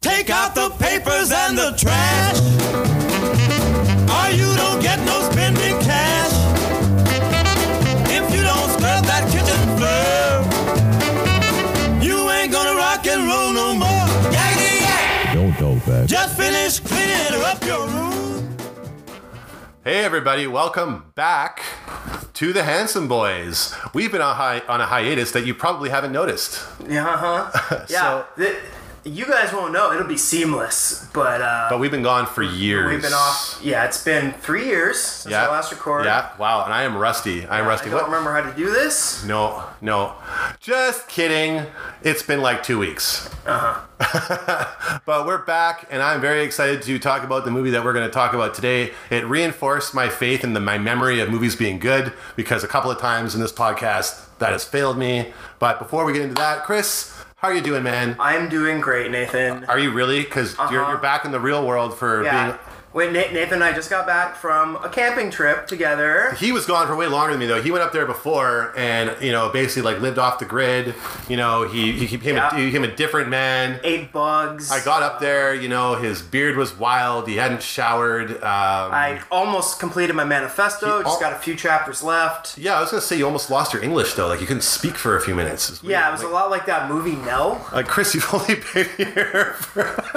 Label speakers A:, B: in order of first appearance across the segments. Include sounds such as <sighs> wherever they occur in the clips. A: Take out the papers and the trash. Or you don't get no spending cash. If you don't scrub that kitchen floor, you ain't gonna rock and roll no more. Yaggity yak.
B: Don't talk back.
A: Just finish cleaning up your room.
C: Hey everybody, welcome back to the Handsome Boys. We've been on, hi- on a hiatus that you probably haven't noticed.
D: Yeah, huh? Uh-huh.
C: <laughs>
D: Yeah. th- you guys won't know. It'll be seamless, but uh,
C: But we've been gone for years.
D: we've been off. Yeah, it's been three years since
C: Yeah.
D: the last record.
C: Yeah. Wow. And I am rusty. I am
D: I
C: rusty.
D: don't
C: What?
D: remember how to do this.
C: No, no. Just kidding. It's been like two weeks.
D: Uh-huh.
C: <laughs> but we're back, and I'm very excited to talk about the movie that we're going to talk about today. It reinforced my faith in the, my memory of movies being good because a couple of times in this podcast that has failed me. But before we get into that, Chris, how are you doing, man?
D: I'm doing great, Nathan.
C: Are you really? Because you're,
D: Uh-huh.
C: you're back in the real world for
D: yeah.
C: being.
D: Wait, Na- Nathan and I just got back from a camping trip together.
C: He was gone for way longer than me though. He went up there before, and you know, basically like lived off the grid. You know, he he became
D: Yeah.
C: a, he became a different man.
D: Ate bugs.
C: I got up there, you know, his beard was wild. He hadn't showered. Um,
D: I almost completed my manifesto.
C: He
D: Just
C: al-
D: got a few chapters left.
C: yeah, I was gonna say you almost lost your English though. Like you couldn't speak for a few minutes. It's weird.
D: Yeah, it was a
C: like,
D: lot like that movie Nell.
C: Like Chris, you've <laughs> only been here. For... <laughs>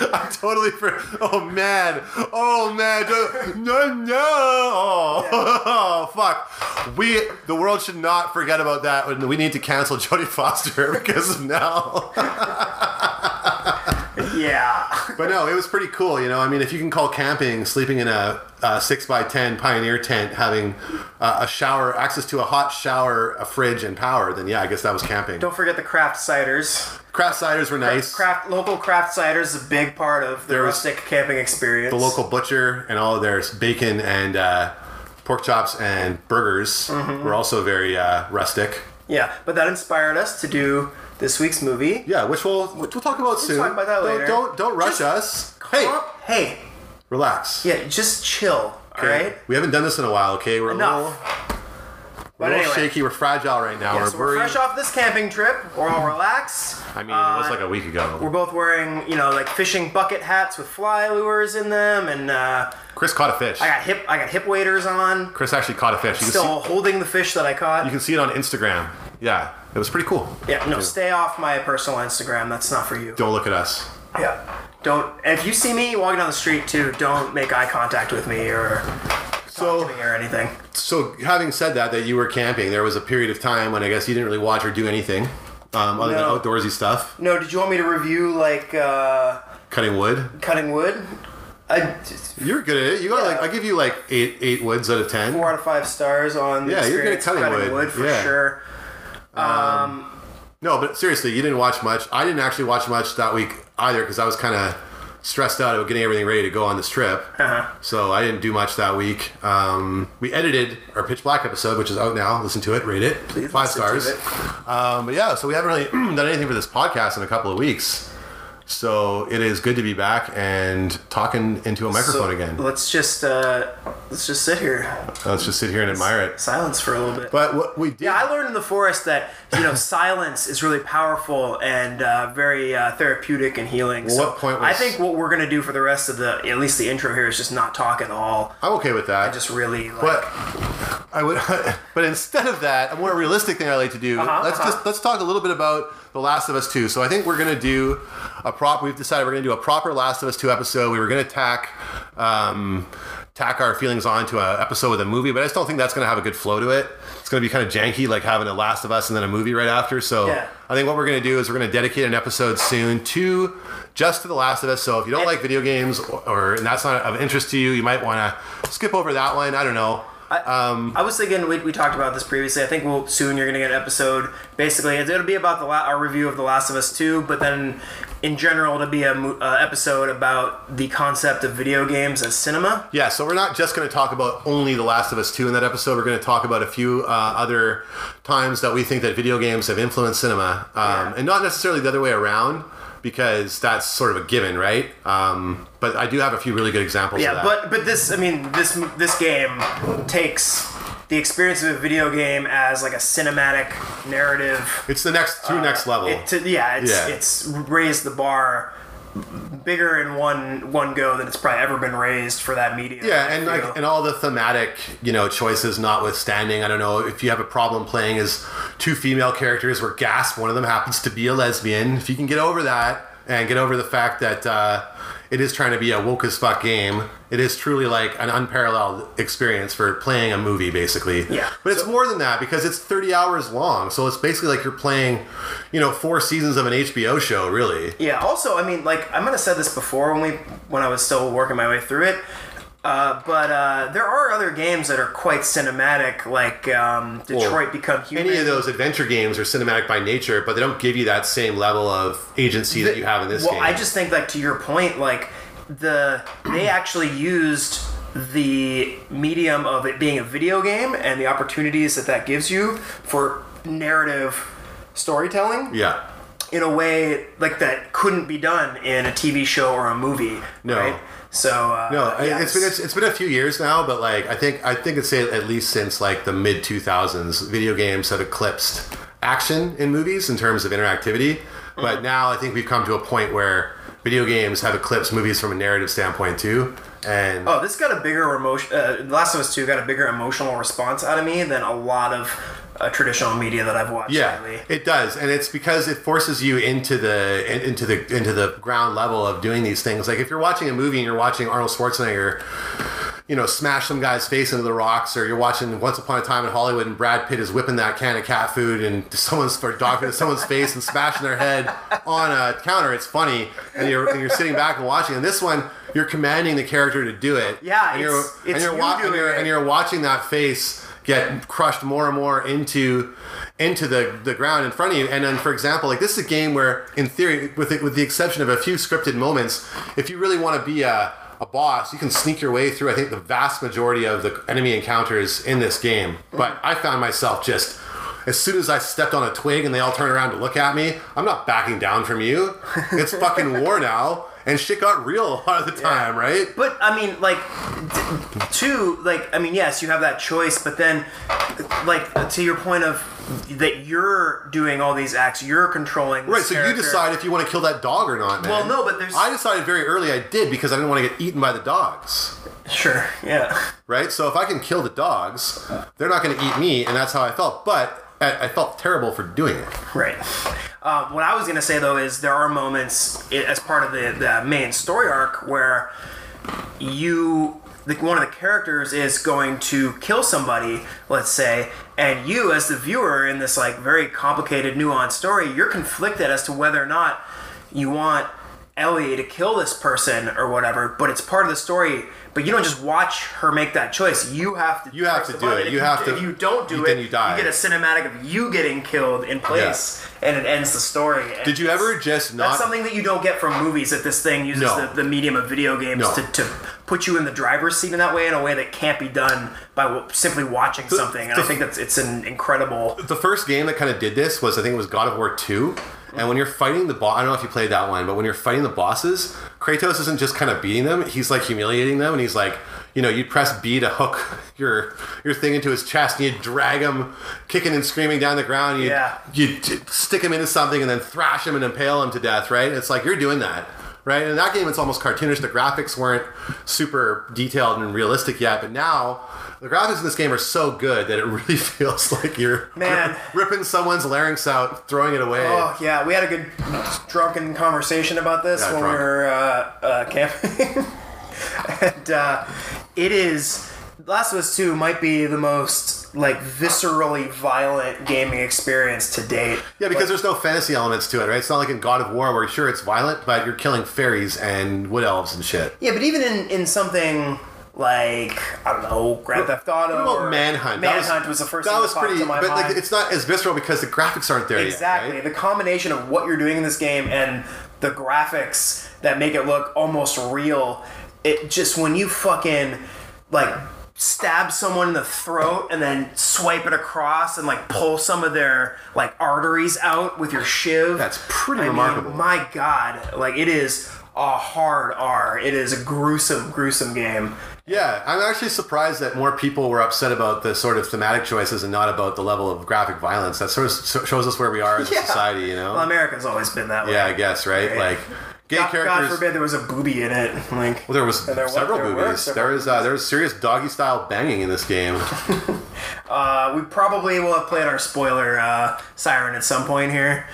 C: I totally. For... Oh man. Oh man. Don't- No no. Oh, <laughs> fuck. We the world should not forget about that. And We need to cancel Jodie Foster <laughs> because of now.
D: <laughs> Yeah.
C: But no, it was pretty cool. You know, I mean, if you can call camping sleeping in a, a six by ten pioneer tent, having uh, a shower, access to a hot shower, a fridge, and power, then yeah, I guess that was camping.
D: Don't forget the craft ciders.
C: Craft ciders were nice.
D: Craft local craft cider is a big part of the
C: There was-
D: rustic camping experience.
C: the local butcher and all of their bacon and uh, pork chops and burgers
D: Mm-hmm.
C: were also very uh, rustic.
D: yeah, but that inspired us to do this week's movie.
C: Yeah, which we'll which we'll talk about soon.
D: talk about that
C: don't,
D: later.
C: don't don't rush
D: Just
C: us. Hey,
D: Well, hey,
C: relax.
D: yeah, just chill, all
C: Okay?
D: right?
C: We haven't done this in a while. Okay, we're a little,
D: Enough.
C: we're
D: But
C: a little
D: anyway,
C: shaky. We're fragile right now.
D: yeah,
C: we're
D: so we're
C: worried.
D: fresh off this camping trip. We're all relaxed. Uh,
C: I mean, it was like a week
D: We're
C: ago.
D: both wearing, you know, like fishing bucket hats with fly lures in them, and uh,
C: Chris caught a fish.
D: I got hip, I got hip waders on.
C: Chris actually caught a fish. You can, see,
D: Still holding the fish that I caught.
C: you can see it on Instagram. Yeah, it was pretty cool.
D: yeah, no, stay off my personal Instagram. That's not for you.
C: Don't look at us.
D: Yeah. Don't. If you see me walking down the street too, don't make eye contact with me or
C: So,
D: or anything.
C: so having said that, that you were camping, there was a period of time when I guess you didn't really watch or do anything um, other
D: No.
C: than outdoorsy stuff,
D: No. Did you want me to review like uh,
C: cutting wood.
D: cutting wood? I just,
C: You're good at it. You got
D: Yeah.
C: like I give you like eight eight woods out of ten.
D: four out of five stars on. The
C: Yeah, you're good at
D: experience
C: cutting
D: of
C: wood.
D: for
C: Yeah.
D: sure.
C: No, but seriously, you didn't watch much. I didn't actually watch much that week either because I was kind of stressed out about getting everything ready to go on this trip.
D: Uh-huh.
C: So I didn't do much that week. Um, we edited our Pitch Black episode, which is out now. Listen to it, rate it,
D: Please
C: five
D: listen to
C: stars. Um, but yeah, so we haven't really <clears throat> done anything for this podcast in a couple of weeks. So it is good to be back and talking into a microphone
D: So,
C: again.
D: Let's just uh, let's just sit here,
C: Let's just sit here and admire it.
D: silence for a little bit.
C: But what we did,
D: yeah, I learned in the forest that you know <laughs> silence is really powerful and uh, very uh, therapeutic and healing. so
C: what point
D: I
C: was-
D: think what we're gonna do for the rest of the at least the intro here is just not talk at all.
C: I'm okay with that.
D: just really like
C: But I would, <laughs> but instead of that, a more realistic thing I like to do.
D: Uh-huh,
C: let's
D: uh-huh.
C: just let's talk a little bit about The Last of Us Two. So I think we're gonna do a prop. We've decided we're gonna do a proper Last of Us Two episode. We were gonna tack um, tack our feelings onto an episode with a movie, but I just don't think that's gonna have a good flow to it. It's gonna be kind of janky, like having a Last of Us and then a movie right after. So
D: Yeah.
C: I think what we're gonna do is we're gonna dedicate an episode soon to. Just to The Last of Us. So if you don't like video games or, or and that's not of interest to you, you might want to skip over that one. I don't know.
D: I, I was thinking we, we talked about this previously. I think we'll soon you're gonna get an episode. Basically, it- it'll be about the la- our review of The Last of Us Two, but then in general, it'll be a mo- uh, episode about the concept of video games as cinema.
C: Yeah, so we're not just going to talk about only The Last of Us 2 in that episode. We're going to talk about a few uh, other times that we think that video games have influenced cinema. Um, And not necessarily the other way around, because that's sort of a given, right? Um, but I do have a few really good examples
D: Yeah,
C: of that.
D: but but this I mean this m- this game takes the experience of a video game as like a cinematic narrative.
C: It's the next to next level.
D: uh, It, to, yeah, it's,
C: Yeah.
D: it's raised the bar bigger in one one go than it's probably ever been raised for that medium.
C: Yeah,
D: I
C: and
D: feel.
C: like and all the thematic, you know, choices notwithstanding, I don't know if you have a problem playing as two female characters where gasp, one of them happens to be a lesbian. If you can get over that and get over the fact that uh, it is trying to be a woke as fuck game, it is truly like an unparalleled experience for playing a movie, basically.
D: Yeah.
C: but it's more than that because it's thirty hours long, so it's basically like you're playing, you know, four seasons of an HBO show, really.
D: Yeah. Also, I mean, like I might have said this before when we when I was still working my way through it, uh, but uh, there are other games that are quite cinematic, like um, Detroit Become Human.
C: any of those adventure games are cinematic by nature, but they don't give you that same level of agency that you have in this
D: well,
C: game.
D: I just think like to your point, like the they actually used the medium of it being a video game and the opportunities that that gives you for narrative storytelling
C: yeah,
D: in a way like that couldn't be done in a TV show or a movie.
C: No.
D: Right? So uh,
C: no, I-
D: yeah,
C: it's been it's, it's been a few years now, but like I think I think it's at least since like the mid two thousands, video games have eclipsed action in movies in terms of interactivity.
D: Mm-hmm.
C: But now I think we've come to a point where video games have eclipsed movies from a narrative standpoint too. And
D: Oh, this got a bigger emotion. Uh, Last of Us Two got a bigger emotional response out of me than a lot of uh, traditional media that I've watched
C: Yeah,
D: lately.
C: it does, and it's because it forces you into the in- into the into the ground level of doing these things. Like if you're watching a movie and you're watching Arnold Schwarzenegger, you know, smash some guy's face into the rocks, or you're watching Once Upon a Time in Hollywood and Brad Pitt is whipping that can of cat food and <laughs> someone's or dog food in someone's face and smashing their head on a counter. It's funny, and you're and you're sitting back and watching. And this one, you're commanding the character to do it.
D: Yeah,
C: and you're
D: it's- it's
C: and you're,
D: you
C: wa-
D: doing
C: and you're,
D: it.
C: and you're watching that face get crushed more and more into into the the ground in front of you and then for example like this is a game where in theory with the, with the exception of a few scripted moments if you really want to be a a boss you can sneak your way through i think the vast majority of the enemy encounters in this game but i found myself just as soon as I stepped on a twig and they all turned around to look at me, I'm not backing down from you. It's fucking war now, and shit got real a lot of the time, right?
D: But I mean, like, t- two, like, I mean, yes, you have that choice, but then, like, to your point of that you're doing all these acts, you're controlling. This
C: Right, so
D: character.
C: you decide if you want to kill that dog or not, man.
D: Well, no, but there's-
C: I decided very early I did because I didn't want to get eaten by the dogs.
D: Sure. Yeah.
C: Right? So if I can kill the dogs, they're not going to eat me, and that's how I felt. But I, I felt terrible for doing it.
D: Right. Um, what I was gonna say though is there are moments i- as part of the, the main story arc where you, the, one of the characters is going to kill somebody, let's say, and you as the viewer in this like very complicated, nuanced story, you're conflicted as to whether or not you want Ellie to kill this person or whatever. But it's part of the story. But you don't just watch her make that choice. You have to.
C: You have
D: press
C: to
D: the
C: do
D: button.
C: it.
D: If
C: You have
D: d-
C: to-
D: If you don't do
C: you-
D: it,
C: then you die.
D: get a cinematic of you getting killed in place, and it ends the story. And
C: Did you
D: it's-
C: ever just not.
D: That's something that you don't get from movies. That this thing uses
C: No.
D: the, the medium of video games
C: No.
D: to, to put you in the driver's seat in that way, in a way that can't be done by w- simply watching something. And I
C: the-
D: think that's it's an incredible.
C: the first game that kind of did this was I think it was God of War Two, and when you're fighting the boss, I don't know if you played that one, but when you're fighting the bosses, Kratos isn't just kind of beating them; he's like humiliating them, and he's like, you know, you'd press B to hook your your thing into his chest, and you'd drag him kicking and screaming down the ground. You'd,
D: Yeah.
C: You'd t- stick him into something and then thrash him and impale him to death. Right? It's like you're doing that. Right, in that game, it's almost cartoonish. The graphics weren't super detailed and realistic yet, but now the graphics in this game are so good that it <laughs> really feels like you're
D: Man.
C: ripping someone's larynx out, throwing it away.
D: Oh yeah, we had a good drunken conversation about this
C: Yeah,
D: when
C: drunk.
D: we were uh, uh, camping, <laughs> and uh, it is Last of Us Two might be the most like viscerally violent gaming experience to date.
C: Yeah, because there's no fantasy elements to it, right? It's not like in God of War where sure it's violent, but you're killing fairies and wood elves and shit.
D: Yeah, but even in, in something like I don't know, Grand Theft Auto.
C: What about
D: or
C: Manhunt? That
D: Manhunt was, the first.
C: That
D: thing
C: was
D: that popped
C: pretty,
D: to my
C: but
D: mind.
C: like it's not as visceral because the graphics aren't there
D: Exactly.
C: yet.
D: The combination of what you're doing in this game and the graphics that make it look almost real, it just when you fucking like stab someone in the throat and then swipe it across and like pull some of their like arteries out with your shiv.
C: That's pretty
D: I mean,
C: remarkable.
D: my God, like it is a hard R. It is a gruesome, gruesome game.
C: Yeah, I'm actually surprised that more people were upset about the sort of thematic choices and not about the level of graphic violence. That sort of so- shows us where we are as a
D: <laughs> Yeah.
C: society, you know?
D: Well, America's always been that way.
C: Um, yeah, I guess, right?
D: Right.
C: Like, gay
D: God, God
C: characters.
D: forbid there was a booty in it. Like
C: Well, there was
D: There were-
C: several
D: there were
C: movies.
D: several
C: There is uh, there was serious doggy style banging in this
D: <laughs>
C: game.
D: Uh, we probably will have played our spoiler uh, siren at some point here.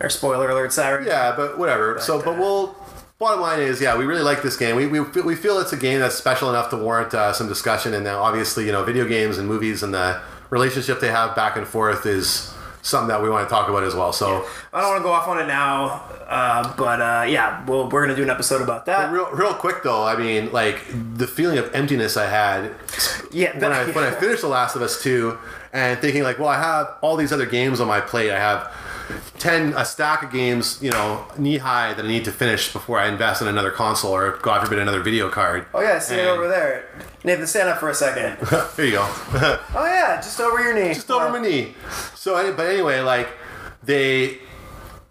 D: Our spoiler alert siren.
C: Yeah, but whatever. so, but we'll. Bottom line is, yeah, we really like this game. We, we, feel- we feel it's a game that's special enough to warrant uh, some discussion. And now, obviously, you know, video games and movies and the relationship they have back and forth is something that we want to talk about as well. So,
D: I don't want to go off on it now, uh, but uh, yeah, we'll, we're gonna do an episode about that.
C: real, real quick though, I mean, like the feeling of emptiness I had
D: yeah,
C: when I
D: <laughs>
C: when I finished The Last of Us two, and thinking like, well, I have all these other games on my plate. I have ten a stack of games, you know, knee high that I need to finish before I invest in another console or, God forbid, another video card.
D: oh yeah, stand
C: And-
D: over there, Nathan. Stand up for a second. oh
C: <laughs> Here you go.
D: yeah, just over your knee.
C: just over my knee. So, any- but anyway, like they,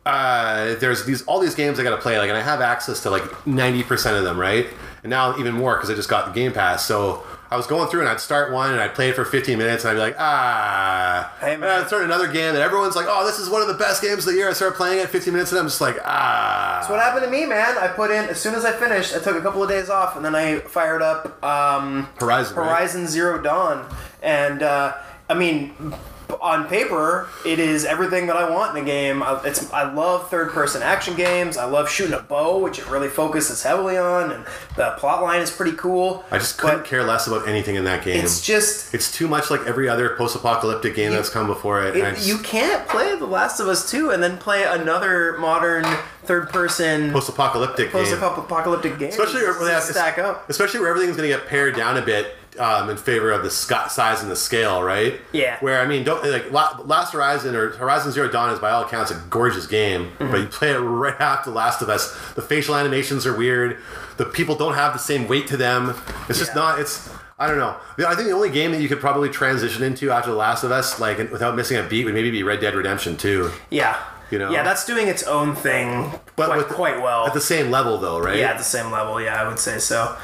C: uh, there's these all these games I gotta play, like, and I have access to like 90 percent of them, right? And now even more because I just got the Game Pass. So I was going through and I'd start one and I'd play it for 15 minutes and I'd be like, ah.
D: Hey,
C: and
D: man.
C: I'd start another game that everyone's like, oh, this is one of the best games of the year. I start playing it 15 minutes and I'm just like, ah.
D: What happened to me, man? I put in as soon as I finished. I took a couple of days off, and then I fired up um,
C: Horizon, right?
D: Horizon Zero Dawn, and uh, I mean, on paper, it is everything that I want in a game. I, it's I love third-person action games. I love shooting a bow, which it really focuses heavily on, and the plot line is pretty cool.
C: I just couldn't
D: But
C: care less about anything in that game.
D: It's just
C: It's too much like every other post-apocalyptic game that's come before it. and I
D: It-
C: just-
D: you can't play The Last of Us 2 and then play another modern third person post
C: post-apocalyptic game.
D: apocalyptic game.
C: especially
D: It's
C: where
D: just
C: that-
D: stack up.
C: Especially where everything's going to get pared down a bit um, in favor of the sc- size and the scale, right?
D: Yeah.
C: Where I mean, don't like La- Last Horizon or Horizon Zero Dawn is by all accounts a gorgeous game,
D: Mm-hmm.
C: but you play it right after Last of Us. The facial animations are weird. The people don't have the same weight to them. It's just
D: Yeah.
C: not. It's I don't know. I think the only game that you could probably transition into after The Last of Us, like without missing a beat, would maybe be Red Dead Redemption 2.
D: Yeah.
C: You know?
D: Yeah, that's doing its own thing
C: But
D: quite,
C: with-
D: quite well.
C: At the same level, though, right?
D: yeah, at the same level. Yeah, I would say so.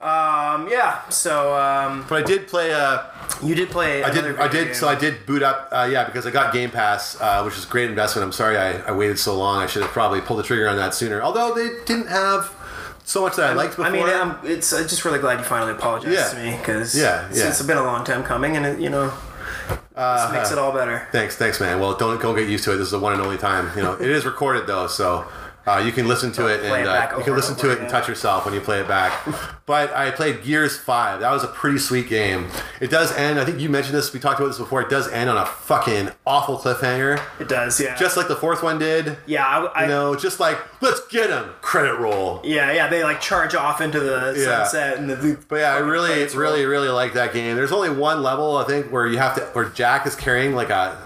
D: Um, yeah, so um,
C: But I did play. Uh,
D: you did play.
C: I did. I did. So I did boot up. Uh, yeah, because I got Game Pass, uh, which is a great investment. I'm sorry I, I waited so long. I should have probably pulled the trigger on that sooner. Although they didn't have so much that I liked before.
D: I mean, I'm, it's I'm just really glad you finally apologized
C: Yeah.
D: to me because
C: Yeah, yeah.
D: it's been a long time coming, and it, you know, this
C: Uh-huh.
D: makes it all better.
C: thanks, thanks, man. Well, don't go get used to it. This is the one and only time. You know, it is recorded though, so. Uh, you can listen to it
D: Play
C: and
D: it
C: uh,
D: back
C: you
D: over
C: can
D: and
C: listen to
D: over
C: it and
D: again.
C: touch yourself when you play it back.
D: <laughs>
C: but I played Gears Five. That was a pretty sweet game. It does end. I think you mentioned this. We talked about this before. It does end on a fucking awful cliffhanger,
D: It does, yeah.
C: just like the fourth one did.
D: yeah, I, I,
C: you know, just like let's get him credit roll.
D: Yeah, yeah, they like charge off into the
C: Yeah.
D: sunset and the.
C: But yeah, I
D: fucking
C: really,
D: credits roll.
C: really, really like that game. There's only one level I think where you have to, where Jack is carrying like a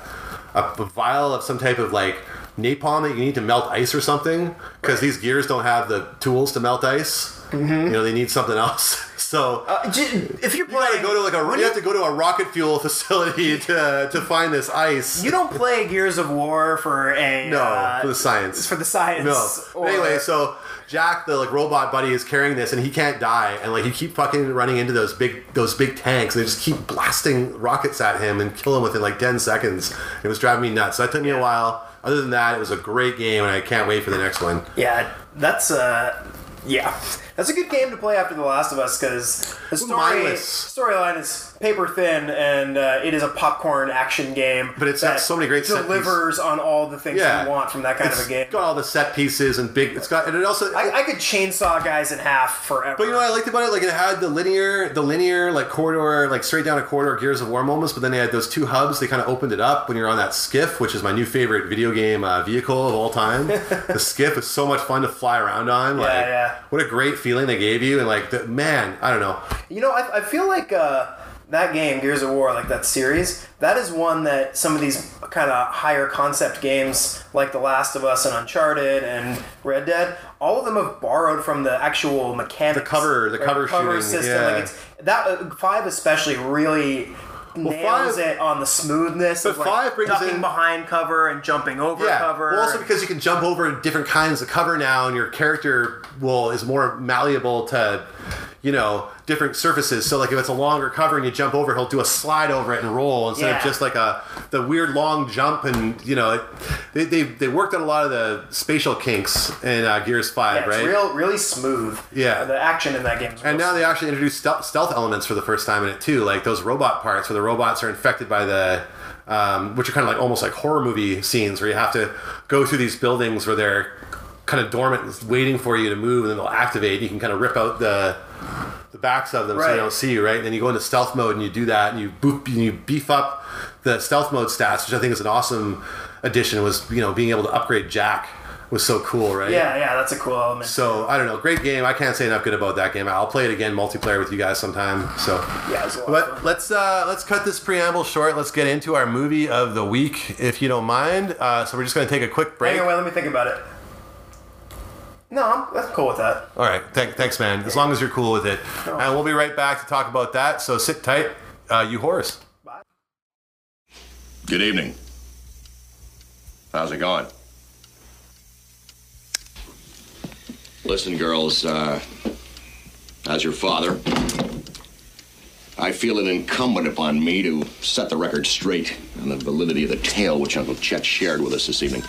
C: a vial of some type of like napalm that you need to melt ice or something because these gears don't have the tools to melt ice. You know, they need something else. <laughs> So.
D: Mm-hmm. Uh, j- if you're
C: you
D: playing,
C: gotta go to like a.
D: when
C: You have to go to a rocket fuel <laughs> facility to to find this ice.
D: you don't play Gears of War for a
C: No,
D: uh,
C: for the science.
D: it's for the science.
C: No.
D: or-
C: Anyway, so Jack, the like robot buddy, is carrying this, and he can't die. And like you keep fucking running into those big those big tanks, and they just keep blasting rockets at him and kill him within like ten seconds. It was driving me nuts. So that took me a while. Other than that, it was a great game, and I can't wait for the next one.
D: yeah, that's uh, yeah, that's a good game to play after The Last of Us because the story
C: mindless.
D: storyline is paper thin and uh, it is a popcorn action game.
C: But it's got
D: that
C: so many great set pieces.
D: delivers on all the things
C: Yeah.
D: you want from that kind
C: It's
D: of a game.
C: got all the set pieces and big. It's got and it also.
D: I, I could chainsaw guys in half forever.
C: but you know what I liked about it? Like it had the linear, the linear like corridor, like straight down a corridor Gears of War moments. But then they had those two hubs. They kind of opened it up when you're on that skiff, which is my new favorite video game uh, vehicle of all
D: <laughs>
C: time. the skiff is so much fun to fly around on. Like,
D: yeah.
C: What a great feeling they gave you, and like the, man, I don't know.
D: You know, I, I feel like uh, that game, Gears of War, like that series, that is one that some of these kind of higher concept games, like The Last of Us and Uncharted and Red Dead, all of them have borrowed from the actual mechanics, the
C: cover- the cover shooting,
D: system.
C: yeah.
D: Like it's that uh, five especially really. nails
C: five-
D: it on the smoothness of
C: But
D: like
C: five brings
D: ducking
C: in-
D: behind cover and jumping over
C: yeah.
D: cover.
C: Well, also because you can jump over different kinds of cover now, and your character will is more malleable to, you know, different surfaces. So like if it's a longer cover and you jump over, he'll do a slide over it and roll instead
D: Yeah.
C: of just like a the weird long jump. And you know, it, they, they they worked on a lot of the spatial kinks in uh, Gears Five,
D: yeah,
C: right?
D: it's real, really smooth.
C: Yeah.
D: the action in that game. Is
C: And
D: real
C: now they actually introduced stealth, stealth elements for the first time in it too, like those robot parts where the robots are infected by the, um, which are kind of like almost like horror movie scenes where you have to go through these buildings where they're kind of dormant, waiting for you to move, and then they'll activate. And you can kind of rip out the the backs of them so
D: Right.
C: they don't see you, right? And then you go into stealth mode and you do that, and you boop and you beef up the stealth mode stats, which I think is an awesome addition. Was you know being able to upgrade Jack was so cool, right?
D: Yeah, yeah, that's a cool element.
C: So I don't know. Great game. I can't say enough good about that game. I'll play it again multiplayer with you guys sometime. So
D: yeah, it's a lot of fun.
C: let, let's uh, let's cut this preamble short. Let's get into our movie of the week, if you don't mind. Uh, so we're just going to take a quick break.
D: Hang on, wait, let me think about it. No, I'm, that's cool with that.
C: All right. Thank, thanks, man. As long as you're cool with it,
D: Oh.
C: and we'll be right back to talk about that. So sit tight, uh, you horse.
B: Good evening. How's it going? Listen, girls, uh, as your father, I feel it incumbent upon me to set the record straight on the validity of the tale which Uncle Chet shared with us this evening.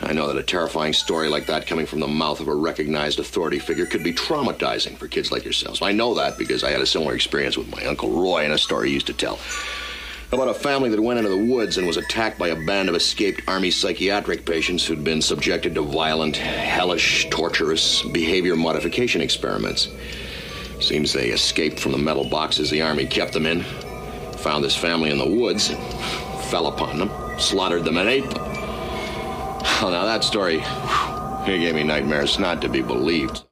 B: I know that a terrifying story like that coming from the mouth of a recognized authority figure could be traumatizing for kids like yourselves. I know that because I had a similar experience with my Uncle Roy and a story he used to tell about a family that went into the woods and was attacked by a band of escaped army psychiatric patients who'd been subjected to violent, hellish, torturous behavior modification experiments. Seems they escaped from the metal boxes the army kept them in, found this family in the woods, fell upon them, slaughtered them, and ate them. Oh, now that story, whew, it gave me nightmares not to be believed.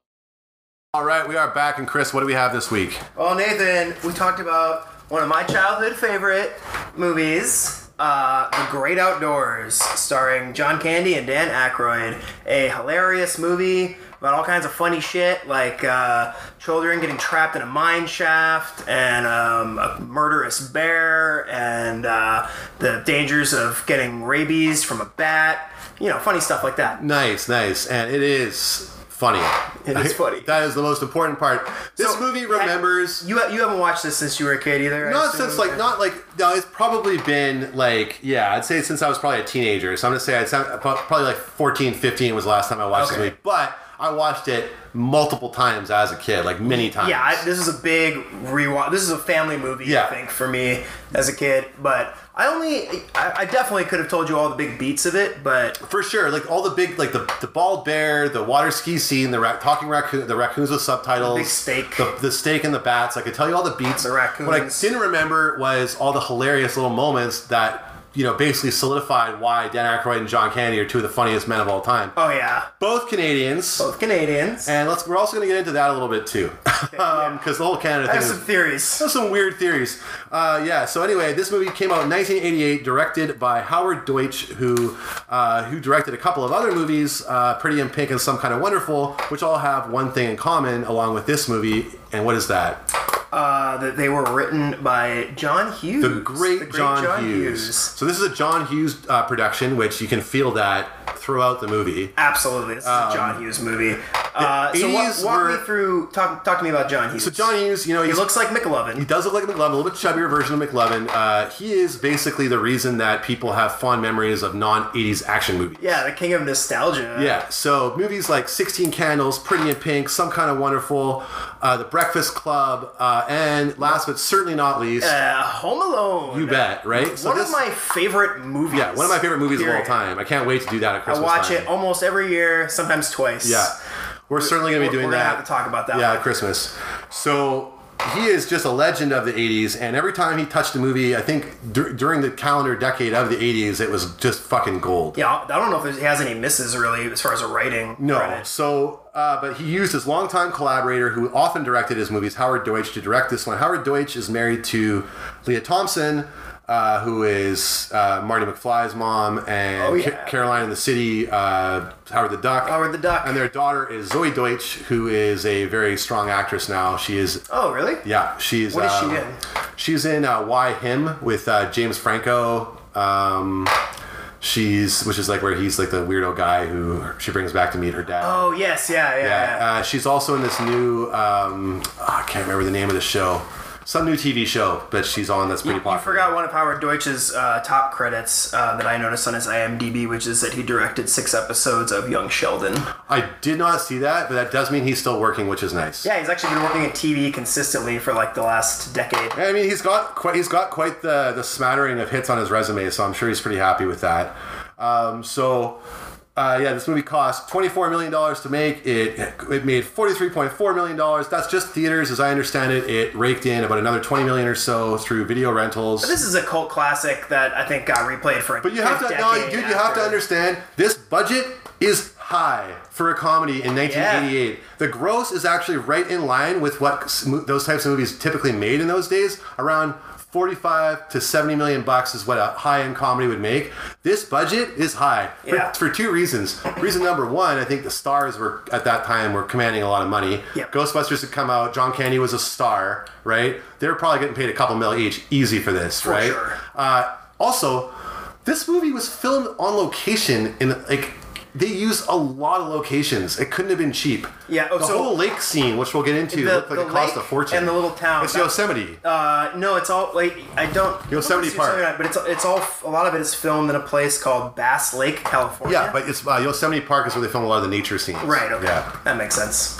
C: All right, we are back. And Chris, what do we have this week?
D: Well, Nathan, we talked about one of my childhood favorite movies, uh, The Great Outdoors, starring John Candy and Dan Aykroyd. A hilarious movie about all kinds of funny shit, like uh, children getting trapped in a mine shaft and um, a murderous bear and uh, the dangers of getting rabies from a bat. You know, funny stuff like that.
C: Nice, nice, and it is funny.
D: It is funny.
C: that is the most important part. This
D: So,
C: movie remembers.
D: You you haven't watched this since you were a kid either. I
C: Not
D: assume?
C: since like not like no, it's probably been like yeah, I'd say since I was probably a teenager. So I'm gonna say I'd sound, pro- probably like 14, 15 was the last time I watched
D: Okay.
C: this movie. But I watched it multiple times as a kid, like many times.
D: Yeah, I, this is a big rewatch. This is a family movie, I
C: Yeah.
D: think, for me as a kid. But I only, I, I definitely could have told you all the big beats of it, but
C: for sure. Like all the big, like the, the bald bear, the water ski scene, the ra- talking raccoon, the raccoons with subtitles,
D: The big steak.
C: the, the steak and the bats. I could tell you all the beats.
D: The
C: What I
D: raccoons.
C: didn't remember was all the hilarious little moments that you know basically solidified why Dan Aykroyd and John Candy are two of the funniest men of all time.
D: oh yeah,
C: Both Canadians.
D: both Canadians.
C: And let's we're also going to get into that a little bit too, <laughs> because the whole Canada
D: I
C: thing.
D: have
C: is-
D: some theories.
C: there's some weird theories. Uh, yeah. So anyway, this movie came out in 1988, directed by Howard Deutsch, who uh, who directed a couple of other movies, uh, Pretty in Pink and Some Kind of Wonderful, which all have one thing in common along with this movie. And what is that?
D: Uh, that they were written by John Hughes,
C: The great, John, Hughes. So this is a John Hughes uh, production, which you can feel that throughout the movie.
D: Absolutely, this is a John Hughes movie. Uh, so walk,
C: 80s
D: walk
C: Um, were-
D: me through. Talk, talk to me about John Hughes.
C: So John Hughes, you know,
D: he
C: he's-
D: looks like McLovin.
C: He does look like McLovin, a little bit chubbier version of McLovin. Uh, he is basically the reason that people have fond memories of non 80s action movies.
D: yeah, the king of nostalgia.
C: Yeah, so movies like 16 Candles, Pretty in Pink, Some Kind of Wonderful, uh, The Breakfast Club, uh, and last but certainly not least,
D: Uh, Home Alone.
C: you bet, right? So
D: one
C: this-
D: of my favorite movies.
C: yeah, one of my favorite movies
D: period.
C: of all time. I can't wait to do that at
D: I
C: Christmas.
D: watch
C: time.
D: it almost every year, sometimes twice.
C: Yeah, we're, certainly gonna be
D: we're-
C: doing
D: we're gonna
C: that.
D: have to talk about that
C: Yeah,
D: one.
C: at Christmas. So he is just a legend of the '80s, and every time he touched a movie, I think dur- during the calendar decade of the '80s, it was just fucking gold.
D: Yeah, I don't know if he has any misses really as far as a writing.
C: No,
D: credit.
C: so Uh, but he used his longtime collaborator, who often directed his movies, Howard Deutsch, to direct this one. Howard Deutsch is married to Leah Thompson, uh, who is uh, Marty McFly's mom, and
D: Oh, yeah.
C: Ca- Caroline in the City, uh, Howard the Duck.
D: Howard the Duck.
C: And their daughter is Zoe Deutsch, who is a very strong actress now. She is
D: Oh, really?
C: yeah, she's.
D: What is she
C: um,
D: in?
C: She's in uh, Why Him with uh, James Franco. Um, she's which is like where he's like the weirdo guy who she brings back to meet her dad.
D: Oh, yes, yeah, yeah. yeah.
C: yeah. Uh, she's also in this new. Um, oh, I can't remember the name of the show. Some new TV show that she's on that's pretty
D: You
C: popular.
D: forgot one of Howard Deutsch's uh, top credits uh, that I noticed on his IMDb, which is that he directed six episodes of Young Sheldon.
C: I did not see that, but that does mean he's still working, which is nice.
D: Yeah, he's actually been working at TV consistently for like the last decade.
C: I mean, he's got quite he's got quite the the smattering of hits on his resume, so I'm sure he's pretty happy with that. Um, so. Uh, yeah, this movie cost $24 million to make. It it made $43.4 million. That's just theaters, as I understand it. It raked in about another 20 million or so through video rentals.
D: This is a cult classic that I think got replayed for.
C: But you have to, no, dude, you have to understand this budget is high for a comedy in 1988. The gross is actually right in line with what s- mo- those types of movies typically made in those days, around 45 to 70 million bucks is what a high-end comedy would make. This budget is high for,
D: Yeah.
C: for two reasons. Reason number one, I think the stars were at that time were commanding a lot of money.
D: Yep.
C: Ghostbusters had come out. John Candy was a star, right? They were probably getting paid a couple mil each, easy for this, right?
D: sure.
C: Uh, also, this movie was filmed on location in like they used a lot of locations. It couldn't have been cheap.
D: Yeah, oh,
C: the
D: so-
C: whole lake scene, which we'll get into,
D: The-
C: looked like
D: the
C: it cost a
D: lake
C: fortune.
D: and the little town.
C: It's
D: That-
C: Yosemite.
D: Uh, no, it's all like I don't.
C: Yosemite
D: I don't know if it's
C: Park.
D: Yosemite, but it's it's all a lot of it is filmed in a place called Bass Lake, California.
C: yeah, but it's uh, Yosemite Park is where they film a lot of the nature scenes.
D: right, okay,
C: Yeah.
D: that makes sense.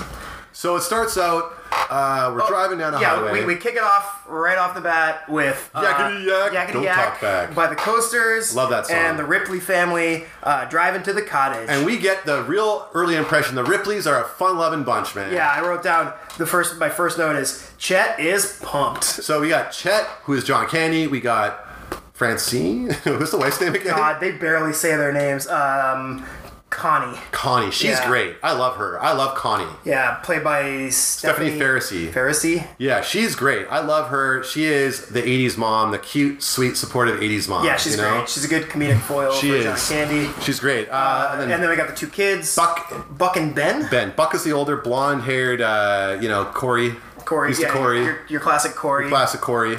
C: So it starts out. Uh, we're driving down a
D: Oh, yeah,
C: highway.
D: we, we kick it off right off the bat with uh,
C: Yakety yak, don't talk back.
D: by the Coasters.
C: Love that song.
D: And the Ripley family uh, driving to the cottage.
C: and we get the real early impression the Ripleys are a fun-loving bunch, man.
D: yeah, I wrote down the first. My first note is Chet is pumped.
C: So we got Chet, who is John Candy. We got Francine. <laughs> Who's the wife's name again?
D: God, they barely say their names. Um, Connie.
C: Connie. She's
D: Yeah.
C: great. I love her. I love Connie.
D: Yeah, played by Stephanie,
C: Stephanie Ferrisy.
D: Ferrisy.
C: Yeah, she's great. I love her. She is the 80s mom, the cute, sweet, supportive 80s mom.
D: Yeah, she's
C: you know?
D: great. She's a good comedic foil
C: She
D: for
C: is.
D: John Candy.
C: She's great. Uh, and then
D: And then we got the two kids,
C: Buck
D: Buck and Ben.
C: Ben. Buck is the older, blonde haired, uh, you know, Corey.
D: Corey,
C: He's
D: yeah,
C: the Corey.
D: Your, your classic Corey.
C: Classic Corey.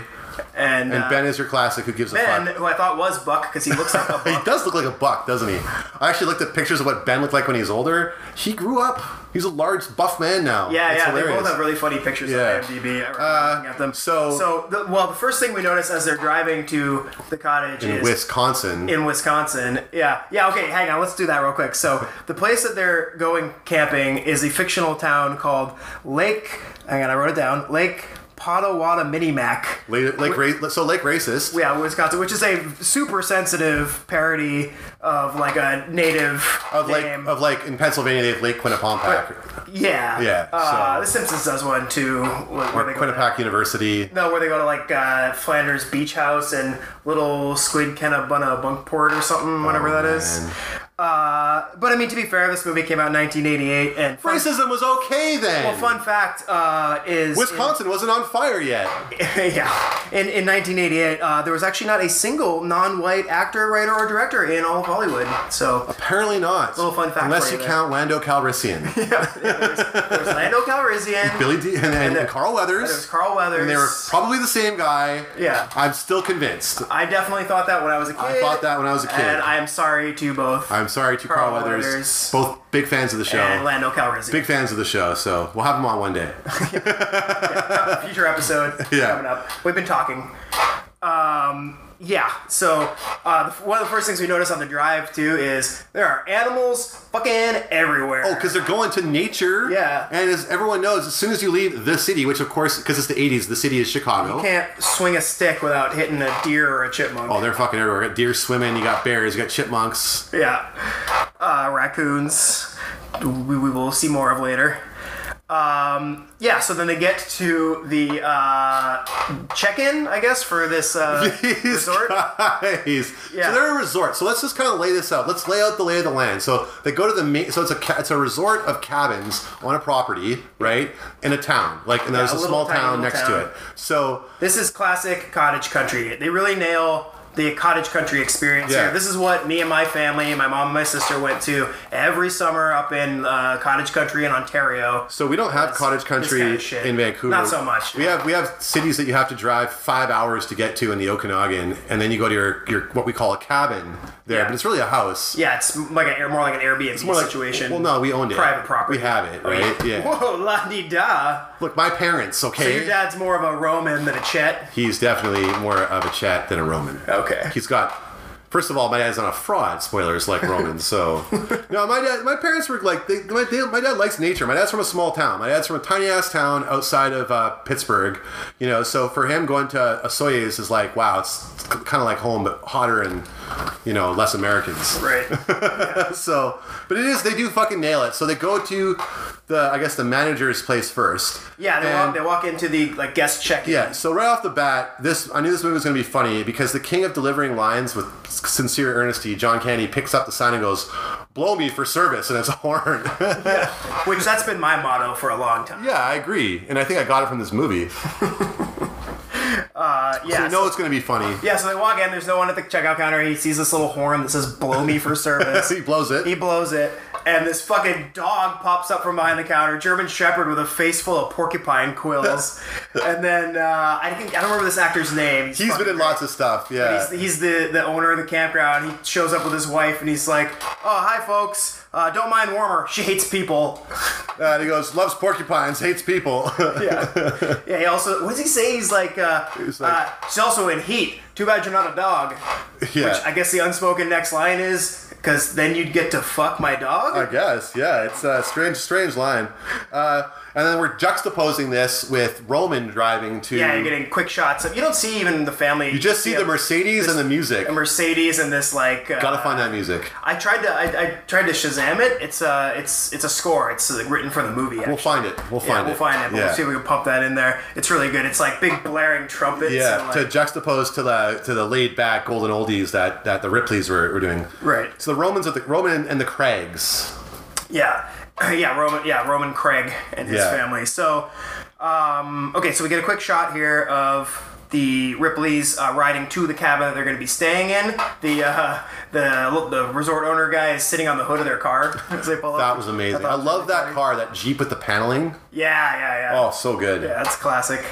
D: and
C: And
D: uh,
C: Ben is your classic who gives a
D: Ben,
C: fuck.
D: who I thought was Buck because he looks like a
C: <laughs> He
D: buck.
C: does look like a buck, doesn't he? I actually looked at pictures of what Ben looked like when he was older. He grew up. He's a large, buff man now.
D: Yeah,
C: It's
D: yeah,
C: hilarious.
D: they both have really funny pictures
C: Yeah. Uh,
D: on IMDb. I remember looking at them.
C: so-
D: so the, well, the first thing we notice as they're driving to the cottage
C: in
D: is
C: Wisconsin.
D: in Wisconsin. Yeah, yeah. Okay, hang on. Let's do that real quick. So the place that they're going camping is a fictional town called Lake. Hang on, I wrote it down. Lake Potawatomi Minimac.
C: Lake, Lake, Ra- so Lake Racist.
D: Yeah, Wisconsin, which is a super sensitive parody of like a native
C: Of like,
D: name.
C: of like in Pennsylvania, they have Lake Quinnipiac,
D: yeah,
C: Yeah,
D: Uh,
C: so-
D: The Simpsons does one too. Where, where they go to,
C: Quinnipiac University.
D: no, where they go to like uh, Flanders Beach House and Little Squid Kennebunna Bunkport or something, whatever that is.
C: Oh, Man.
D: Uh, but I mean, to be fair, this movie came out in 1988, and fun,
C: Racism was okay then.
D: well, fun fact uh, is
C: Wisconsin wasn't on fire yet.
D: <laughs> yeah. In, in 1988, uh, there was actually not a single non-white actor, writer, or director in all of Hollywood. So
C: Apparently not.
D: Little fun fact
C: Unless
D: for
C: you
D: you there.
C: count Lando
D: <laughs>
C: Calrissian,
D: There's Lando Calrissian.
C: Billy D, and, and,
D: there-
C: and Carl Weathers.
D: There's Carl Weathers.
C: And they were probably the same guy.
D: Yeah.
C: I'm still convinced.
D: I definitely thought that when I was a kid.
C: I thought that when I was a kid.
D: And I am sorry to both.
C: I'm sorry to Carl,
D: Carl
C: Weathers,
D: Weathers.
C: Both big fans of the show.
D: and Lando Calrissian.
C: Big fans of the show, so we'll have him on one day.
D: future episode
C: <laughs> Yeah.
D: coming up. We've been talking. Um, yeah. So uh, the- one of the first things we notice on the drive too is there are animals fucking everywhere.
C: Oh, because they're going to nature.
D: Yeah.
C: And as everyone knows, as soon as you leave the city, which of course, because it's the 80s, the city is Chicago.
D: you can't swing a stick without hitting a deer or a chipmunk.
C: Oh, they're fucking everywhere. You got deer swimming, you got bears, you got chipmunks. <laughs>
D: Yeah. Uh, raccoons. We, we will see more of later. Um, yeah, so then they get to the uh, check-in, I guess, for
C: <laughs>
D: this uh,
C: These
D: resort.
C: guys.
D: Yeah.
C: So they're a resort. So let's just kind of lay this out. Let's lay out the lay of the land. So they go to the ma- so it's a ca- it's a resort of cabins on a property, right, in a town. Like and there's
D: Yeah,
C: a,
D: a little
C: small
D: tiny
C: town
D: little
C: next
D: town.
C: to it. So
D: This is classic cottage country. They really nail the cottage country experience
C: Yeah.
D: here. This is what me and my family, my mom and my sister, went to every summer up in uh, cottage country in Ontario.
C: so we don't have
D: That's-
C: cottage country
D: this kind of shit.
C: in Vancouver.
D: Not so much.
C: We have we have cities that you have to drive five hours to get to in the Okanagan, and then you go to your your what we call a cabin there,
D: Yeah.
C: but it's really a house.
D: Yeah, it's like an, more like an Airbnb
C: More like-
D: situation.
C: Well, no, we owned it.
D: Private property.
C: We have it,
D: <laughs>
C: right? Yeah. Eh?
D: Whoa, la di da.
C: Look, my parents. Okay.
D: So your dad's more of a Roman than a Chet.
C: He's definitely more of a Chet than a Roman.
D: Okay.
C: He's got. First of all, my dad's not a fraud. Spoilers, like Roman.
D: <laughs>
C: So, no, my dad, my parents were like, they, my, they, my dad likes nature. My dad's from a small town. My dad's from a tiny ass town outside of uh, Pittsburgh. You know, so for him going to Osoyoos is like, wow, it's kind of like home, but hotter and you know less Americans.
D: <laughs> Right.
C: So, but it is they do fucking nail it. So they go to the I guess the manager's place first.
D: Yeah, they,
C: And-
D: walk, they walk into the like guest check-in.
C: yeah, so right off the bat, this I knew this movie was going to be funny because the king of delivering lines with sincere earnesty, John Candy, picks up the sign and goes, "Blow me for service," and it's a horn. <laughs>
D: Which that's been my motto for a long time.
C: yeah, I agree, and I think I got it from this movie.
D: Uh, yeah.
C: I know it's going to be <laughs> funny.
D: Yeah, so they walk in. There's no one at the checkout counter. He sees this little horn that says "Blow
C: <laughs>
D: me for service."
C: He blows it.
D: he blows it, and this fucking dog pops up from behind the counter. German Shepherd with a face full of
C: <laughs>
D: porcupine quills, and then uh, I think I don't remember this actor's name. He's
C: He's been in lots of stuff. Yeah.
D: He's, he's the, the owner of the campground. He shows up with his wife and he's like, Oh, hi, folks. Uh, don't mind Warmer. <laughs> She hates people.
C: Uh, and he goes, "Loves porcupines, hates people." <laughs>
D: Yeah. yeah, he also, what does he say? He's like, uh,
C: He's like-
D: uh, She's also in heat. Too bad you're not a dog.
C: yeah.
D: I guess the unspoken next line is because then you'd get to fuck my dog.
C: I guess, yeah. It's a strange, strange line. Uh, and then we're juxtaposing this with Roman driving to.
D: yeah, you're getting quick shots. Of, you don't see even the family.
C: You just see the Mercedes and the music.
D: a Mercedes and this like. Uh,
C: Gotta find that music.
D: I tried to I, I tried to Shazam it. It's uh it's it's a score. It's uh, written for the movie. Actually.
C: We'll find it. We'll find
D: yeah,
C: it.
D: we'll find it. But We'll see if we can pump that in there. It's really good. It's like big blaring trumpets.
C: yeah,
D: and, like,
C: to juxtapose to the to the laid back golden oldies that that the Ripleys were, were doing.
D: Right.
C: So the Romans with the Roman and the Craigs.
D: Yeah, <clears throat> yeah, Roman, yeah, Roman Craig and his
C: Yeah.
D: family. So, um, okay, so we get a quick shot here of the Ripley's uh, riding to the cabin that they're going to be staying in. The uh, <laughs> the the resort owner guy is sitting on the hood of their car <laughs> as they pull up.
C: That was amazing.
D: thought
C: I
D: it was
C: love
D: really
C: that
D: funny.
C: car, that Jeep with the paneling.
D: Yeah, yeah, yeah.
C: Oh, so good.
D: Yeah, that's classic.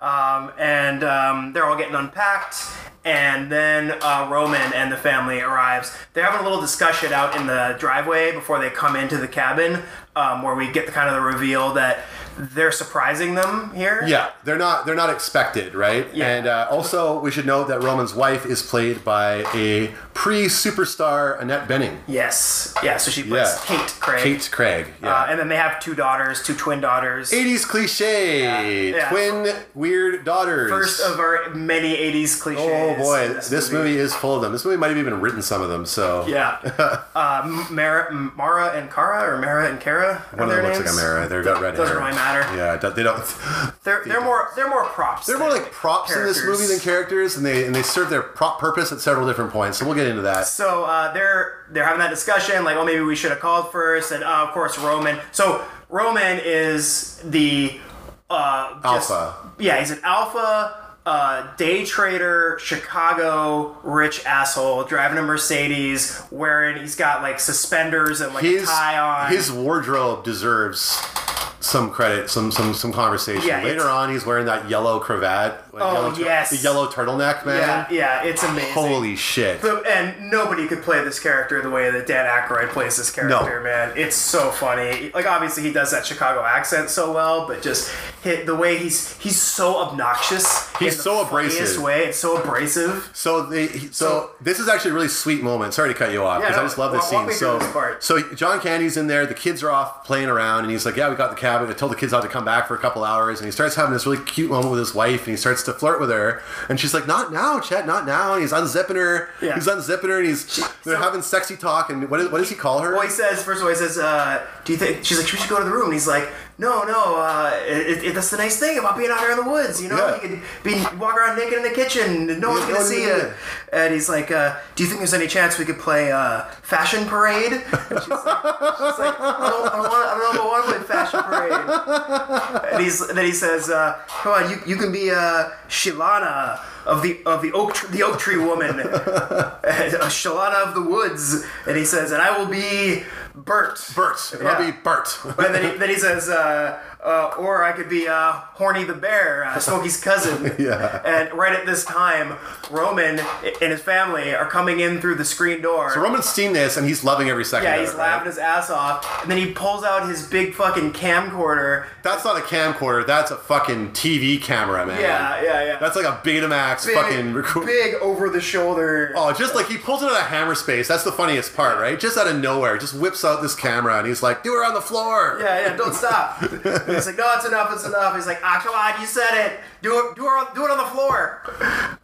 D: Um, and um, they're all getting unpacked, and then uh, Roman and the family arrives. They're having a little discussion out in the driveway before they come into the cabin, um, where we get the kind of the reveal that they're surprising them here.
C: Yeah, they're not they're not expected, right?
D: Yeah.
C: And uh, also, we should note that Roman's wife is played by a pre-superstar Annette Benning,
D: Yes. Yeah. So she plays
C: Yeah.
D: Kate Craig.
C: Kate Craig. Yeah.
D: Uh, and then they have two daughters, two twin daughters.
C: 80s cliche,
D: Yeah.
C: twin weird daughters.
D: First of our many '80s cliches.
C: Oh boy,
D: in
C: this, movie. is full of them. This movie might have even written some of them. So <laughs>
D: Yeah. Uh, Mara, Mara and Kara, or Mara and Kara. are
C: one of
D: their
C: them looks like
D: names?
C: Amara. They've got red
D: Doesn't
C: hair.
D: really matter.
C: Yeah, it do- they don't. <laughs>
D: They're they're more they're more props.
C: They're more like props in this
D: characters.
C: movie than characters, and they and they serve their prop purpose at several different points. So we'll get into that.
D: So uh, they're they're having that discussion, like, oh, maybe we should have called first, and uh, of course Roman. So Roman is the uh, just-
C: Alpha.
D: Yeah, he's an alpha. Uh, day trader, Chicago rich asshole driving a Mercedes, wearing he's got like suspenders and like a
C: His
D: tie on.
C: his wardrobe deserves some credit, some some some conversation.
D: Yeah,
C: Later
D: it's-
C: on, he's wearing that yellow cravat. Like
D: Oh,
C: yellow tur-
D: yes.
C: the yellow turtleneck, man.
D: yeah, yeah, it's amazing.
C: Holy shit!
D: The- and nobody could play this character the way that Dan Aykroyd plays this character, man. It's so funny. Like obviously he does that Chicago accent so well, but just hit the way he's he's so obnoxious.
C: He's
D: in the
C: so
D: funniest
C: abrasive.
D: Way it's so abrasive.
C: So they, so, this is actually a really sweet moment. Sorry to cut you off
D: Yeah,
C: because I
D: no,
C: just love this
D: walk- walk
C: scene. So,
D: me through this part.
C: so John Candy's in there. The kids are off playing around, and he's like, "Yeah, we got the cabin." I told the kids not to come back for a couple hours, and he starts having this really cute moment with his wife, and he starts starts to flirt with her, and she's like, "Not now, Chet, not now." And he's unzipping her.
D: Yeah.
C: He's unzipping her, and he's they're
D: so-
C: having sexy talk. And what, is, what does he call her?
D: Well, he says first of all, he says, uh, "Do you think?" She's like, "We should go to the room." And he's like, "No, no. Uh, it, it, that's the nice thing about being out here in the woods. You know,
C: Yeah.
D: you can be walk around naked in the kitchen, and no one's
C: Yeah,
D: gonna
C: no,
D: see
C: yeah,
D: you." And he's like, uh, "Do you think there's any chance we could play uh, fashion parade?" And she's like, she's like I, don't, I, don't want, I don't know if I want to play fashion parade. And he's then he says, uh, "Come on, you, you can be uh, Shilana." Of the of the oak tr- the oak
C: <laughs>
D: tree woman, a Shalana of the Woods, and he says, "And I will be Bert."
C: Bert. And I'll
D: Yeah.
C: be Bert. <laughs>
D: And then he, then he says, uh, uh, "Or I could be uh, Horny the Bear, uh, Smokey's cousin."
C: <laughs> Yeah.
D: And right at this time, Roman and his family are coming in through the screen door.
C: So Roman's seen this, and he's loving every second.
D: yeah,
C: of
D: he's
C: it, right?
D: laughing his ass off, and then he pulls out his big fucking camcorder.
C: That's not a camcorder. That's a fucking TV camera, man.
D: Yeah, yeah, yeah.
C: That's like a Betamax
D: big,
C: fucking record.
D: big over the shoulder.
C: <laughs> Oh, just like he pulls it out of hammer space. That's the funniest part, right? Just out of nowhere, just whips out this camera and he's like, "Do her on the floor."
D: Yeah, yeah, don't stop. he's like, no, it's enough, it's enough. He's like, ah, come on, you said it. Do it, do it, do it on the floor.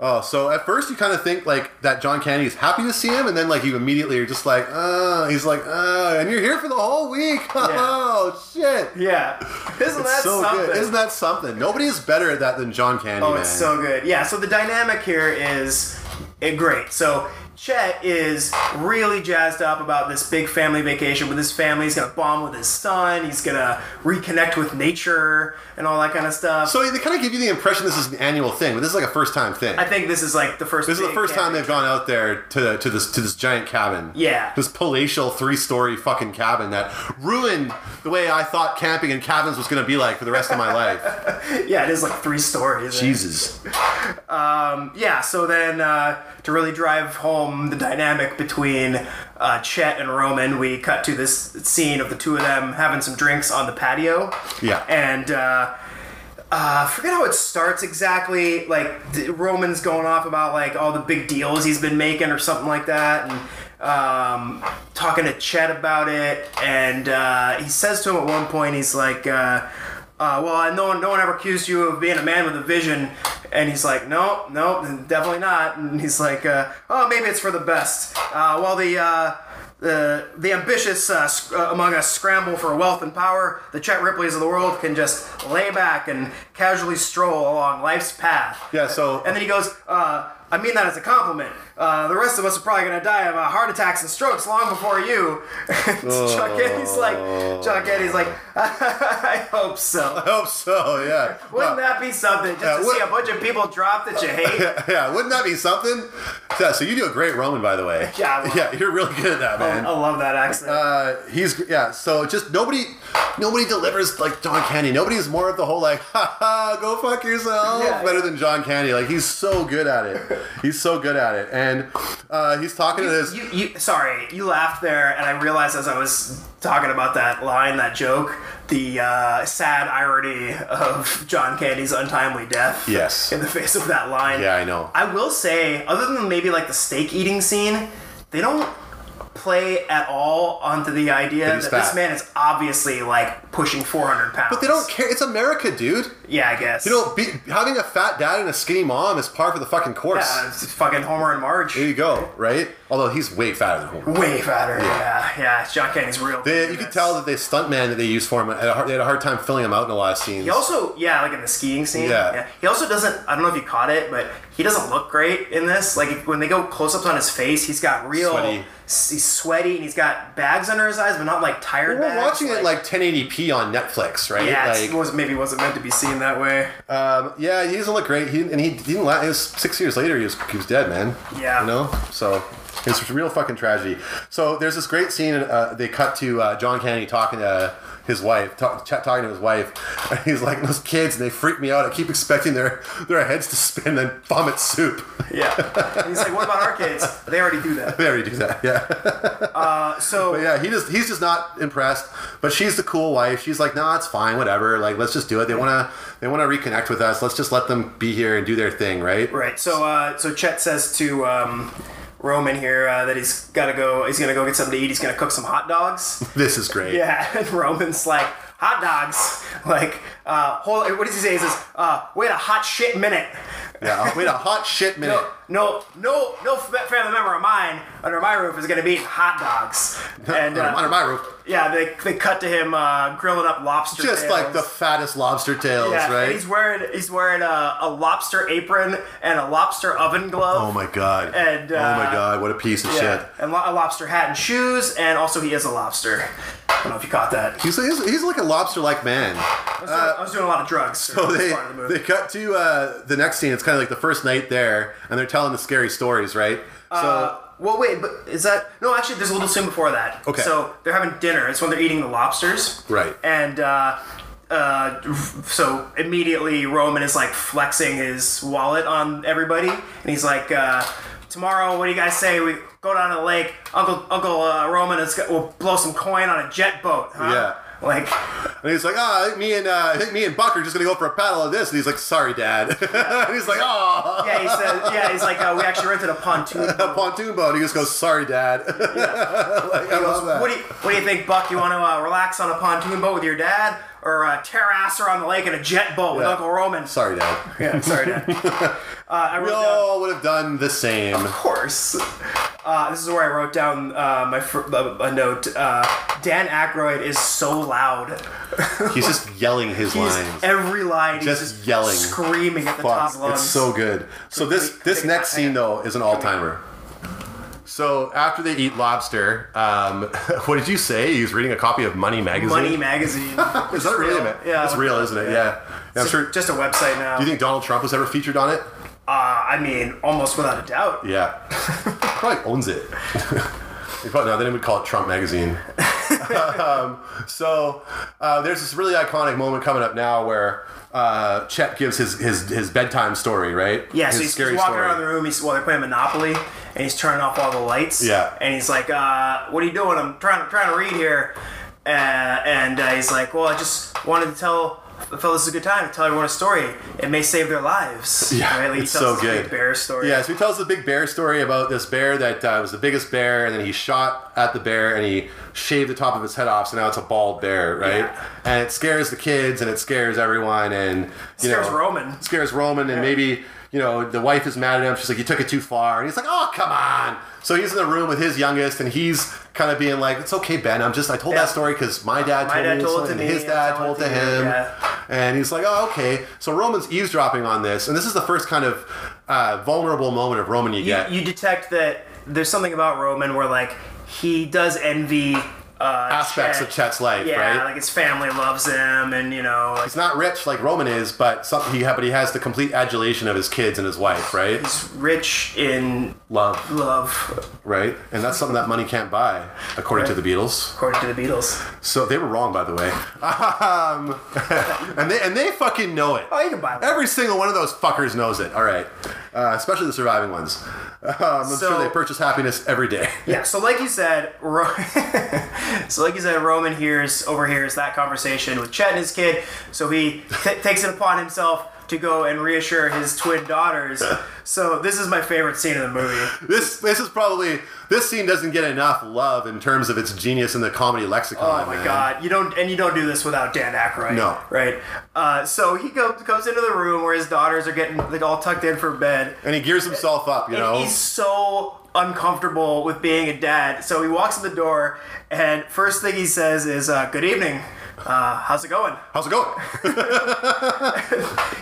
C: Oh, so at first you kind of think like that John Candy is happy to see him, and then like you immediately are just like, "Uh," he's like, "Uh," and you're here for the whole week. <laughs> Oh shit!
D: Yeah, <laughs> isn't that
C: so
D: something?
C: good, isn't that something? Nobody is better at that than John Candy.
D: Oh,
C: man.
D: it's so good. Yeah, so the dynamic here is eh, great. So Chet is really jazzed up about this big family vacation with his family. He's gonna bond with his son. He's gonna reconnect with nature and all that kind of stuff.
C: So they kind of give you the impression this is an annual thing, but this is like a first time thing.
D: I think this is like the first.
C: This is the
D: big
C: first time
D: family
C: they've gone out there to to this to this giant cabin.
D: Yeah.
C: This palatial three story fucking cabin that ruined the way I thought camping and cabins was gonna be like for the rest of my
D: <laughs>
C: life.
D: trip. Yeah, it is like three stories.
C: Jesus.
D: yeah, so then uh, to really drive home the dynamic between uh, Chet and Roman, we cut to this scene of the two of them having some drinks on the patio.
C: Yeah.
D: And uh, uh, I forget how it starts exactly. Like, th- Roman's going off about, like, all the big deals he's been making or something like that. And. Um, talking to Chet about it, and uh, he says to him at one point, he's like, uh, uh, well, and no one, no one ever accused you of being a man with a vision. And he's like, no, no, definitely not. And he's like, uh, oh, maybe it's for the best. Uh, well, the, uh, the, the ambitious uh, sc- uh, among us scramble for wealth and power. The Chet Ripleys of the world can just lay back and casually stroll along life's path.
C: Yeah, so
D: And then he goes, uh, I mean that as a compliment. Uh, the rest of us are probably going to die of uh, heart attacks and strokes long before you. <laughs> Chuck Eddy's like,
C: Oh.
D: Chuck Eddy's like, <laughs> I
C: <laughs>
D: hope so.
C: I hope so, yeah.
D: Wouldn't that be something just
C: Yeah,
D: to
C: what-
D: see a bunch of people drop that
C: <laughs>
D: you hate?
C: yeah, wouldn't that be something? Yeah, so you do a great Roman, by the way.
D: Yeah, well-
C: <laughs> yeah, you're really good at that,
D: I
C: man.
D: love that accent.
C: Uh, he's yeah. So just nobody, nobody delivers like John Candy. Nobody's more of the whole like, <laughs> ha ha, go fuck yourself,
D: Yeah,
C: better
D: yeah.
C: than John Candy. Like he's so good at it. he's so good at it, and uh, he's talking to this.
D: you, you, sorry, you laughed there, and I realized as I was talking about that line, that joke, the uh, sad irony of John Candy's untimely death.
C: Yes.
D: In the face of that line.
C: Yeah, I know.
D: I will say, other than maybe like the steak eating scene, they don't play at all onto the idea
C: That
D: that,
C: he's fat.
D: this man is obviously like pushing 400 pounds.
C: But they don't care. It's America, dude.
D: Yeah, I guess.
C: You know, be, having a fat dad and a skinny mom is par for the fucking course.
D: Yeah, it's fucking Homer and Marge.
C: There you go, right? Although he's way fatter than Homer.
D: Way fatter. Yeah, yeah. John Candy's real.
C: They,
D: big
C: you
D: in
C: could
D: this.
C: tell that they stuntman that they used for him. Had a hard, they had a hard time filling him out in a lot of scenes.
D: He also, yeah, like in the skiing scene.
C: Yeah.
D: He also doesn't. I don't know if you caught it, but he doesn't look great in this. Like when they go close-ups on his face, he's got real.
C: Sweaty.
D: s- He's sweaty and he's got bags under his eyes, but not like tired
C: We're
D: bags.
C: watching it like 1080p on Netflix, right?
D: yeah,
C: like,
D: it was maybe wasn't meant to be seen that way.
C: <laughs> Um, yeah, he doesn't look great. He and he didn't. La- it was six years later. He was he was dead, man.
D: Yeah.
C: you know. So it's a real fucking tragedy. So there's this great scene. Uh, they cut to uh, John Candy talking to his wife, talk, ch- talking to his wife. <laughs> And he's like, "Those kids, and they freak me out. I keep expecting their their heads to spin and vomit soup." <laughs>
D: Yeah. and he's like, "What about our kids? They already do that."
C: They already do that. Yeah. <laughs>
D: Uh, So
C: But yeah, he just he's just not impressed. But she's the cool wife. She's like, nah, it's fine, whatever. Like, let's just do it. They wanna they wanna reconnect with us. Let's just let them be here and do their thing, right?
D: Right. So uh, so Chet says to um, Roman here uh, that he's got to go. He's gonna go get something to eat. He's gonna cook some hot dogs.
C: This is great.
D: Yeah. And <laughs> Roman's like, hot dogs. Like, uh, hold. What does he say? He says, uh, "Wait a hot shit minute."
C: Yeah. Wait a hot shit minute.
D: No, no, no, no fa- family member of mine under my roof is going to be eating hot
C: <laughs>
D: dogs. And
C: Under-
D: uh,
C: under my roof.
D: yeah, they, they cut to him uh, grilling up lobster.
C: Just
D: tails.
C: like the fattest lobster tails,
D: yeah, and
C: right?
D: He's wearing he's wearing a, a lobster apron and a lobster oven glove.
C: Oh my god.
D: And,
C: oh my
D: uh,
C: god, what a piece of
D: Yeah,
C: shit.
D: and lo- a lobster hat and shoes, and also he is a lobster. I don't know if you caught that.
C: He's, he's, he's like a lobster like man.
D: I was, doing, I was doing a lot of drugs.
C: Uh, So
D: during this
C: they,
D: part of the movie.
C: they cut to uh, the next scene. It's kind of like the first night there, and they're telling the scary stories, right?
D: Uh, well, wait, but is that no? Actually, there's a little scene before that.
C: Okay.
D: So they're having dinner. It's when they're eating the lobsters.
C: Right.
D: And uh, uh, so immediately Roman is like flexing his wallet on everybody, and he's like, uh, "Tomorrow, what do you guys say we go down to the lake? Uncle Uncle uh, Roman is go- will blow some coin on a jet boat." Huh?
C: Yeah.
D: Yeah. Like,
C: so, and he's like, "Ah, I think me and uh, I think me and Buck are just gonna go for a paddle of this." And he's like, "Sorry, Dad." <laughs> and he's like, "Oh,
D: yeah, he said, yeah, he's like, uh, we actually rented a
C: <laughs>
D: pontoon.
C: a pontoon boat." He just goes, "Sorry, Dad." <laughs> like, I love that.
D: What do you What do you think, Buck? You want to uh, relax on a pontoon boat with your dad, or uh, terrace around the lake in a jet boat with
C: Yeah.
D: Uncle Roman?
C: Sorry, Dad.
D: Yeah, <laughs> sorry, Dad. uh, I wrote
C: We
D: down,
C: all would have done the same.
D: of course. Uh, this is where I wrote down uh, my fr- uh, a note. Uh, Dan Aykroyd is so
C: <laughs>
D: loud.
C: He's
D: <laughs>
C: just yelling his
D: He's
C: lines.
D: every line. he's
C: Just yelling.
D: screaming at the top
C: Fuck,
D: lungs.
C: it's so good. So this
D: Complete-
C: this
D: complete
C: next scene
D: hang
C: though is an all timer. So after they eat lobster, um, <laughs> what did you say? He's reading a copy of Money Magazine. <laughs>
D: Money magazine.
C: is that real?
D: Yeah,
C: it's real, isn't it? Yeah. Yeah, I'm sure. Do
D: just a website now.
C: you think Donald Trump was ever featured on it?
D: uh, I mean, almost without a doubt.
C: Yeah, probably owns it. He probably, no, then he would call it Trump Magazine. um, so uh, there's this really iconic moment coming up now where uh, Chet gives his, his his bedtime story, right?
D: Yeah,
C: his
D: so he's, he's walking around the room. He's well, they're playing Monopoly, and he's turning off all the lights.
C: Yeah.
D: and he's like, uh, "What are you doing? I'm trying to trying to read here." Uh, and uh, he's like, "Well, I just wanted to tell." I felt this is a good time to tell everyone a story. It may save their lives.
C: <laughs> Yeah,
D: right? like
C: it's
D: he tells
C: so
D: this big
C: good.
D: bear story.
C: Yeah, so he tells the big bear story about this bear that uh, was the biggest bear, and then he shot at the bear and he shaved the top of his head off, so now it's a bald bear, right?
D: Yeah.
C: And it scares the kids and it scares everyone, and you
D: scares
C: know,
D: Roman.
C: scares Roman, and maybe you know the wife is mad at him. She's like, "You took it too far," and he's like, "Oh, come on." So he's in the room with his youngest, and he's kind of being like, "It's okay, Ben. I'm just I told
D: Yeah.
C: that story because my dad
D: My
C: told
D: dad
C: me,
D: told it
C: this,
D: to
C: and
D: me,
C: his
D: I'm
C: dad
D: telling
C: told
D: it
C: to
D: to you,
C: him."
D: yeah.
C: And he's like, "Oh, okay." So Roman's eavesdropping on this, and this is the first kind of uh, vulnerable moment of Roman you,
D: You,
C: get.
D: you detect that there's something about Roman where like he does envy uh,
C: aspects
D: Chet.
C: of Chet's life,
D: Yeah,
C: right?
D: like his family loves him, and you know, like,
C: He's not rich like Roman is, but something he but he has the complete adulation of his kids and his wife, right?
D: he's rich in
C: Love,
D: love.
C: right? And that's something that money can't buy, according to
D: Right.
C: the Beatles.
D: according to the Beatles.
C: So they were wrong, by the way. Um, <laughs> and they and they fucking know it.
D: Oh, you can buy one.
C: Every single one of those fuckers knows it. All right, uh, especially the surviving ones. Um, I'm
D: So-
C: sure they purchase happiness every day. <laughs>
D: Yeah. So, like you said, Ro- <laughs> so like you said, Roman hears overhears that conversation with Chet and his kid. So he t- takes it upon himself to go and reassure his twin daughters. So this is my favorite scene in the movie.
C: This this is probably this scene doesn't get enough love in terms of its genius in the comedy lexicon.
D: Oh my
C: man.
D: god! You don't and you don't do this without Dan Aykroyd.
C: No.
D: Right. Uh, so he comes comes into the room where his daughters are getting like all tucked in for bed,
C: And he gears himself up, you
D: And
C: know.
D: he's so uncomfortable with being a dad. So he walks in the door, and first thing he says is, uh, "Good evening. Uh, how's it going?"
C: How's it going?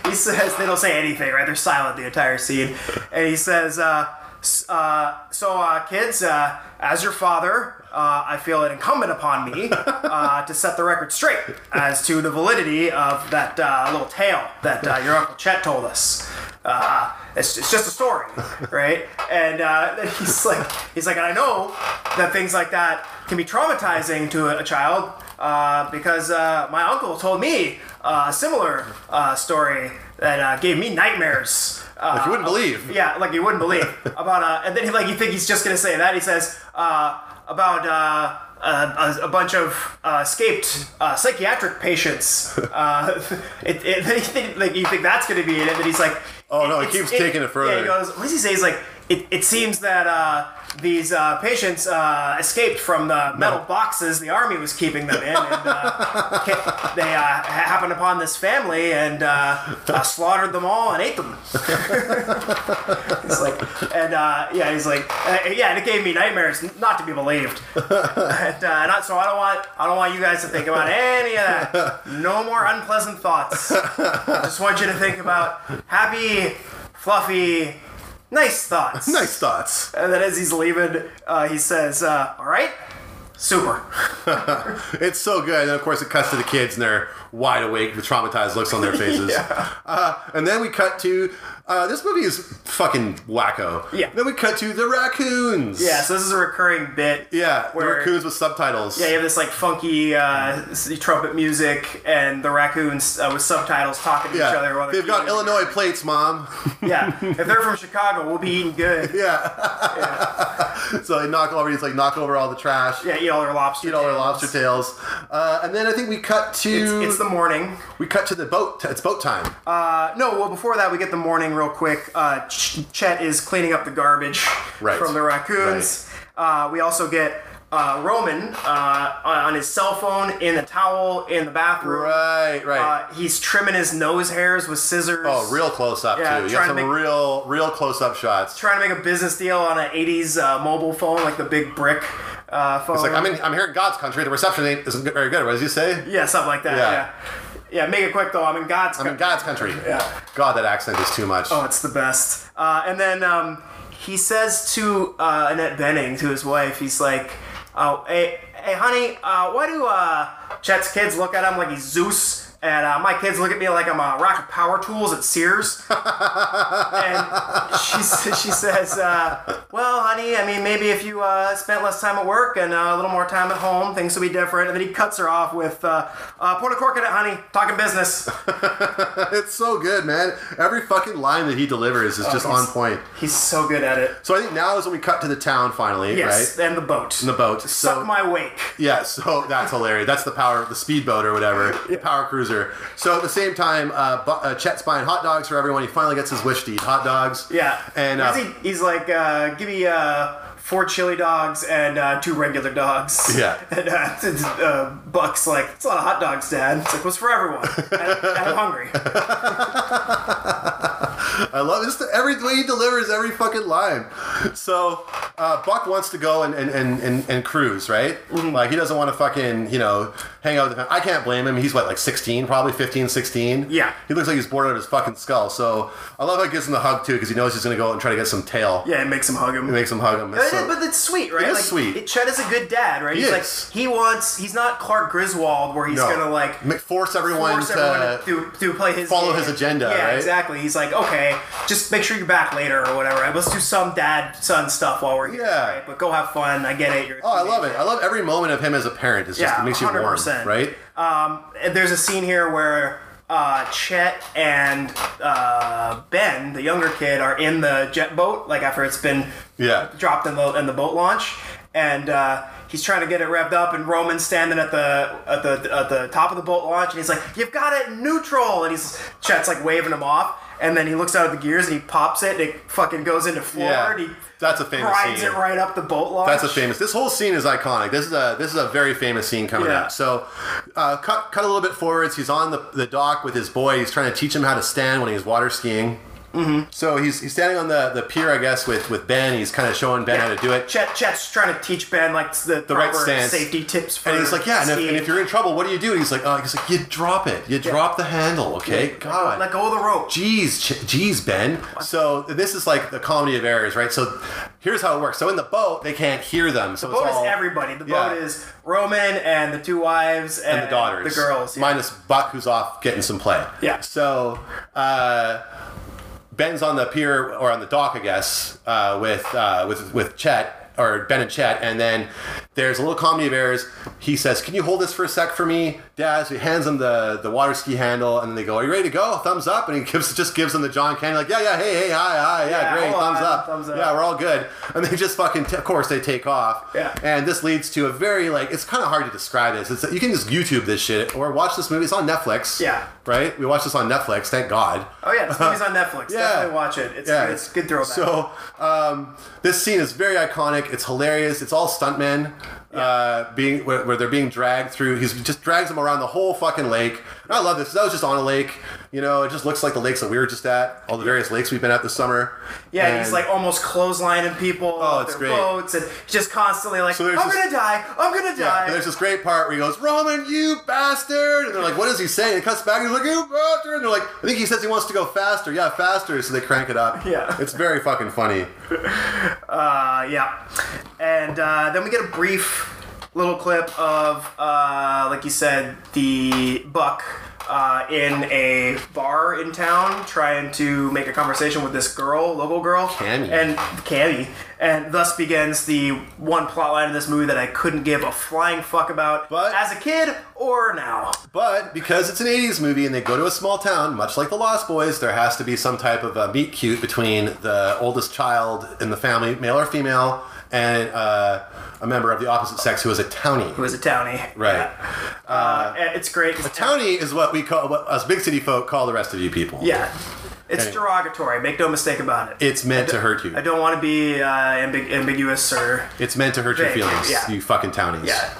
D: He says they don't say anything, right? They're silent the entire scene, and he says, uh, s- uh, "So, uh, kids, uh, as your father." Uh, I feel it incumbent upon me uh, to set the record straight as to the validity of that uh, little tale that uh, your Uncle Chet told us. uh, it's, it's just a story, right? And uh, <laughs> then he's like, he's like, and I know that things like that can be traumatizing to a, a child uh, because uh, my uncle told me uh, a similar uh, story that uh, gave me nightmares. Uh,
C: Like you
D: <laughs>
C: wouldn't believe.
D: yeah, like you wouldn't believe about uh, and then he, like you think he's just gonna say that he says uh, about uh, uh, a, a bunch of uh, escaped uh, psychiatric patients. Uh, <laughs> it, it, you think, like you think that's gonna be it, and then he's like,
C: Oh, no, he keeps
D: it's-
C: taking it further.
D: Yeah, he goes. What does he say? He's like, it, it seems that uh, these uh, patients uh, escaped from the metal boxes the army was keeping them in, and uh, ca- they uh, ha- happened upon this family and uh, uh, slaughtered them all and ate them. <laughs> it's like, and uh, yeah, he's like, uh, yeah, and it gave me nightmares, not to be believed. <laughs> and, uh, not so I don't want I don't want you guys to think about any of that. No more
C: <laughs>
D: unpleasant thoughts. I just want you to think about happy, fluffy. Nice thoughts.
C: Nice thoughts.
D: And then as he's leaving, uh, he says, uh, "All right,
C: <laughs>
D: super."
C: It's so good. And then, of course, it cuts to the kids and they're wide awake with traumatized looks
D: <laughs>
C: on their faces. uh, and then we cut to uh, this movie is fucking wacko.
D: Yeah.
C: Then we cut to the raccoons.
D: Yeah. So this is a recurring bit.
C: Yeah, the
D: Where-
C: raccoons with subtitles.
D: Yeah, you have this like funky uh, s- trumpet music and the raccoons uh, with subtitles talking to
C: Yeah.
D: each other. While they're
C: They've got
D: eating.
C: Illinois plates, mom. <laughs>
D: Yeah, if they're from Chicago, we'll be eating good.
C: yeah. so they knock over. He's like knock over all the trash.
D: Yeah, eat all their lobster.
C: Eat all their
D: tails.
C: lobster tails. Uh, and then I think we cut to
D: It's, it's the morning.
C: we cut to the boat. It's boat time.
D: Uh, no, well, before that, we get the morning real quick. Uh, Ch- Chet is cleaning up the garbage
C: Right.
D: from the raccoons. Uh, we also get uh, Roman uh, on on his cell phone, in the towel, in the bathroom.
C: right, right.
D: Uh, he's trimming his nose hairs with scissors.
C: oh, real close up
D: yeah,
C: too. You got
D: trying to
C: some
D: make-
C: real, real close up shots.
D: Trying to make a business deal on an 80s uh, mobile phone, like the big brick uh, phone.
C: It's like I'm in, I'm here in God's country. The reception ain't, isn't very good. What does he say?
D: Yeah, something like that.
C: Yeah.
D: Yeah. Yeah, make it quick though. I'm in God's
C: I'm in
D: country.
C: God's country.
D: Yeah.
C: God, that accent is too much.
D: Oh, it's the best. Uh, and then um, he says to uh, Annette Benning, to his wife, he's like, "Oh, hey, hey, honey, uh, why do uh, Chet's kids look at him like he's Zeus, and uh, my kids look at me like I'm a rack of power tools
C: <laughs>
D: at Sears?" and she s- she says, uh, "Well, honey, I mean, maybe if you uh, spent less time at work and uh, a little more time at home, things would be different." And then he cuts her off with, uh, uh, "Point a cork at it, honey. Talking business."
C: It's so good, man. Every fucking line that he delivers is just on
D: Oh, he's-
C: point.
D: He's so good at it.
C: So I think now is when we cut to the town finally,
D: Yes,
C: right?
D: and the boat.
C: The boat.
D: Suck
C: so,
D: my wake.
C: Yeah, so that's hilarious. That's the power, the speedboat or whatever, the power cruiser. So at the same time, uh, Bu- uh, Chet's buying hot dogs for everyone. He finally gets his wish to eat hot dogs.
D: Yeah.
C: and uh,
D: Because he, he's like, uh, give me uh, four chili dogs and uh, two regular dogs.
C: Yeah.
D: <laughs> And uh, uh, Buck's like, it's a lot of hot dogs, Dad. It's like, it was for everyone. And, and
C: <laughs>
D: I'm hungry.
C: I love this. Every way he delivers every fucking line. So uh, Buck wants to go and and, and, and, and cruise, right?
D: Mm-hmm.
C: Like he doesn't want to fucking you know hang out with the. fam- I can't blame him. He's what like 16, probably 15, 16.
D: Yeah.
C: he looks like he's bored out of his fucking skull. So I love how he gives him the hug too because he knows he's gonna go and try to get some tail.
D: Yeah, it makes him hug him.
C: He makes him hug him.
D: but,
C: So-
D: but it's sweet, right?
C: It is
D: like,
C: sweet.
D: It, Chet is a good dad, right?
C: He
D: he's
C: is.
D: like he wants. He's not Clark Griswold, where he's
C: No.
D: gonna like
C: Ma- force everyone
D: force
C: to.
D: everyone to, to, to play his
C: follow
D: game.
C: his agenda,
D: Yeah,
C: right?
D: exactly. He's like, okay, just make sure you're back later or whatever. Let's do some dad son stuff while we're here.
C: Yeah.
D: right? But go have fun. I get it. You're a
C: Oh, I
D: teenager.
C: love it. I love every moment of him as a parent. It's just
D: Yeah,
C: it makes you warm,
D: 100%.
C: right?
D: Um, And There's a scene here where uh, Chet and uh, Ben, the younger kid, are in the jet boat. Like after it's been
C: Yeah.
D: dropped in the in the boat launch, and uh, he's trying to get it revved up. And Roman's standing at the at the at the top of the boat launch, and he's like, "You've got it in neutral," and he's Chet's like waving him off. And then he looks out at the gears and he pops it and it fucking goes into floor
C: Yeah.
D: and he
C: That's a famous
D: rides
C: scene.
D: it right up the boat launch.
C: That's a famous. This whole scene is iconic. This is a this is a very famous scene coming
D: Yeah.
C: up. So, uh, cut cut a little bit forwards. He's on the, the dock with his boy. He's trying to teach him how to stand when he's water skiing. Mm-hmm. So he's he's standing on the, the pier, I guess, with with Ben. He's kind of showing Ben how to do it.
D: Chet, Chet's trying to teach Ben like the,
C: right
D: proper
C: stance.
D: safety tips for
C: And he's like, yeah, and if,
D: skiing.
C: and if you're in trouble, what do you do? And he's like, oh, he's like, you drop it. You drop the handle, okay? God.
D: let go of the rope.
C: Jeez, Ch- jeez, Ben. So this is like the comedy of errors, right? So here's how it works. So in the boat, they can't hear them. So
D: The boat
C: it's all,
D: is everybody. The
C: Yeah.
D: boat is Roman and the two wives and,
C: and the daughters,
D: the girls. yeah.
C: minus Buck, who's off getting some play.
D: Yeah.
C: So uh, Ben's on the pier or on the dock, I guess, uh, with uh, with with Chet. or Ben and Chet, and then there's a little comedy of errors. He says, "Can you hold this for a sec for me, Daz?" He hands him the the water ski handle, and they go, "Are you ready to go?" Thumbs up, and he gives just gives him the John Candy, like, "Yeah, yeah, hey, hey, hi, hi, yeah,
D: Yeah,
C: great,
D: hold
C: thumbs
D: on,
C: up,
D: thumbs up.
C: yeah, we're all good." And they just fucking, t- of course, they take off.
D: Yeah.
C: And this leads to a very like it's kind of hard to describe this. It's, you can just YouTube this shit or watch this movie. It's on Netflix.
D: Yeah.
C: Right. We watched this on Netflix. Thank God.
D: Oh yeah, this
C: <laughs>
D: movie's on Netflix.
C: Yeah.
D: Definitely watch it. It's good, it's a good throwback.
C: So um, this scene is very iconic. It's hilarious. It's all stuntmen uh, being where, where they're being dragged through. He just drags them around the whole fucking lake. And I love this. That was just on a lake. You know, it just looks like the lakes that we were just at. All the various lakes we've been at this summer.
D: yeah, and he's
C: And-
D: like almost clotheslining people.
C: Oh,
D: with
C: it's
D: their
C: great.
D: Boats and just constantly like,
C: So
D: I'm
C: there's this-
D: gonna die. I'm gonna
C: Yeah,
D: die.
C: and there's this great part where he goes, Roman, you bastard! And they're like, what is he saying? It cuts back and he's like, you bastard! And they're like, I think he says he wants to go faster. Yeah, faster. So they crank it up.
D: <laughs> Yeah.
C: It's very fucking funny.
D: Uh, yeah. And uh, then we get a brief little clip of, uh, like you said, the buck uh, in a bar in town trying to make a conversation with this girl, local girl.
C: Cammy.
D: And Cammy. And thus begins the one plot line of this movie that I couldn't give a flying fuck about
C: But-
D: as a kid or now.
C: But because it's an 80s movie and they go to a small town, much like The Lost Boys, there has to be some type of a meet cute between the oldest child in the family, male or female, and uh, a member of the opposite sex who is a townie.
D: It was a townie.
C: Right.
D: Uh, and it's great. A
C: Townie is what we call, what us big city folk call the rest of you people.
D: Yeah. It's
C: Anyway.
D: derogatory. Make no mistake about it.
C: It's meant to hurt you.
D: I don't want to be uh, ambig- ambiguous or.
C: It's meant to hurt your
D: Vague,
C: feelings,
D: yeah.
C: you fucking townies.
D: Yeah.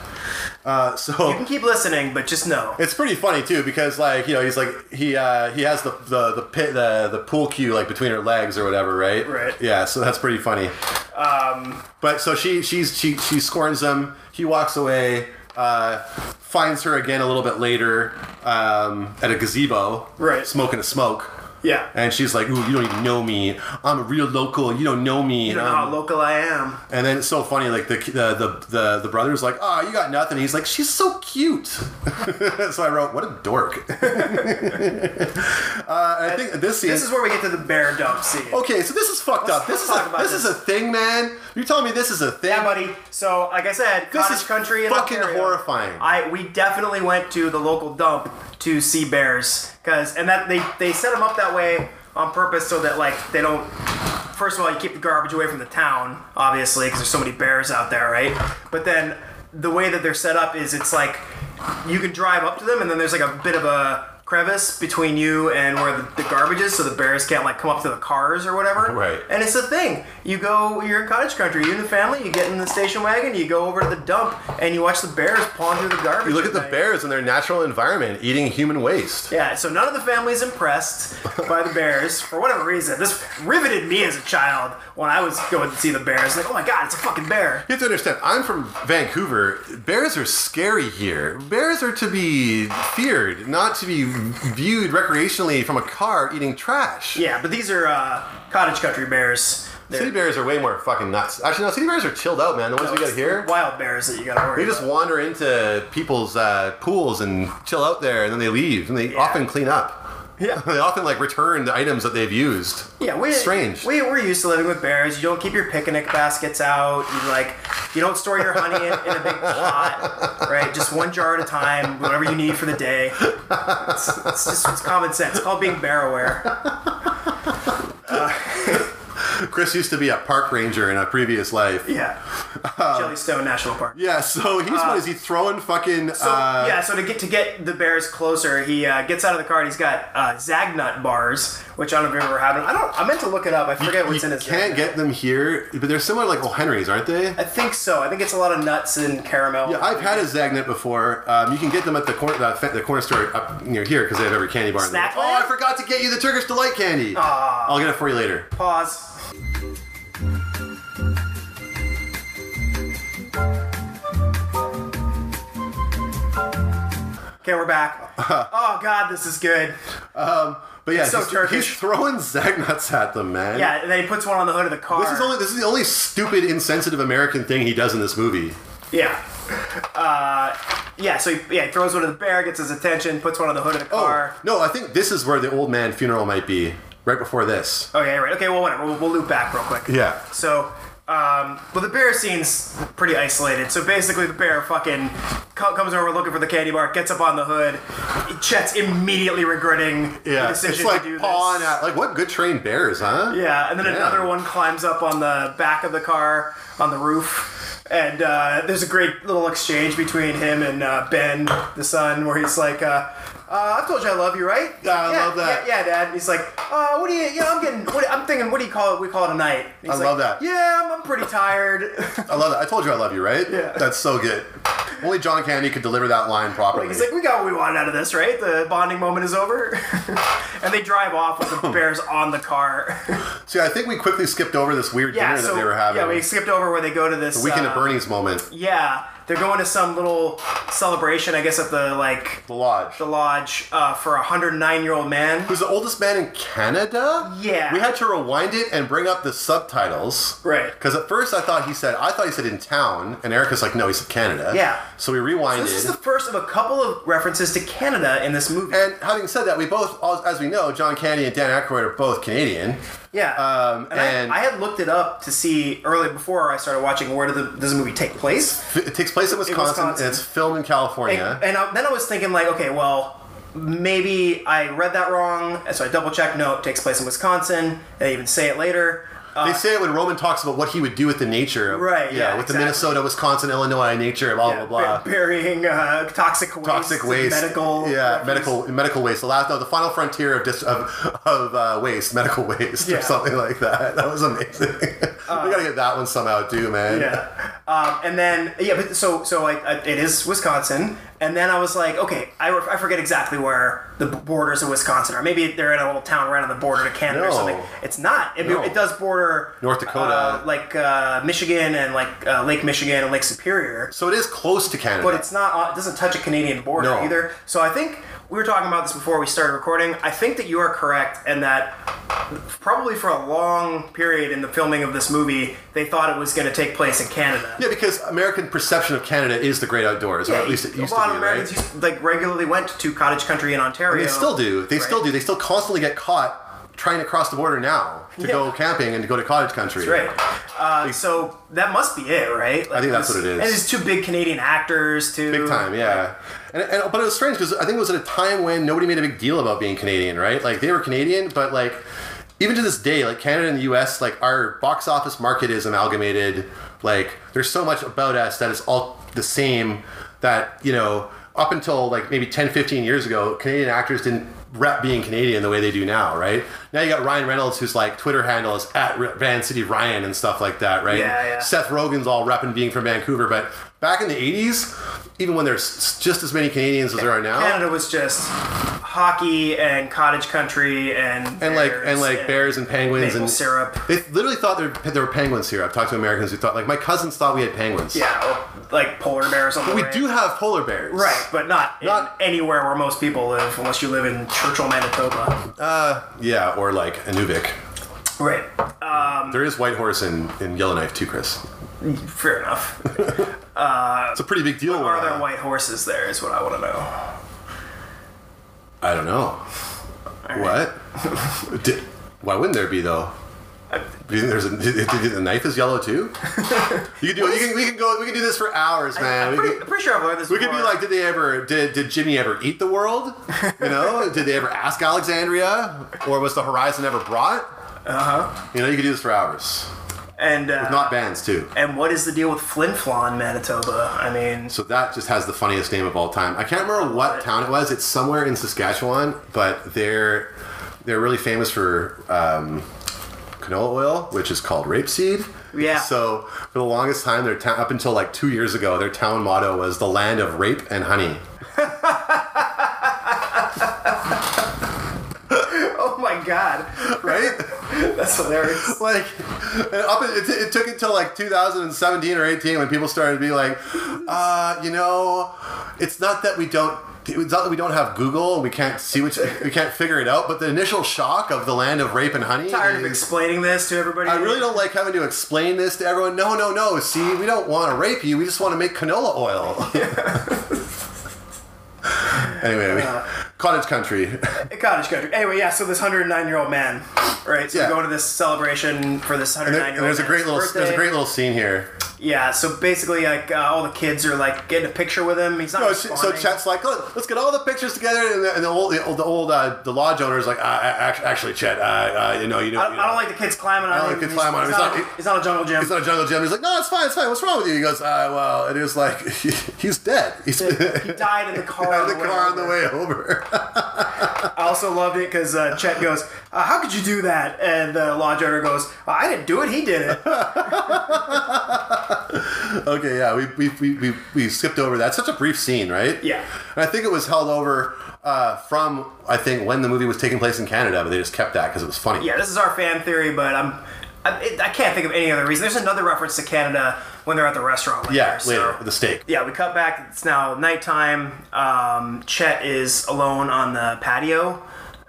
C: Uh, so
D: You can keep listening, but just know.
C: <laughs> it's pretty funny too because like you know he's like he uh, he has the the the, pit, the the pool cue like between her legs or whatever, right?
D: Right.
C: Yeah. So that's pretty funny. Um, but so she she's she she scorns him. He walks away. Uh, finds her again a little bit later um, at a gazebo,
D: Right.
C: Smoking a smoke.
D: Yeah.
C: And she's like, "Ooh, you don't even know me. I'm a real local. You don't know me.
D: you know
C: I'm-
D: how local I am.
C: And then it's so funny, like the the the the, the brother's like, "Oh, you got nothing." He's like, "She's so cute." <laughs> so I wrote, "What a dork." <laughs> uh, I think this scene.
D: This is where we get to the bear dump scene.
C: okay, so this is fucked up. This is
D: let's talk
C: a,
D: about
C: this,
D: this.
C: is a thing, man. You're telling me this is a thing,
D: Yeah, buddy. So, like I said,
C: This
D: cottage
C: is
D: country in
C: fucking
D: Ontario.
C: horrifying.
D: I we definitely went to the local dump to see bears because and that they they set them up that way on purpose so that like they don't. First of all, you keep the garbage away from the town, obviously, because there's so many bears out there, right? But then the way that they're set up is it's like you can drive up to them, and then there's like a bit of a crevice between you and where the, the garbage is, so the bears can't like come up to the cars or whatever.
C: <laughs> Right.
D: And it's a thing. You go, you're in cottage country, you and the family, you get in the station wagon, you go over to the dump, and you watch the bears pawn through the garbage.
C: You look at the
D: night.
C: bears in their natural environment eating human waste.
D: Yeah, so none of the family's impressed by the bears for whatever reason. This riveted me as a child when I was going to see the bears. Like, oh my god, it's a fucking bear.
C: You have to understand, I'm from Vancouver. Bears are scary here. Bears are to be feared, not to be viewed recreationally from a car eating trash.
D: Yeah, but these are uh, cottage country bears. They're,
C: City bears are way more fucking nuts. Actually, no, city bears are chilled out, man. The ones we got
D: it's
C: here,
D: Wild bears that you gotta worry
C: they just
D: about.
C: wander into people's uh, pools and chill out there, and then they leave, and they often clean up. <laughs>
D: Yeah.
C: they often like return the items that they've used.
D: Yeah, we
C: strange.
D: We we're used to living with bears. You don't keep your picnic baskets out. You like you don't store your honey in, in a big pot, right? Just one jar at a time, whatever you need for the day. It's, it's just it's common sense. It's called being bear aware.
C: Chris used to be a park ranger in a previous life.
D: Yeah,
C: Uh,
D: Jellystone National Park.
C: Yeah, so he's what is he throwing fucking?
D: So,
C: uh,
D: yeah, so to get to get the Bears closer, he uh, gets out of the car and he's got uh, Zagnut bars, which I don't remember having. I don't. I meant to look it up. I
C: you,
D: forget what's
C: you
D: in his.
C: can't get them here, but they're similar like Oh Henry's, aren't they?
D: I think so. I think it's a lot of nuts and caramel.
C: Yeah, I've had a Zagnut before. Um, you can get them at the corner, the, fe- the corner store up near here because they have every candy bar. in there.
D: Snack
C: Oh, I
D: Land? Ah.
C: forgot to get you the Turkish delight candy. I'll get it for you later.
D: Pause. Okay, we're back.
C: Uh-huh.
D: oh God, this is good.
C: Um, But yeah,
D: It's so
C: he's,
D: Turkish.
C: he's throwing Zagnuts at them, man.
D: Yeah, and then he puts one on the hood of the car.
C: This is only this is the only stupid, insensitive American thing he does in this movie.
D: Yeah. Uh, yeah, so he yeah, he throws one at the bear, gets his attention, puts one on the hood of the
C: Oh
D: car.
C: no, I think this is where the old man funeral might be. Right before this.
D: Oh, Okay, right. Okay, well, whatever. We'll, we'll loop back real quick.
C: Yeah.
D: So, Um, but the bear scene's pretty isolated. So basically, the bear fucking co- comes over looking for the candy bar, gets up on the hood. Chet's immediately regretting the
C: Yeah,
D: decision
C: it's like
D: to do this.
C: pawing at like what good trained bears, huh?
D: Yeah, and then
C: Yeah.
D: another one climbs up on the back of the car on the roof, and uh, there's a great little exchange between him and uh, Ben, the son, where he's like. Uh, uh, I've told you I love you, right?
C: Yeah, I love that.
D: Yeah, yeah Dad. And he's like, uh, what do you? You know, I'm getting. What, I'm thinking. What do you call it? We call it a night. And he's
C: I love
D: like,
C: that.
D: Yeah, I'm, I'm pretty tired. <laughs>
C: I love that. I told you I love you, right?
D: Yeah.
C: That's so good. Only John Candy could deliver that line properly.
D: He's like, we got what we wanted out of this, right? The bonding moment is over. <laughs> and they drive off <laughs> with the bears on the car.
C: See, I think we quickly skipped over this weird
D: yeah,
C: dinner
D: so
C: that they were having.
D: yeah, we skipped over where they go to this
C: the weekend
D: uh,
C: at Bernie's moment.
D: Yeah, they're going to some little celebration, I guess, at the like
C: The lodge.
D: the lodge uh, for a hundred nine year old man.
C: Who's the oldest man in Canada?
D: Yeah.
C: We had to rewind it and bring up the subtitles.
D: Right.
C: Because at first I thought he said, I thought he said in town, and Erica's like, no, he said Canada.
D: Yeah.
C: So we rewinded.
D: This is the first of a couple of references to Canada in this movie.
C: and having said that, we both, as we know, John Candy and Dan Aykroyd are both Canadian.
D: yeah,
C: um,
D: and, I-
C: and-
D: I, had looked it up to see early before I started watching. Where did the, does the movie take place?
C: It takes place in Wisconsin,
D: Wisconsin.
C: and it's filmed in
D: And,
C: California.
D: and I, then I was thinking like, okay, well, maybe I read that wrong, and so I double checked. No, it takes place in Wisconsin. They even say it later.
C: They say it when Roman talks about what he would do with the nature. of-
D: uh, Right, yeah,
C: with
D: exactly.
C: the Minnesota, Wisconsin, Illinois nature, blah, blah,
D: Yeah,
C: blah.
D: bur- Oh, burying uh, toxic waste,
C: Toxic
D: and
C: waste,
D: medical,
C: yeah,
D: refuse.
C: medical, medical waste. The last, no, the final frontier of just of, of uh, waste, medical <laughs> waste,
D: Yeah. Uh,
C: or something like that. <laughs> That was amazing. we gotta get that one somehow too, man.
D: yeah. Um, and then yeah, but so so like uh, it is Wisconsin, and then I was like, okay, I, re- I forget exactly where the b- borders of Wisconsin are. Maybe they're in a little town right on the border to Canada or
C: No.
D: something. It's not. It,
C: No.
D: it does border
C: North Dakota.
D: uh, like uh, Michigan and like uh, Lake Michigan and Lake Superior.
C: So it is close to Canada.
D: But it's not. on- It doesn't touch a Canadian border
C: No.
D: either. So I think we were talking about this before we started recording. I think that you are correct, and that probably for a long period in the filming of this movie, they thought it was going to take place in Canada.
C: yeah, because American perception of Canada is the great outdoors, or at least it
D: a
C: used to be.
D: lot of Americans
C: right?
D: used, like regularly went to cottage country in Ontario.
C: They still do. They still
D: Right.
C: do. They still constantly get caught trying to cross the border now to
D: Yeah.
C: go camping and to go to cottage country.
D: Right. Uh, so that must be it, right? Like,
C: think that's what it is.
D: And it's two big Canadian actors too.
C: Big time, yeah. And, and but it was strange because I think it was at a time when nobody made a big deal about being Canadian, right? Like they were Canadian, but like even to this day, like Canada and the U.S., like our box office market is amalgamated. Like there's so much about us that is all the same. That you know, up until like maybe 10, 15 years ago, Canadian actors didn't rep being Canadian the way they do now, right? Now you got Ryan Reynolds, w's like Twitter handle is at Re- Van City Ryan and stuff like that, right?
D: Yeah, yeah.
C: Seth Rogen's all repping being from Vancouver, but back in the '80s, even when there's s- just as many Canadians as there are now,
D: Canada was just hockey and cottage country and
C: and like
D: bears
C: and like bears and penguins
D: maple
C: and
D: syrup.
C: They literally thought there, there were penguins here. I've talked to Americans who thought like my cousins thought we had penguins.
D: Yeah, or, like polar bears on the
C: we
D: way.
C: do have polar bears.
D: Right, but not,
C: Not-
D: in anywhere where most people live, unless you live in Churchill, Manitoba.
C: Yeah, or like Inuvik.
D: Right,
C: There is white horse in, in Yellowknife too, Chris.
D: fair enough.
C: It's a pretty big deal.
D: Are
C: uh,
D: there white horses there? Is what I want to know.
C: I don't know. What? <laughs> Did, why wouldn't there be though? Do you think there's a, do you think the knife is yellow too? you can do. You can, we can go. We can do this for hours, man.
D: I'm
C: We
D: pretty,
C: can-
D: I'm pretty sure I've learned this.
C: We could be
D: before.
C: like, did they ever? Did did Jimmy ever eat the world? You know, did they ever ask Alexandria, or was the horizon ever brought? Uh huh. You know, you could do this for hours.
D: and uh,
C: Not bands too.
D: and what is the deal with Flin Flon, Manitoba? I mean, <laughs>
C: So that just has the funniest name of all time. I can't remember what town it was. It's somewhere in Saskatchewan, but they're they're really famous for um, canola oil, which is called rapeseed.
D: Yeah.
C: So for the longest time, their town up until like two years ago, their town motto was the land of rape and honey.
D: oh my god,
C: Right. <laughs>
D: that's hilarious.
C: like up it, it, it took until like 2017 or 18 when people started to be like uh, you know it's not that we don't it's not that we don't have Google and we can't see which we can't figure it out, but the initial shock of the land of rape and honey.
D: Tired of
C: is-
D: explaining this to everybody.
C: I really don't like having to explain this to everyone. No, no, no. See, we don't want to rape you. We
D: Uh,
C: just want to make canola oil. <laughs> anyway, we, Cottage country.
D: Cottage country. Anyway, yeah. So this 109 year old man, right? So
C: Yeah.
D: we go to this celebration for this 109
C: And
D: year
C: there-
D: old.
C: and there's a great little there's a great little scene here.
D: Yeah. So basically, like uh, all the kids are like getting a picture with him. He's not.
C: No, so so
D: responding.
C: Chet's like, Look, let's get all the pictures together, and the, and the old the old, the, old uh, the lodge owner is like, uh, act- actually, Chet, uh, uh, you know, you know,
D: I don't,
C: you know.
D: I don't like the kids climbing on
C: I don't
D: him.
C: like the kids
D: He's-
C: climbing on
D: he's
C: him.
D: not-
C: He's not-
D: He's not a jungle gym.
C: He's not a jungle gym. He's like, no, it's fine, it's fine. What's wrong with you? He goes, uh, well, and he was like, <laughs> he's dead. <laughs> He's
D: he died
C: <laughs>
D: in the car.
C: out of the
D: way
C: car on the
D: over.
C: way over. <laughs>
D: I also loved it because uh, Chet goes, uh, "How could you do that?" And the lodge owner goes, "Uh, "I didn't do it. He did it."
C: okay, yeah, we we, we, we we skipped over that. Such a brief scene, right?
D: Yeah.
C: And I think it was held over uh, from I think when the movie was taking place in Canada, but they just kept that because it was funny.
D: Yeah, this is our fan theory, but I'm, I, it, I can't think of any other reason. There's another reference to Canada when they're at the restaurant later.
C: Yeah,
D: so-
C: later with the steak.
D: Yeah, we cut back. It's now nighttime. Um, Chet is alone on the patio,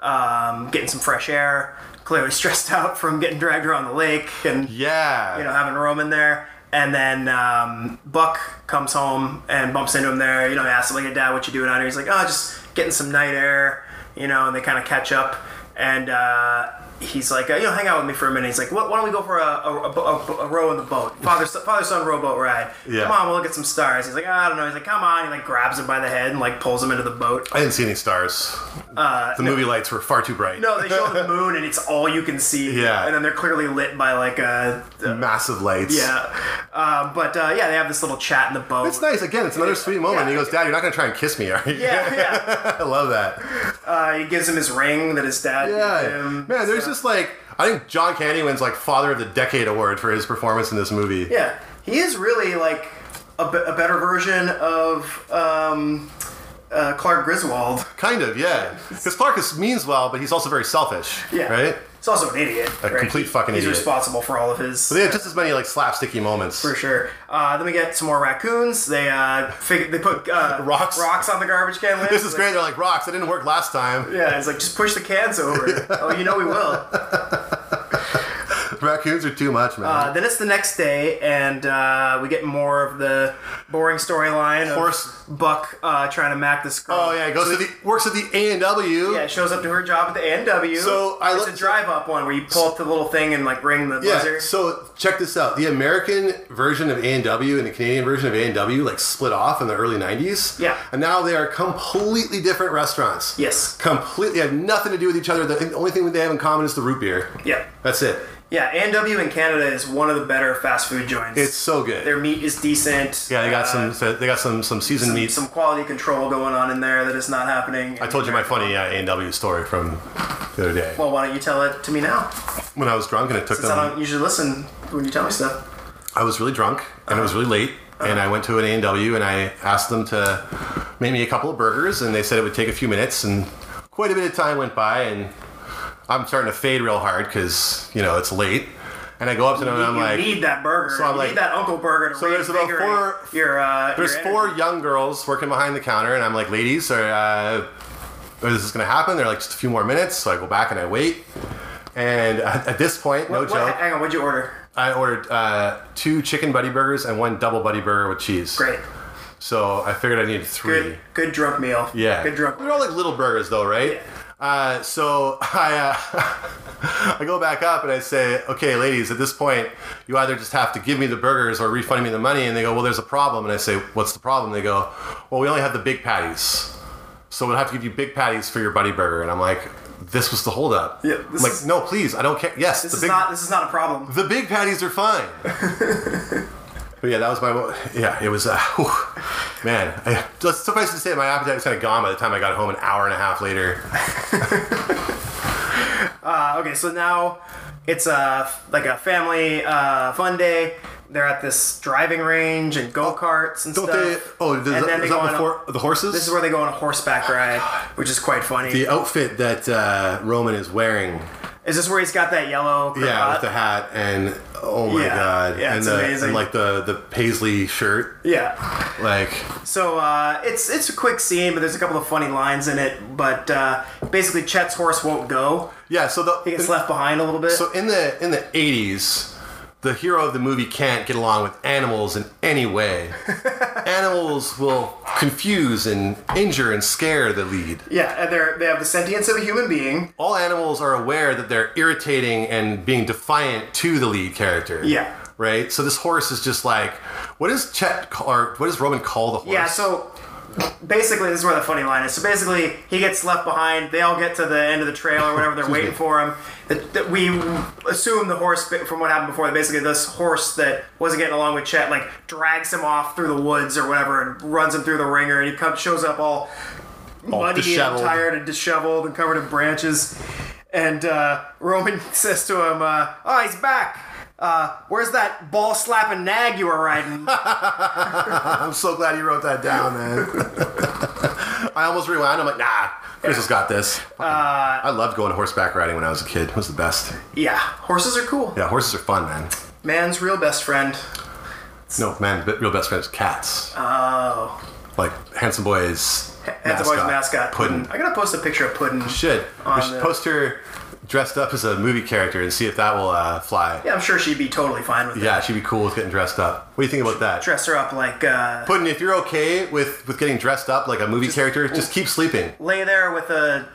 D: um, getting some fresh air. Clearly <laughs> stressed out from getting dragged around the lake and
C: Yeah.
D: you know having Roman there. And then um, Buck comes home and bumps into him there. You know, he asks him like, "Hey, "Dad, what you doing out here?" He's like, "Oh, just getting some night air." You know, and they kind of catch up. And uh, he's like, uh, "You know, hang out with me for a minute." He's like, "What? Why don't we go for a, a, a, bo- a row in the boat, father father son rowboat ride?"
C: Yeah.
D: Come on, we'll look at some stars. He's like, "I don't know." He's like, "Come on!" He like grabs him by the head and like pulls him into the boat.
C: <laughs> I didn't see any stars. the movie lights were far too bright.
D: Uh, No, they show the moon and it's all you can see.
C: Yeah.
D: And then they're clearly lit by like a
C: Massive lights.
D: Yeah. Uh, but uh, yeah, they have this little chat in the boat.
C: It's nice. Again, it's another sweet moment.
D: Yeah.
C: He goes, Dad, you're not going to try and kiss me, are you?
D: Yeah, yeah.
C: <laughs> I love that.
D: Uh, he gives him his ring that his dad gave
C: Yeah.
D: him.
C: Man, there's just like, I think John Candy wins like Father of the Decade award for his performance in this movie.
D: Yeah. He is really like a, be- a better version of um, uh, Clark Griswold. <laughs>
C: Kind of, yeah. Because Clark is, means well, but he's also very selfish.
D: Yeah.
C: Right?
D: He's also an idiot.
C: A complete fucking
D: He's
C: idiot.
D: responsible for all of his.
C: They have just as many like slapsticky moments.
D: for sure. Uh, then we get some more raccoons. They uh, fig- they put
C: <laughs>
D: uh,
C: Rocks.
D: rocks on the garbage can lid.
C: <laughs> This is
D: Like,
C: great. They're like rocks. It didn't work last time.
D: Yeah, it's like just push the
C: <laughs>
D: cans over. oh, you know we will.
C: Raccoons are too much, man.
D: Uh, then it's the next day, and uh, we get more of the boring storyline. of
C: Horse-
D: Buck uh, trying to mac this girl.
C: oh yeah, he goes
D: So
C: to the works at the A and W.
D: yeah, shows up to her job at the AW.
C: So, I
D: it's
C: look-
D: a drive up one where you pull up the little thing and like ring the
C: Yeah,
D: buzzer.
C: so check this out. The American version of A&W and the Canadian version of A&W like split off in the early 90s.
D: Yeah.
C: And now they are completely different restaurants.
D: Yes.
C: Completely have nothing to do with each other. The only thing they have in common is the root beer.
D: Yeah,
C: That's it.
D: yeah. AW in Canada is one of the better fast food joints.
C: It's so good.
D: their meat is decent.
C: yeah, they got
D: Uh,
C: some they got some some seasoned meats.
D: some quality control going on in there that is not happening.
C: I told you my funny uh, A&W story from the other day.
D: Well, why don't you tell it to me now?
C: when I was drunk and it took
D: Since
C: them
D: I don't usually listen when you tell me stuff.
C: I was really drunk and it was really late. And I went to an A&W and I asked them to make me a couple of burgers, and they said it would take a few minutes. And quite a bit of time went by, and I'm starting to fade real hard because you know it's late. And I go up to them and I'm
D: you
C: like,
D: need that burger.
C: So I'm
D: you
C: like-
D: need that Uncle Burger to
C: So there's about
D: reinvigorate
C: four-
D: Your uh,
C: there's
D: your
C: four
D: energy.
C: young girls working behind the counter, and I'm like, ladies, are, uh, is this going to happen? They're like, just a few more minutes. So I go back and I wait. And at, at this point, no
D: What-
C: joke,
D: Hang on, what'd you order?
C: I ordered uh, two chicken buddy burgers and one double buddy burger with cheese.
D: Great,
C: So I figured I needed three.
D: good, good drunk meal.
C: Yeah.
D: good drunk.
C: They're all like little burgers though, right? Uh, so <laughs> I uh, <laughs> I go back up and I say, okay, ladies, at this point, you either just have to give me the burgers or refund me the money. And they go, well, there's a problem. And I say, what's the problem? They go, well, we only have the big patties, so we'll have to give you big patties for your buddy burger. And I'm like, this was the holdup.
D: Yeah,
C: I'm
D: this
C: like,
D: is-
C: no, please, I don't care. Yes,
D: This
C: the
D: is
C: big
D: not this is not a problem.
C: the big patties are
D: <laughs>
C: fine. but yeah, that was my. mo- Yeah, it was. Uh, whew. man, I, just suffice to say, my appetite was kind of gone by the time I got home an hour and a half later.
D: Uh, okay, so now it's a like a family uh, fun day. They're at this driving range and go karts and
C: Don't
D: stuff.
C: they? Oh, is,
D: and
C: that,
D: then
C: is
D: they go
C: that
D: on a-
C: before the horses?
D: this is where they go on a horseback ride, which is quite funny.
C: the outfit that uh, Roman is wearing.
D: is this where he's got that
C: Yeah,
D: yellow?
C: with
D: cravat?
C: the hat and oh my
D: Yeah,
C: god,
D: yeah,
C: and
D: it's
C: the
D: amazing.
C: and like the the paisley shirt,
D: yeah.
C: like
D: So uh, it's it's a quick scene, but there's a couple of funny lines in it. But uh, basically, Chet's horse won't go;
C: yeah. So the
D: he gets left behind a little bit.
C: So in the in the eighties, the hero of the movie can't get along with animals in any <laughs> way. animals will confuse and injure and scare the lead.
D: Yeah, and they're they have the sentience of a human being.
C: All animals are aware that they're irritating and being defiant to the lead character.
D: Yeah.
C: Right? So this horse is just like what does Chet call, or what does Roman call the horse?
D: Yeah, so basically this is where the funny line is. So basically, he gets left behind. They all get to the end of the trail or whatever. They're waiting for him. That, that we assume the horse bit- from what happened before. Basically, this horse that wasn't getting along with Chet like drags him off through the woods or whatever and runs him through the ringer. And he comes shows up all, muddy
C: disheveled.
D: and tired and disheveled and covered in branches. And uh, Roman <laughs> says to him, uh, "Oh, he's back." Uh, where's that ball slap and nag you were riding?
C: I'm so glad you wrote that down, man. <laughs> I almost rewound. I'm like, nah, Chris has got this. Fucking- I loved going horseback riding when I was a kid. It was the best.
D: yeah, horses are cool.
C: Yeah, horses are fun, man.
D: Man's real best friend.
C: No, man, but real best friends, cats. Oh. Like Handsome Boy's
D: That's the boy's mascot, Puddin.
C: Puddin.
D: I gotta post a picture of Puddin.
C: Should.
D: On
C: We should
D: the-
C: post her dressed up as a movie character and see if that will uh, fly.
D: Yeah, I'm sure she'd be totally fine with
C: Yeah, she'd be cool with getting dressed up. What do you think about that?
D: it. Dress her up like, uh,
C: Puddin, if you're okay with, with getting dressed up like a movie character, just keep sleeping.
D: lay there with a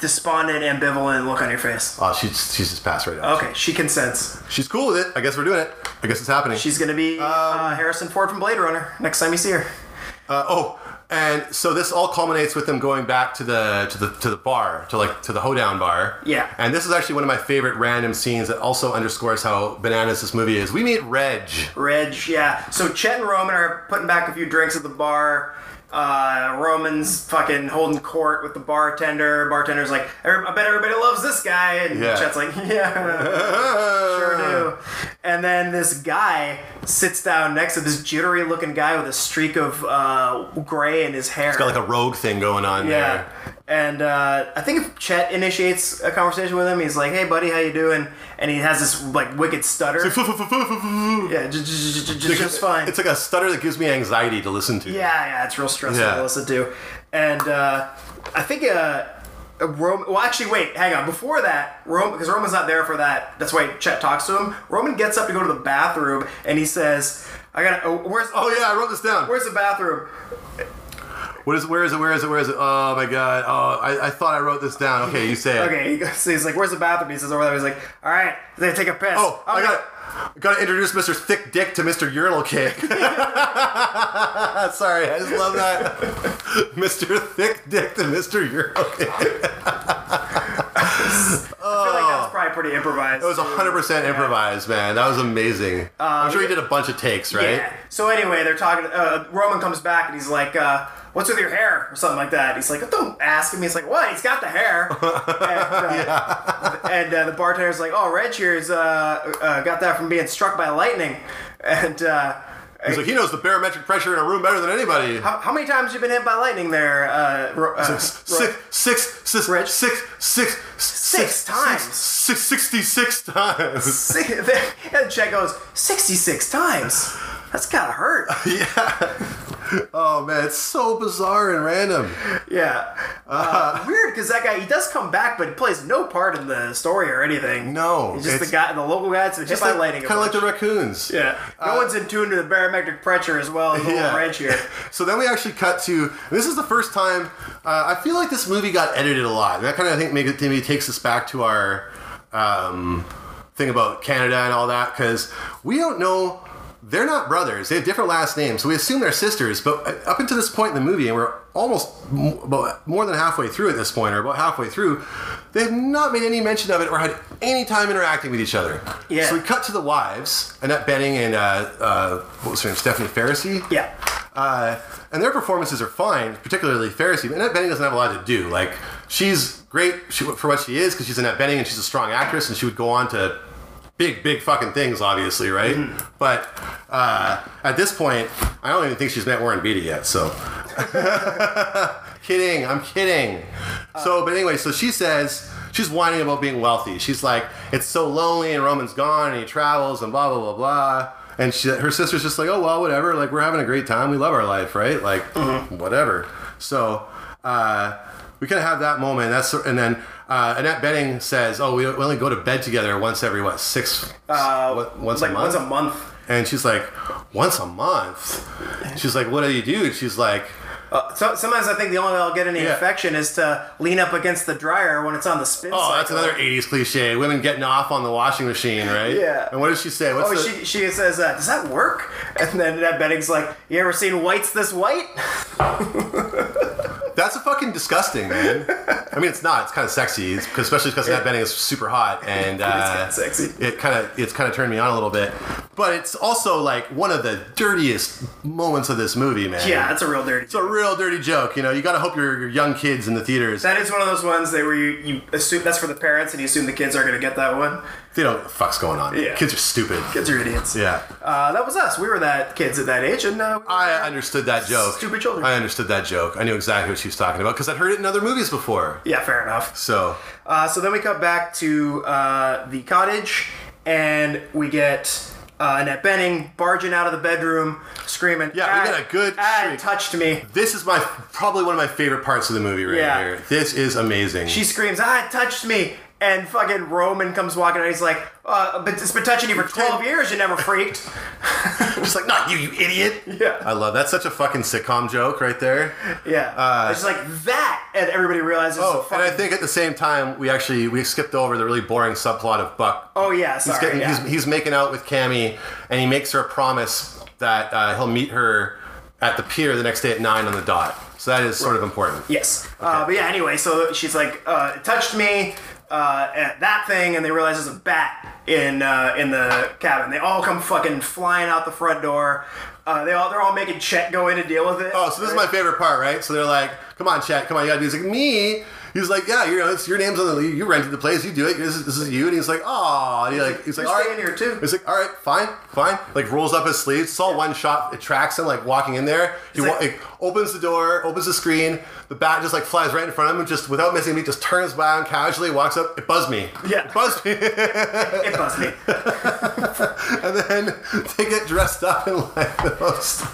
D: despondent, ambivalent look on your face.
C: Oh, she's, she's just passed right out.
D: Okay, she consents.
C: She's cool with it. I guess we're doing it. I guess it's happening.
D: She's gonna be
C: Um,
D: uh, Harrison Ford from Blade Runner next time you see her.
C: Uh, oh, and so this all culminates with them going back to the to the to the bar to like to the hoedown bar.
D: Yeah.
C: And this is actually one of my favorite random scenes that also underscores how bananas this movie is. We meet
D: <laughs>
C: Reg.
D: Reg, yeah. So Chet and Roman are putting back a few drinks at the bar. Uh, Roman's fucking holding court with the bartender. Bartender's like, "Every- I bet everybody loves this guy. And
C: Yeah.
D: Chet's like, <laughs> yeah.
C: Sure
D: do. And then this guy sits down next to this jittery looking guy with a streak of uh, gray in his hair.
C: Got like a rogue thing going on
D: yeah. And uh, I think if Chet initiates a conversation with him, he's like, "Hey, buddy, how you doing?" And he has this like wicked stutter.
C: there.
D: yeah, j- j- j- j- j- just fine.
C: It's like a stutter that gives me anxiety to listen to.
D: Yeah, yeah, it's real stressful
C: Yeah.
D: to listen to. And uh, I think uh, Roman. Well, actually, wait, hang on. Before that, Roman, because Roman's not there for that. That's why Chet talks to him. Roman gets up to go to the bathroom, and he says, "I gotta. Oh, where's?
C: Oh yeah, I wrote this down.
D: Where's the bathroom?
C: What is? Where is it? Where is it? Where is it? Oh my god. Oh, I, I thought I wrote this down. Okay, you say it.
D: Okay, he goes, <laughs> he's like, where's the bathroom? He says over there. He's like, all right, they take a piss.
C: Oh,
D: I'm
C: I
D: gonna-
C: got I got to introduce Mr. Thick Dick to Mr. Urinal <laughs> Cake. Sorry, I just love that. <laughs> Mr. Thick Dick to Mr. Urinal Cake.
D: I feel like that's probably pretty improvised.
C: uh, It was 100% improvised, man. That was amazing. I'm sure he did a bunch of takes, right?
D: Yeah. So anyway, they're talking. Uh, Roman comes back and he's like, uh, "What's with your hair?" or something like that. He's like, "Don't ask him." He's like, "What? He's got
C: <laughs>
D: the hair." and uh, and, uh, the bartender's like, "Oh, Red Shears uh, uh, got that from being struck by lightning." And uh,
C: He's like, he knows the barometric pressure in a room better than anybody.
D: how, how many times you been hit by lightning there? Uh,
C: <laughs>
D: Ro- uh,
C: Six, six, six,
D: Reg.
C: six, six, six-
D: times.
C: six- 66 times.
D: Six, <laughs> and Chet goes sixty-six times. That's gotta hurt.
C: Oh, man, it's so bizarre and random.
D: yeah. Uh, weird because that guy he does come back, but he plays no part in the story or anything.
C: No,
D: He's just
C: it's-
D: the guy, the local guy that's been hit by lightning. a
C: Kind of like
D: bunch.
C: the raccoons.
D: Yeah. No one's in tune to the barometric pressure as well as the
C: Yeah.
D: whole ranch here.
C: So then we actually cut to this is the first time uh, I feel like this movie got edited a lot. That kind of I think maybe, maybe takes us back to our um, thing about Canada and all that because we don't know. They're not brothers. They have different last names, so we assume they're sisters. But uh, up until this point in the movie, and we're almost m- about more than halfway through at this point, or about halfway through, they've not made any mention of it or had any time interacting with each other.
D: Yeah.
C: So we cut to the wives, Annette Benning and uh, uh, what was her name, Stephanie Ferrisy.
D: Yeah.
C: Uh, and their performances are fine, particularly Pharisee. But Annette Benning doesn't have a lot to do. Like she's great she, for what she is because she's Annette Benning and she's a strong actress, and she would go on to big, big fucking things, obviously, right? But uh, at this point, I don't even think she's met Warren Beatty yet. So, <laughs> kidding, I'm kidding. so, but anyway, so she says. She's whining about being wealthy. She's like, it's so lonely, and Roman's gone, and he travels, and blah blah blah blah. And she, her sister's just like, oh well, whatever. Like we're having a great time. We love our life, right?
D: Mm-hmm.
C: Like whatever. So uh, we kind of have that moment. That's and then uh, Uh, Annette Benning says, "Oh, we we only go to bed together once every what six <laughs>
D: Uh,
C: what- once
D: like
C: a month."
D: Once a month.
C: And she's like, "Once a month." She's like, "What do you do?" And she's like,
D: Uh, so, sometimes I think the only way I'll get any
C: Yeah.
D: infection is to lean up against the dryer when it's on the spin.
C: "Oh, that's
D: cycle.
C: another '80s cliche. Women getting off on the washing machine, right?"
D: Yeah.
C: And what does she say? What's
D: Oh,
C: the,
D: she, she says, uh, does that work? <laughs> And then that betting's like, you ever seen whites this white? <laughs>
C: That's a fucking disgusting, man. I mean, it's not. It's kind of sexy, it's, 'cause especially because Annette Benning is super hot,
D: <laughs>
C: and uh,
D: kinda sexy.
C: It kind of it's kind of turned me on a little bit, but it's also like one of the dirtiest moments of this movie, man.
D: Yeah, that's a real dirty.
C: it's a real dirty joke. You know, you got to hope your, your young kids in the theaters
D: that is one of those ones that where you, you assume that's for the parents and you assume the kids are going to get that one.
C: they don't know what the fuck's going on.
D: Yeah.
C: Kids are stupid.
D: Kids are idiots.
C: Yeah,
D: Uh, that was us. We were that kids at that age, and uh, we were-
C: I understood that joke.
D: Stupid children.
C: I understood that joke. I knew exactly what she was talking about because I'd heard it in other movies before.
D: yeah, fair enough.
C: So
D: Uh, so then we cut back to uh, the cottage, and we get uh, Annette Benning barging out of the bedroom, screaming.
C: Yeah, we
D: "Ad-
C: got a good
D: Ad
C: shriek."
D: touched me.
C: this is my probably one of my favorite parts of the movie right
D: Yeah.
C: here. This is amazing.
D: She screams, "Ah, it touched me!" And fucking Roman comes walking out. He's like, uh, "But it's been touching you for twelve years. You never
C: <laughs>
D: freaked."
C: It's like, not you, you idiot.
D: Yeah.
C: I love that's such a fucking sitcom joke right there.
D: Yeah, it's just like that, and everybody realizes.
C: Oh,
D: fucking,
C: and I think at the same time we actually we skipped over the really boring subplot of Buck.
D: Oh yeah,
C: he's
D: sorry.
C: getting
D: yeah.
C: he's, he's making out with Cammy, and he makes her a promise that uh, he'll meet her at the pier the next day at nine on the dot. So that is sort of important.
D: Yes. Uh, but yeah, anyway, so she's like, uh, it touched me, uh, at that thing, and they realize there's a bat in uh, in the cabin. They all come fucking flying out the front door. Uh, they all they're all making Chet go in to deal with it.
C: Oh, so this is my favorite part, right? So they're like, "Come on, Chet, come on, you gotta do." this." He's like, "Me." He's like, "Yeah, you know, it's your name's on the you rented the place, you do it. This is, this is you." And he's like, "Oh," and he like he's like,
D: You're
C: "All right,
D: staying here, too."
C: He's like, "All right, fine, fine." Like rolls up his sleeves. It's all one shot. It tracks him like walking in there. He
D: It's
C: wa-
D: like-
C: like, opens the door, opens the screen. The bat just like flies right in front of him, and just without missing a beat, just turns around casually, walks up. It buzzed me.
D: Yeah.
C: it buzzed me. <laughs>
D: It buzzed me.
C: and then <laughs> they get dressed up in like the most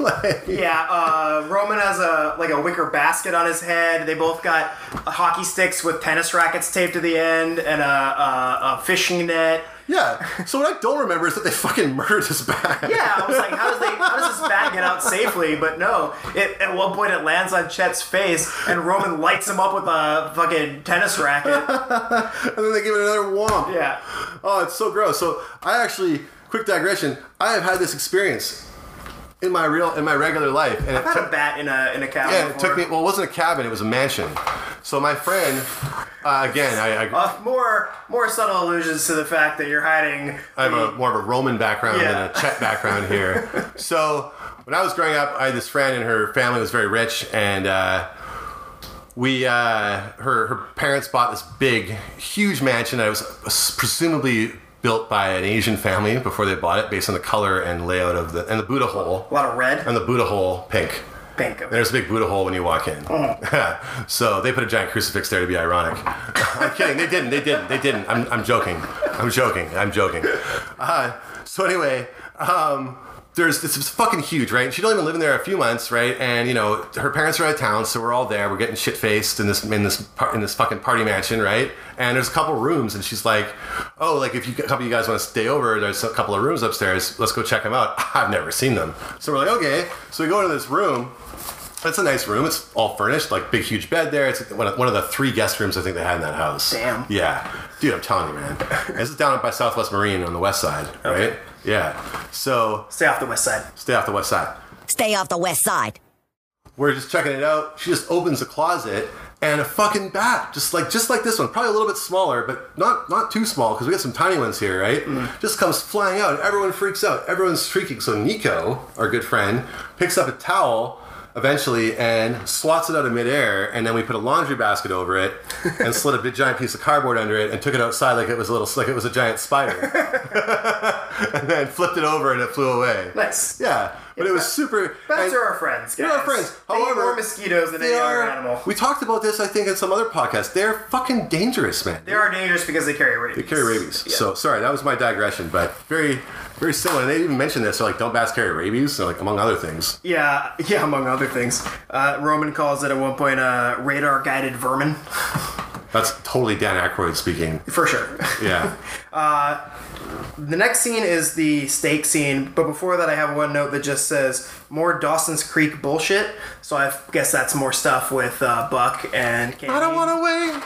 C: <laughs> like
D: Yeah, uh, Roman has a like a wicker basket on his head. They both got hockey sticks with tennis rackets taped to the end and a, a, a fishing net.
C: Yeah. So what I don't remember is that they <laughs> fucking murdered his bat.
D: Yeah, I was like, how does they? How does this bat get out safely? But no, it, at one point it lands on Chet's face, and Roman lights him up with a fucking tennis racket.
C: <laughs> And then they give it another womp.
D: Yeah,
C: Oh, it's so gross. So I actually, quick digression. I have had this experience in my real, in my regular life, and it
D: I
C: took,
D: had a bat in a in a cabin.
C: yeah, it took
D: before.
C: me. Well, it wasn't a cabin. It was a mansion. So my friend, uh, again, I. I
D: Uh, more more subtle allusions to the fact that you're hiding.
C: I have a more of a Roman background
D: Yeah.
C: than a Czech background here. so when I was growing up, I had this friend, and her family was very rich, and uh, we uh, her her parents bought this big, huge mansion that was presumably built by an Asian family before they bought it, based on the color and layout of the and the Buddha hole
D: a lot of red
C: and the Buddha hole pink.
D: pink.
C: There's a big Buddha hole when you walk in. <laughs> so they put a giant crucifix there to be ironic. I'm kidding. They didn't. They didn't. They didn't. I'm, I'm joking. I'm joking. I'm joking. Uh, so anyway, um, there's this is fucking huge, right? She'd only been living there a few months, right? And you know, her parents are out of town, so we're all there. We're getting shit faced in this in this par- in this fucking party mansion, right? And there's a couple rooms, and she's like, "Oh, like if you a couple of you guys want to stay over, there's a couple of rooms upstairs. Let's go check them out." <laughs> I've never seen them, so we're like, "Okay." So we go into this room. It's a nice room. It's all furnished, like big, huge bed there. It's one of, one of the three guest rooms I think they had in that house.
D: Damn.
C: Yeah, dude, I'm telling you, man. this is down by Southwest Marine on the west side, right? Yeah. So
D: Stay off the west side.
C: stay off the west side.
E: Stay off the west side.
C: We're just checking it out. She just opens the closet and a fucking bat, just like just like this one, probably a little bit smaller, but not not too small because we got some tiny ones here, right?
D: Mm-hmm.
C: Just comes flying out. and Everyone freaks out. Everyone's shrieking. So Nico, our good friend, picks up a towel eventually and swats it out of midair, and then we put a laundry basket over
D: <laughs>
C: it and slid a big giant piece of cardboard under it and took it outside like it was a little like it was a giant
D: <laughs>
C: spider, <laughs> and then flipped it over and it flew away.
D: Nice.
C: Yeah, but it was super.
D: Bats
C: and-
D: are our friends. Guys.
C: they're our friends.
D: They eat
C: However,
D: more mosquitoes than
C: they
D: any
C: are-
D: other animal.
C: We talked about this, I think, in some other podcast. They're fucking dangerous, man.
D: they are dangerous because they carry rabies.
C: They carry rabies. So sorry, that was my digression, but very, very similar. And they even mentioned this. They're like, don't bats carry rabies, and like among other things.
D: Yeah, <laughs> yeah, <laughs> among other things. Uh, Roman calls it at one point uh, radar guided vermin.
C: That's totally Dan Aykroyd speaking.
D: for sure. <laughs>
C: Yeah.
D: The next scene is the steak scene, but before that, I have one note that just says more Dawson's Creek bullshit. So I guess that's more stuff with uh, Buck and. Candy.
C: I don't want to wait.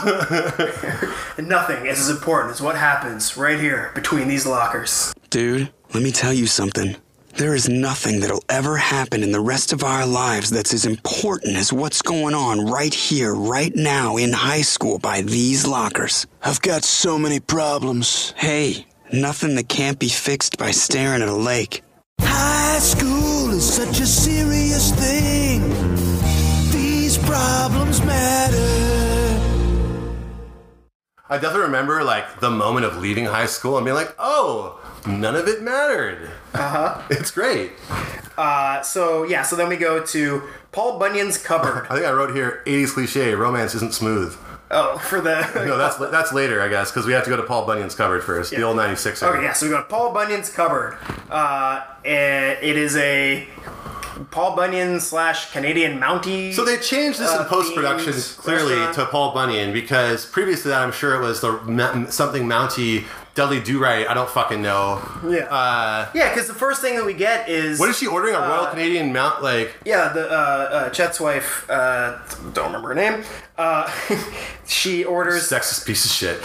C: I wanna do it all.
D: <laughs> Nothing is as important as what happens right here between these lockers.
E: Dude, let me tell you something. There is nothing that'll ever happen in the rest of our lives that's as important as what's going on right here, right now in high school by these lockers.
F: I've got so many problems.
E: Hey, nothing that can't be fixed by staring at a lake.
F: High school is such a serious thing. These problems matter.
C: I definitely remember like the moment of leaving high school and being like, oh, none of it mattered. Uh
D: Uh-huh.
C: huh. <laughs> It's great.
D: Uh, so yeah, so then we go to Paul Bunyan's
C: <laughs>
D: cupboard.
C: I think I wrote here 80s cliche romance isn't smooth.
D: Oh, for the
C: No, that's that's later, I guess, because we have to go to Paul Bunyan's cupboard first, the old 96
D: Okay, yeah, so we go to Paul Bunyan's cupboard. Uh, and it is a Paul Bunyan slash Canadian Mountie.
C: So they changed this
D: Uh,
C: in post production
D: themes,
C: clearly
D: restaurant.
C: to Paul Bunyan because previous to that, I'm sure it was the Ma- something Mountie Dudley Do Right. I don't fucking know.
D: yeah, yeah, because the first thing that we get is
C: What is she ordering? A
D: Uh,
C: Royal Canadian Mount? Like,
D: Yeah, the uh, uh, Chet's wife. Uh, don't remember her name. Uh, <laughs> she orders.
C: sexist piece of
D: <laughs>
C: shit.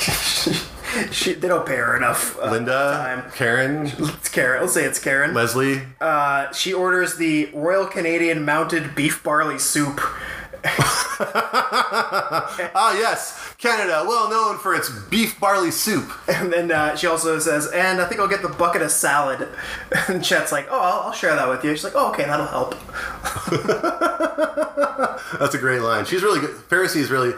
D: She, they don't pay her enough. Uh,
C: Linda,
D: Time.
C: Karen,
D: <laughs> It's Karen. Let's say it's Karen.
C: Leslie.
D: Uh, she orders the Royal Canadian Mounted Beef Barley Soup.
C: Ah, yes, Canada, well known for its beef barley soup. <laughs>
D: And then uh, she also says, and I think I'll get the bucket of salad. <laughs> And Chet's like, oh, I'll, I'll share that with you. She's like, oh, okay, that'll help.
C: That's a great line. She's really good. Pharisee is really,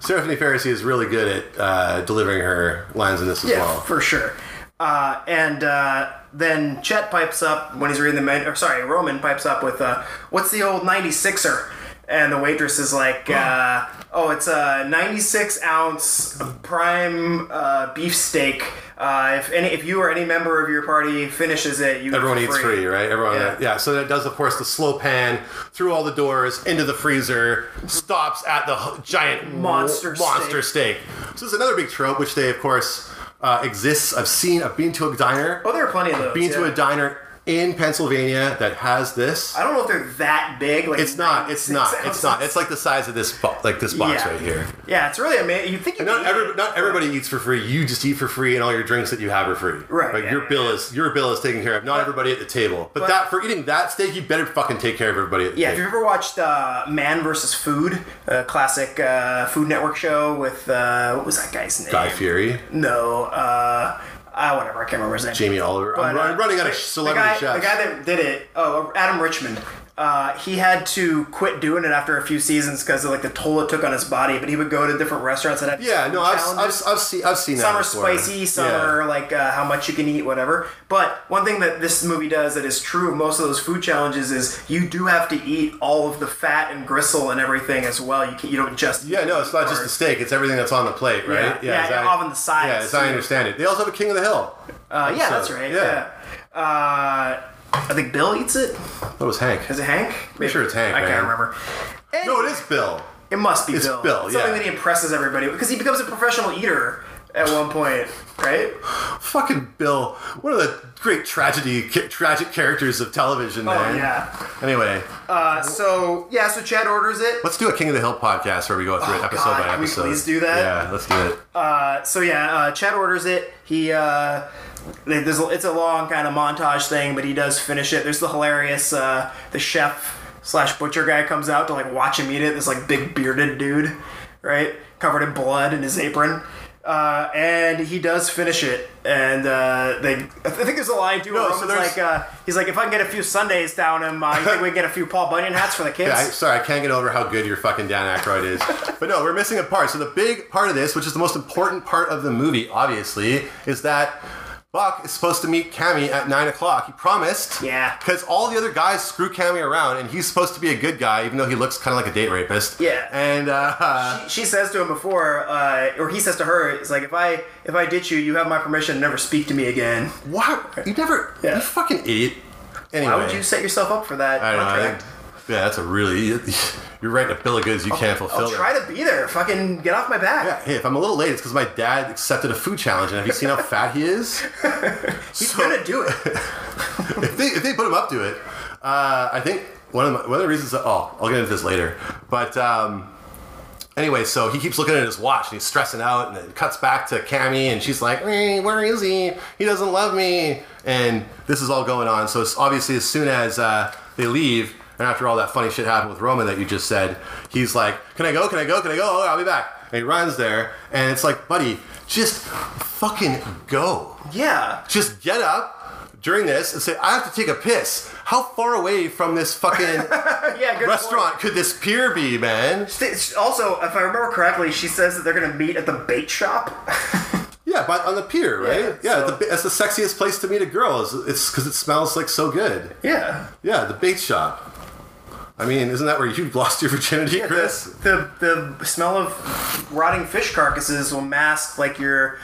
C: Seraphine Pharisee is really good at uh, delivering her lines in this as
D: Yeah,
C: well.
D: for sure. Uh, and uh, then Chet pipes up when he's reading the menu, or sorry, Roman pipes up with, uh, what's the old 96er? And the waitress is like, uh, oh, it's a 96 ounce prime uh, beef steak. Uh, if any, if you or any member of your party finishes it, you
C: Everyone
D: get
C: eats free, right? Everyone,
D: Yeah.
C: yeah. So that does, of course, the slow pan through all the doors into the freezer, stops at the h- giant
D: Monster
C: mo- monster steak. So this is another big trope, which they, of course, uh, exists. I've seen. I've been to a diner.
D: Oh, there are plenty of those.
C: been to
D: yeah.
C: a diner in Pennsylvania that has this.
D: I don't know if they're that big. Like
C: It's not. It's
D: 96
C: not. It's not.
D: ounces.
C: It's like the size of this bo- like this box
D: Yeah.
C: right here.
D: <laughs> yeah, it's really amazing. You think
C: And
D: you
C: not every, not everybody eats for free. You just eat for free, and all your drinks that you have are free.
D: Right,
C: Like
D: yeah,
C: your
D: yeah,
C: bill is your bill is taken care of. Not everybody at the table. But, that for eating that steak, you better fucking take care of everybody at the
D: Yeah, if
C: table.
D: you've ever watched uh, Man vs. Food, a classic uh, Food Network show with uh, what was that guy's name?
C: Guy Fury,
D: No, uh, uh, whatever. I can't remember his name.
C: Jamie Oliver. I'm,
D: But, uh,
C: run- running out of
D: the-
C: celebrity
D: the guy,
C: chefs.
D: The guy that did it, oh, Adam Richmond. Uh, he had to quit doing it after a few seasons because of like the toll it took on his body. But he would go to different restaurants that had
C: yeah, no, I've, I've,
D: challenges.
C: I've seen I've seen that
D: Some are
C: before.
D: spicy, some are like uh, how much you can eat, whatever. But one thing that this movie does that is true of most of those food challenges is you do have to eat all of the fat and gristle and everything as well. You can, you don't just
C: Yeah, no, it's not just the steak; it's everything that's on the plate,
D: Yeah.
C: right?
D: Yeah,
C: as
D: and
C: I-
D: off on the sides,
C: Yeah, as I
D: too.
C: understand it, they also have a King of the Hill.
D: Uh, yeah,
C: So,
D: that's right.
C: yeah.
D: Yeah. Uh, I think Bill eats it.
C: That was Hank.
D: Is it Hank? Maybe.
C: sure it's Hank,
D: I
C: man.
D: can't remember.
C: No, it is Bill.
D: It must be
C: It's
D: Bill.
C: Bill,
D: It's
C: yeah.
D: Something that he impresses everybody because he becomes a professional eater at one point, right?
C: Fucking Bill, one of the great tragedy ca- tragic characters of television,
D: Oh
C: man.
D: yeah.
C: Anyway,
D: Uh, so yeah, so Chad orders it.
C: let's do a King of the Hill podcast where we go through it episode
D: Oh, God,
C: by
D: can we
C: episode.
D: please do that?
C: Yeah, let's do it.
D: so yeah, uh, Chad orders it. He uh, there's a- it's a long kind of montage thing, but he does finish it. There's the hilarious uh, the chef slash butcher guy comes out to like watch him eat it. This like big bearded dude, right, covered in blood in his apron. Uh, and he does finish it, and uh, they. I think there's a line too.
C: No,
D: No,
C: so there's-
D: like, uh, he's like, if I can get a few Sundays down him, uh, you think we can get a few Paul Bunyan hats for the kids?
C: Yeah, I, sorry, I can't get over how good your fucking Dan Aykroyd
D: <laughs>
C: is. but no, we're missing a part. So the big part of this, which is the most important part of the movie, obviously, is that Buck is supposed to meet Cammy at nine o'clock. He promised.
D: Yeah.
C: Because all the other guys screw Cammy around, and he's supposed to be a good guy, even though he looks kind of like a date rapist.
D: Yeah.
C: And uh,
D: she says to him before, uh, or he says to her, "It's like if I if I ditch you, you have my permission to never speak to me again."
C: what? You never.
D: Yeah.
C: You fucking idiot. Anyway.
D: Why would you set yourself up for that
C: I know. I-
D: contract?
C: yeah, that's a really. <laughs> you're writing a bill of goods you can't fulfill.
D: I'll
C: them.
D: try to be there. Fucking get off my back.
C: Yeah, hey, if I'm a little late, it's because my dad accepted a food challenge. And have you seen how fat he is?
D: <laughs> He's
C: So-
D: gonna do it.
C: <laughs> if they if they put him up to it, uh, I think one of my, one of the reasons. Oh, I'll get into this later. But um, anyway, so he keeps looking at his watch and he's stressing out, and it cuts back to Cammy, and she's like, "Eh, "Where is he? He doesn't love me." And this is all going on. So it's obviously, as soon as uh, they leave. And after all that funny shit happened with Roman that you just said, he's like, "Can I go? Can I go? Can I go? Oh, I'll be back." And he runs there, and it's like, "Buddy, just fucking go."
D: Yeah.
C: just get up during this and say, I have to take a piss. How far away from this fucking
D: <laughs> Yeah. Good
C: restaurant could this pier be, man?
D: point. Also, if I remember correctly, she says that they're gonna meet at the bait shop. <laughs>
C: Yeah, but on the pier, right?
D: Yeah,
C: Yeah,
D: so-
C: the, that's the sexiest place to meet a girl. Is, it's because it smells like so good.
D: Yeah.
C: Yeah, the bait shop. I mean, isn't that where you lost your virginity, Chris?
D: The the smell of rotting fish carcasses will mask like your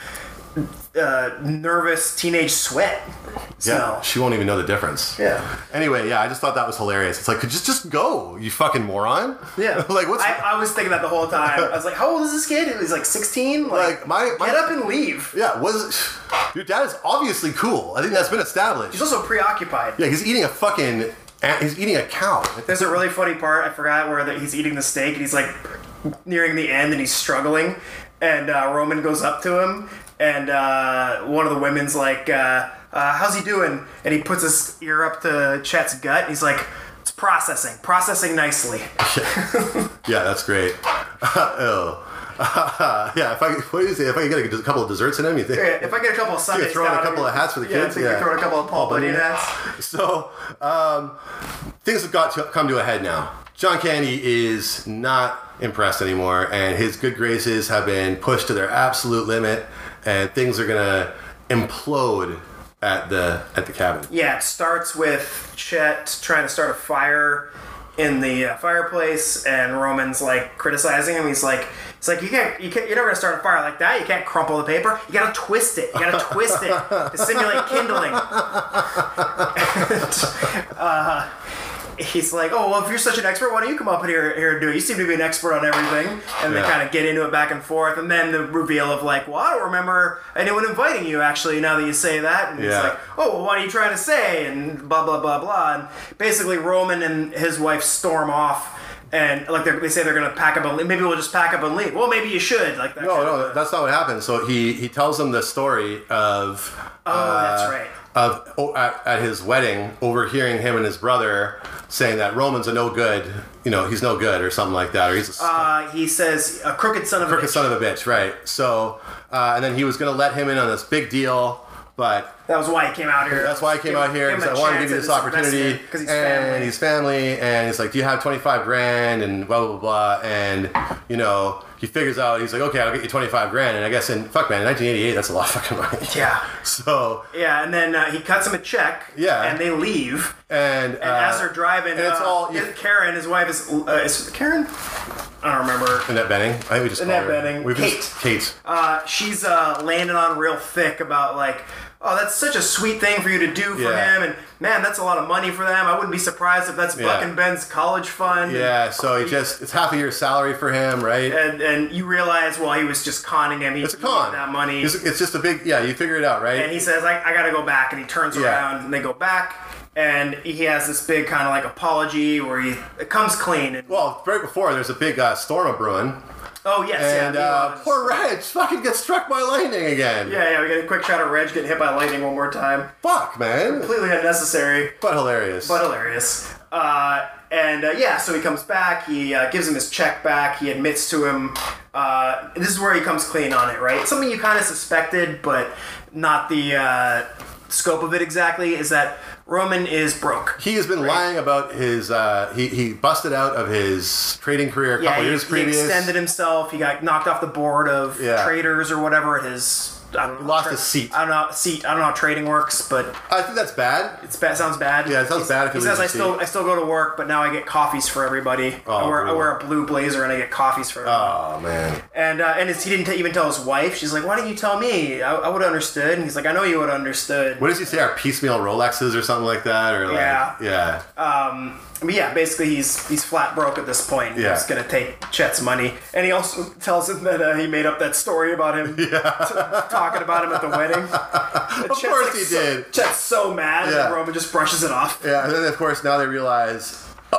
D: uh, nervous teenage sweat
C: Yeah,
D: smell.
C: she won't even know the difference.
D: Yeah.
C: Anyway, yeah, I just thought that was hilarious. It's like, could just just go, you fucking moron.
D: Yeah.
C: <laughs> like what's
D: I, I was thinking that the whole time. I was like, how old is this kid? He's like 16. Like,
C: Like, my- my-
D: get up and leave.
C: yeah? Was <sighs> your dad is obviously cool. I think that's been established.
D: He's also preoccupied.
C: Yeah, he's eating a fucking. He's eating a cow.
D: There's a really funny part. I forgot where that he's eating the steak and he's like nearing the end and he's struggling, and uh, Roman goes up to him, and uh, one of the women's like, uh, uh, "How's he doing?" And he puts his ear up to Chet's gut. And he's like. "It's Processing, processing nicely.
C: Yeah, that's great. <laughs> oh. <laughs> yeah, if I could- what do you say? If I could get a, couple of desserts in him, you think?
D: If I get a couple of Sundays,
C: throw in a
D: down,
C: couple
D: I mean-
C: of hats for the
D: Yeah, I
C: kids,
D: think
C: yeah. Oh,
D: throw in a couple of Paul
C: Paul
D: Bunyan
C: Bunyan.
D: hats.
C: <laughs> So um, things have got to come to a head now. John Candy is not impressed anymore, and his good graces have been pushed to their absolute limit, and things are gonna implode at the at the cabin.
D: Yeah, it starts with Chet trying to start a fire in the uh, fireplace, and Roman's like criticizing him. He's like, "It's like you can't, you can't, you're never gonna start a fire like that. You can't crumple the paper. You gotta twist it. You gotta twist it to simulate kindling." <laughs> uh, he's like, "Oh well, if you're such an expert, why don't you come up here here and do it? You seem to be an expert on everything." And they
C: Yeah.
D: kind of get into it back and forth, and then the reveal of like, "Well, I don't remember anyone inviting you actually." Now that you say that, and
C: Yeah.
D: he's like, oh, well, what are you trying to say? And blah, blah, blah, blah. And basically, Roman and his wife storm off. And like they're- they say, they're gonna pack up and leave. maybe we'll just pack up and leave. Well, maybe you should. Like that
C: No,
D: kind of-
C: no, that's not what happened. So he he tells them the story of uh,
D: oh, that's right.
C: of oh, at, at his wedding overhearing him and his brother saying that Roman's a no good, you know, he's no good or something like that, or he's a
D: Uh, he says a crooked son of
C: crooked
D: a bitch.
C: son of a bitch, right? So, uh, and then he was gonna let him in on this big deal, but
D: That was why he came out here.
C: that's why I came out here because I wanted to give you this opportunity.
D: because he's
C: and
D: family.
C: he's family, and he's like, "Do you have 25 grand?" And blah blah blah, blah. and you know, he figures out he's like, "Okay, I'll get you 25 grand." And I guess in fuck man, in 1988, that's a lot of fucking money.
D: yeah,
C: <laughs> So
D: yeah. And then uh, he cuts him a check.
C: Yeah.
D: and they leave.
C: and uh,
D: And as they're driving,
C: and it's
D: uh,
C: all- you-
D: Karen, his wife is uh, is Karen. I don't remember.
C: Annette Benning. I think we just
D: Annette
C: called her.
D: Bening.
C: We've just- Kate.
D: uh, she's uh, landing on real thick about like, oh, that's such a sweet thing for you to do for
C: Yeah.
D: him, and man, that's a lot of money for them. I wouldn't be surprised if that's
C: Yeah.
D: Buck and Ben's college fund.
C: Yeah, so he just it's half a year's salary for him, right?
D: And, and you realize, well, he was just conning him. He
C: it's a con.
D: That money.
C: It's, it's just a big yeah. You figure it out, right?
D: and he says, I, I gotta go back. And he turns
C: Yeah.
D: around and they go back. And he has this big kind of like apology where he it comes clean. And,
C: well, right before there's a big uh, storm of brewing,
D: oh, yes. yeah,
C: and
D: he
C: uh,
D: was-
C: poor Reg fucking gets struck by lightning again.
D: Yeah, yeah, we get a quick shot of Reg getting hit by lightning one more time.
C: Fuck, man.
D: Completely unnecessary.
C: But hilarious.
D: but hilarious. Uh, and uh, yeah, so he comes back. He uh, gives him his check back. He admits to him. Uh, this is where he comes clean on it, right? Something you kind of suspected, but not the uh, scope of it exactly. Is that Roman is broke?
C: he has been lying about his. Uh, he he busted out of his trading career a
D: Yeah,
C: couple
D: he,
C: years
D: he
C: previous.
D: extended himself. He got knocked off the board of
C: Yeah.
D: traders or whatever at his I don't know.
C: Lost a seat.
D: I don't know seat. I don't know how trading works, but
C: I think that's bad.
D: it's bad. Sounds bad.
C: Yeah, it sounds
D: He's-
C: bad if
D: He
C: you lose
D: says
C: a
D: I still
C: seat.
D: I still go to work, but now I get coffees for everybody. I,
C: Oh,
D: wear, I
C: brutal.
D: wear a blue blazer and I get coffees for. everybody.
C: Oh man.
D: And uh, and it's, he didn't t- even tell his wife. She's like, "Why didn't you tell me? I, I would have understood." And he's like, "I know you would have understood."
C: What does he say? Our piecemeal Rolexes or something like that, or like
D: Yeah.
C: yeah.
D: But yeah, basically he's he's flat broke at this point.
C: Yeah.
D: He's gonna take Chet's money, and he also tells him that uh, he made up that story
C: <laughs>
D: about him t- talking about him at the wedding.
C: of course he did.
D: Chet's so mad,
C: Yeah.
D: and Roman just brushes it off.
C: Yeah, and then of course now they realize, uh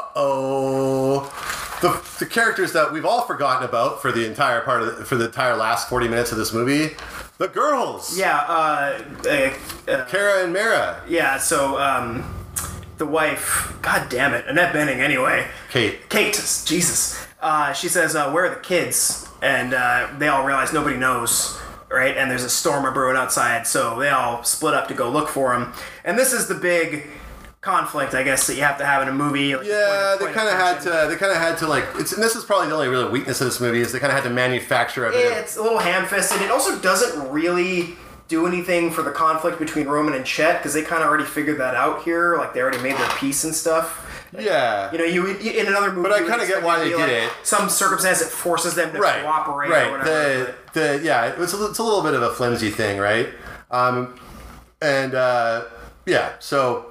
C: oh, the, the characters that we've all forgotten about for the entire part of the, for the entire last forty minutes of this movie, the girls,
D: Yeah, uh, uh, uh,
C: Kara and Mara,
D: yeah. So um, the wife, God damn it, Annette Benning. Anyway,
C: Kate.
D: Kate, Jesus. Uh, she says, uh, "Where are the kids?" And uh, they all realize nobody knows, right? And there's a storm brewing outside, so they all split up to go look for them. And this is the big conflict, I guess, that you have to have in a movie. like,
C: Yeah,
D: point
C: they
D: point
C: kind of had
D: tension.
C: to. They kind of had to like. It's, and this is probably the only real weakness of this movie is they kind of had to manufacture a bit of-
D: It's a little ham-fisted. It also doesn't really do anything for the conflict between Roman and Chet because they kind of already figured that out here. Like they already made their peace and stuff.
C: yeah,
D: You know, you you- in another movie.
C: But I
D: you would
C: kinda get
D: expect
C: why
D: it to
C: they
D: be,
C: did
D: like,
C: it.
D: Some circumstance that forces them to
C: right,
D: cooperate
C: right.
D: or whatever.
C: The, the yeah, it's a, li- it's a little bit of a flimsy thing, right? Um, and uh, yeah, so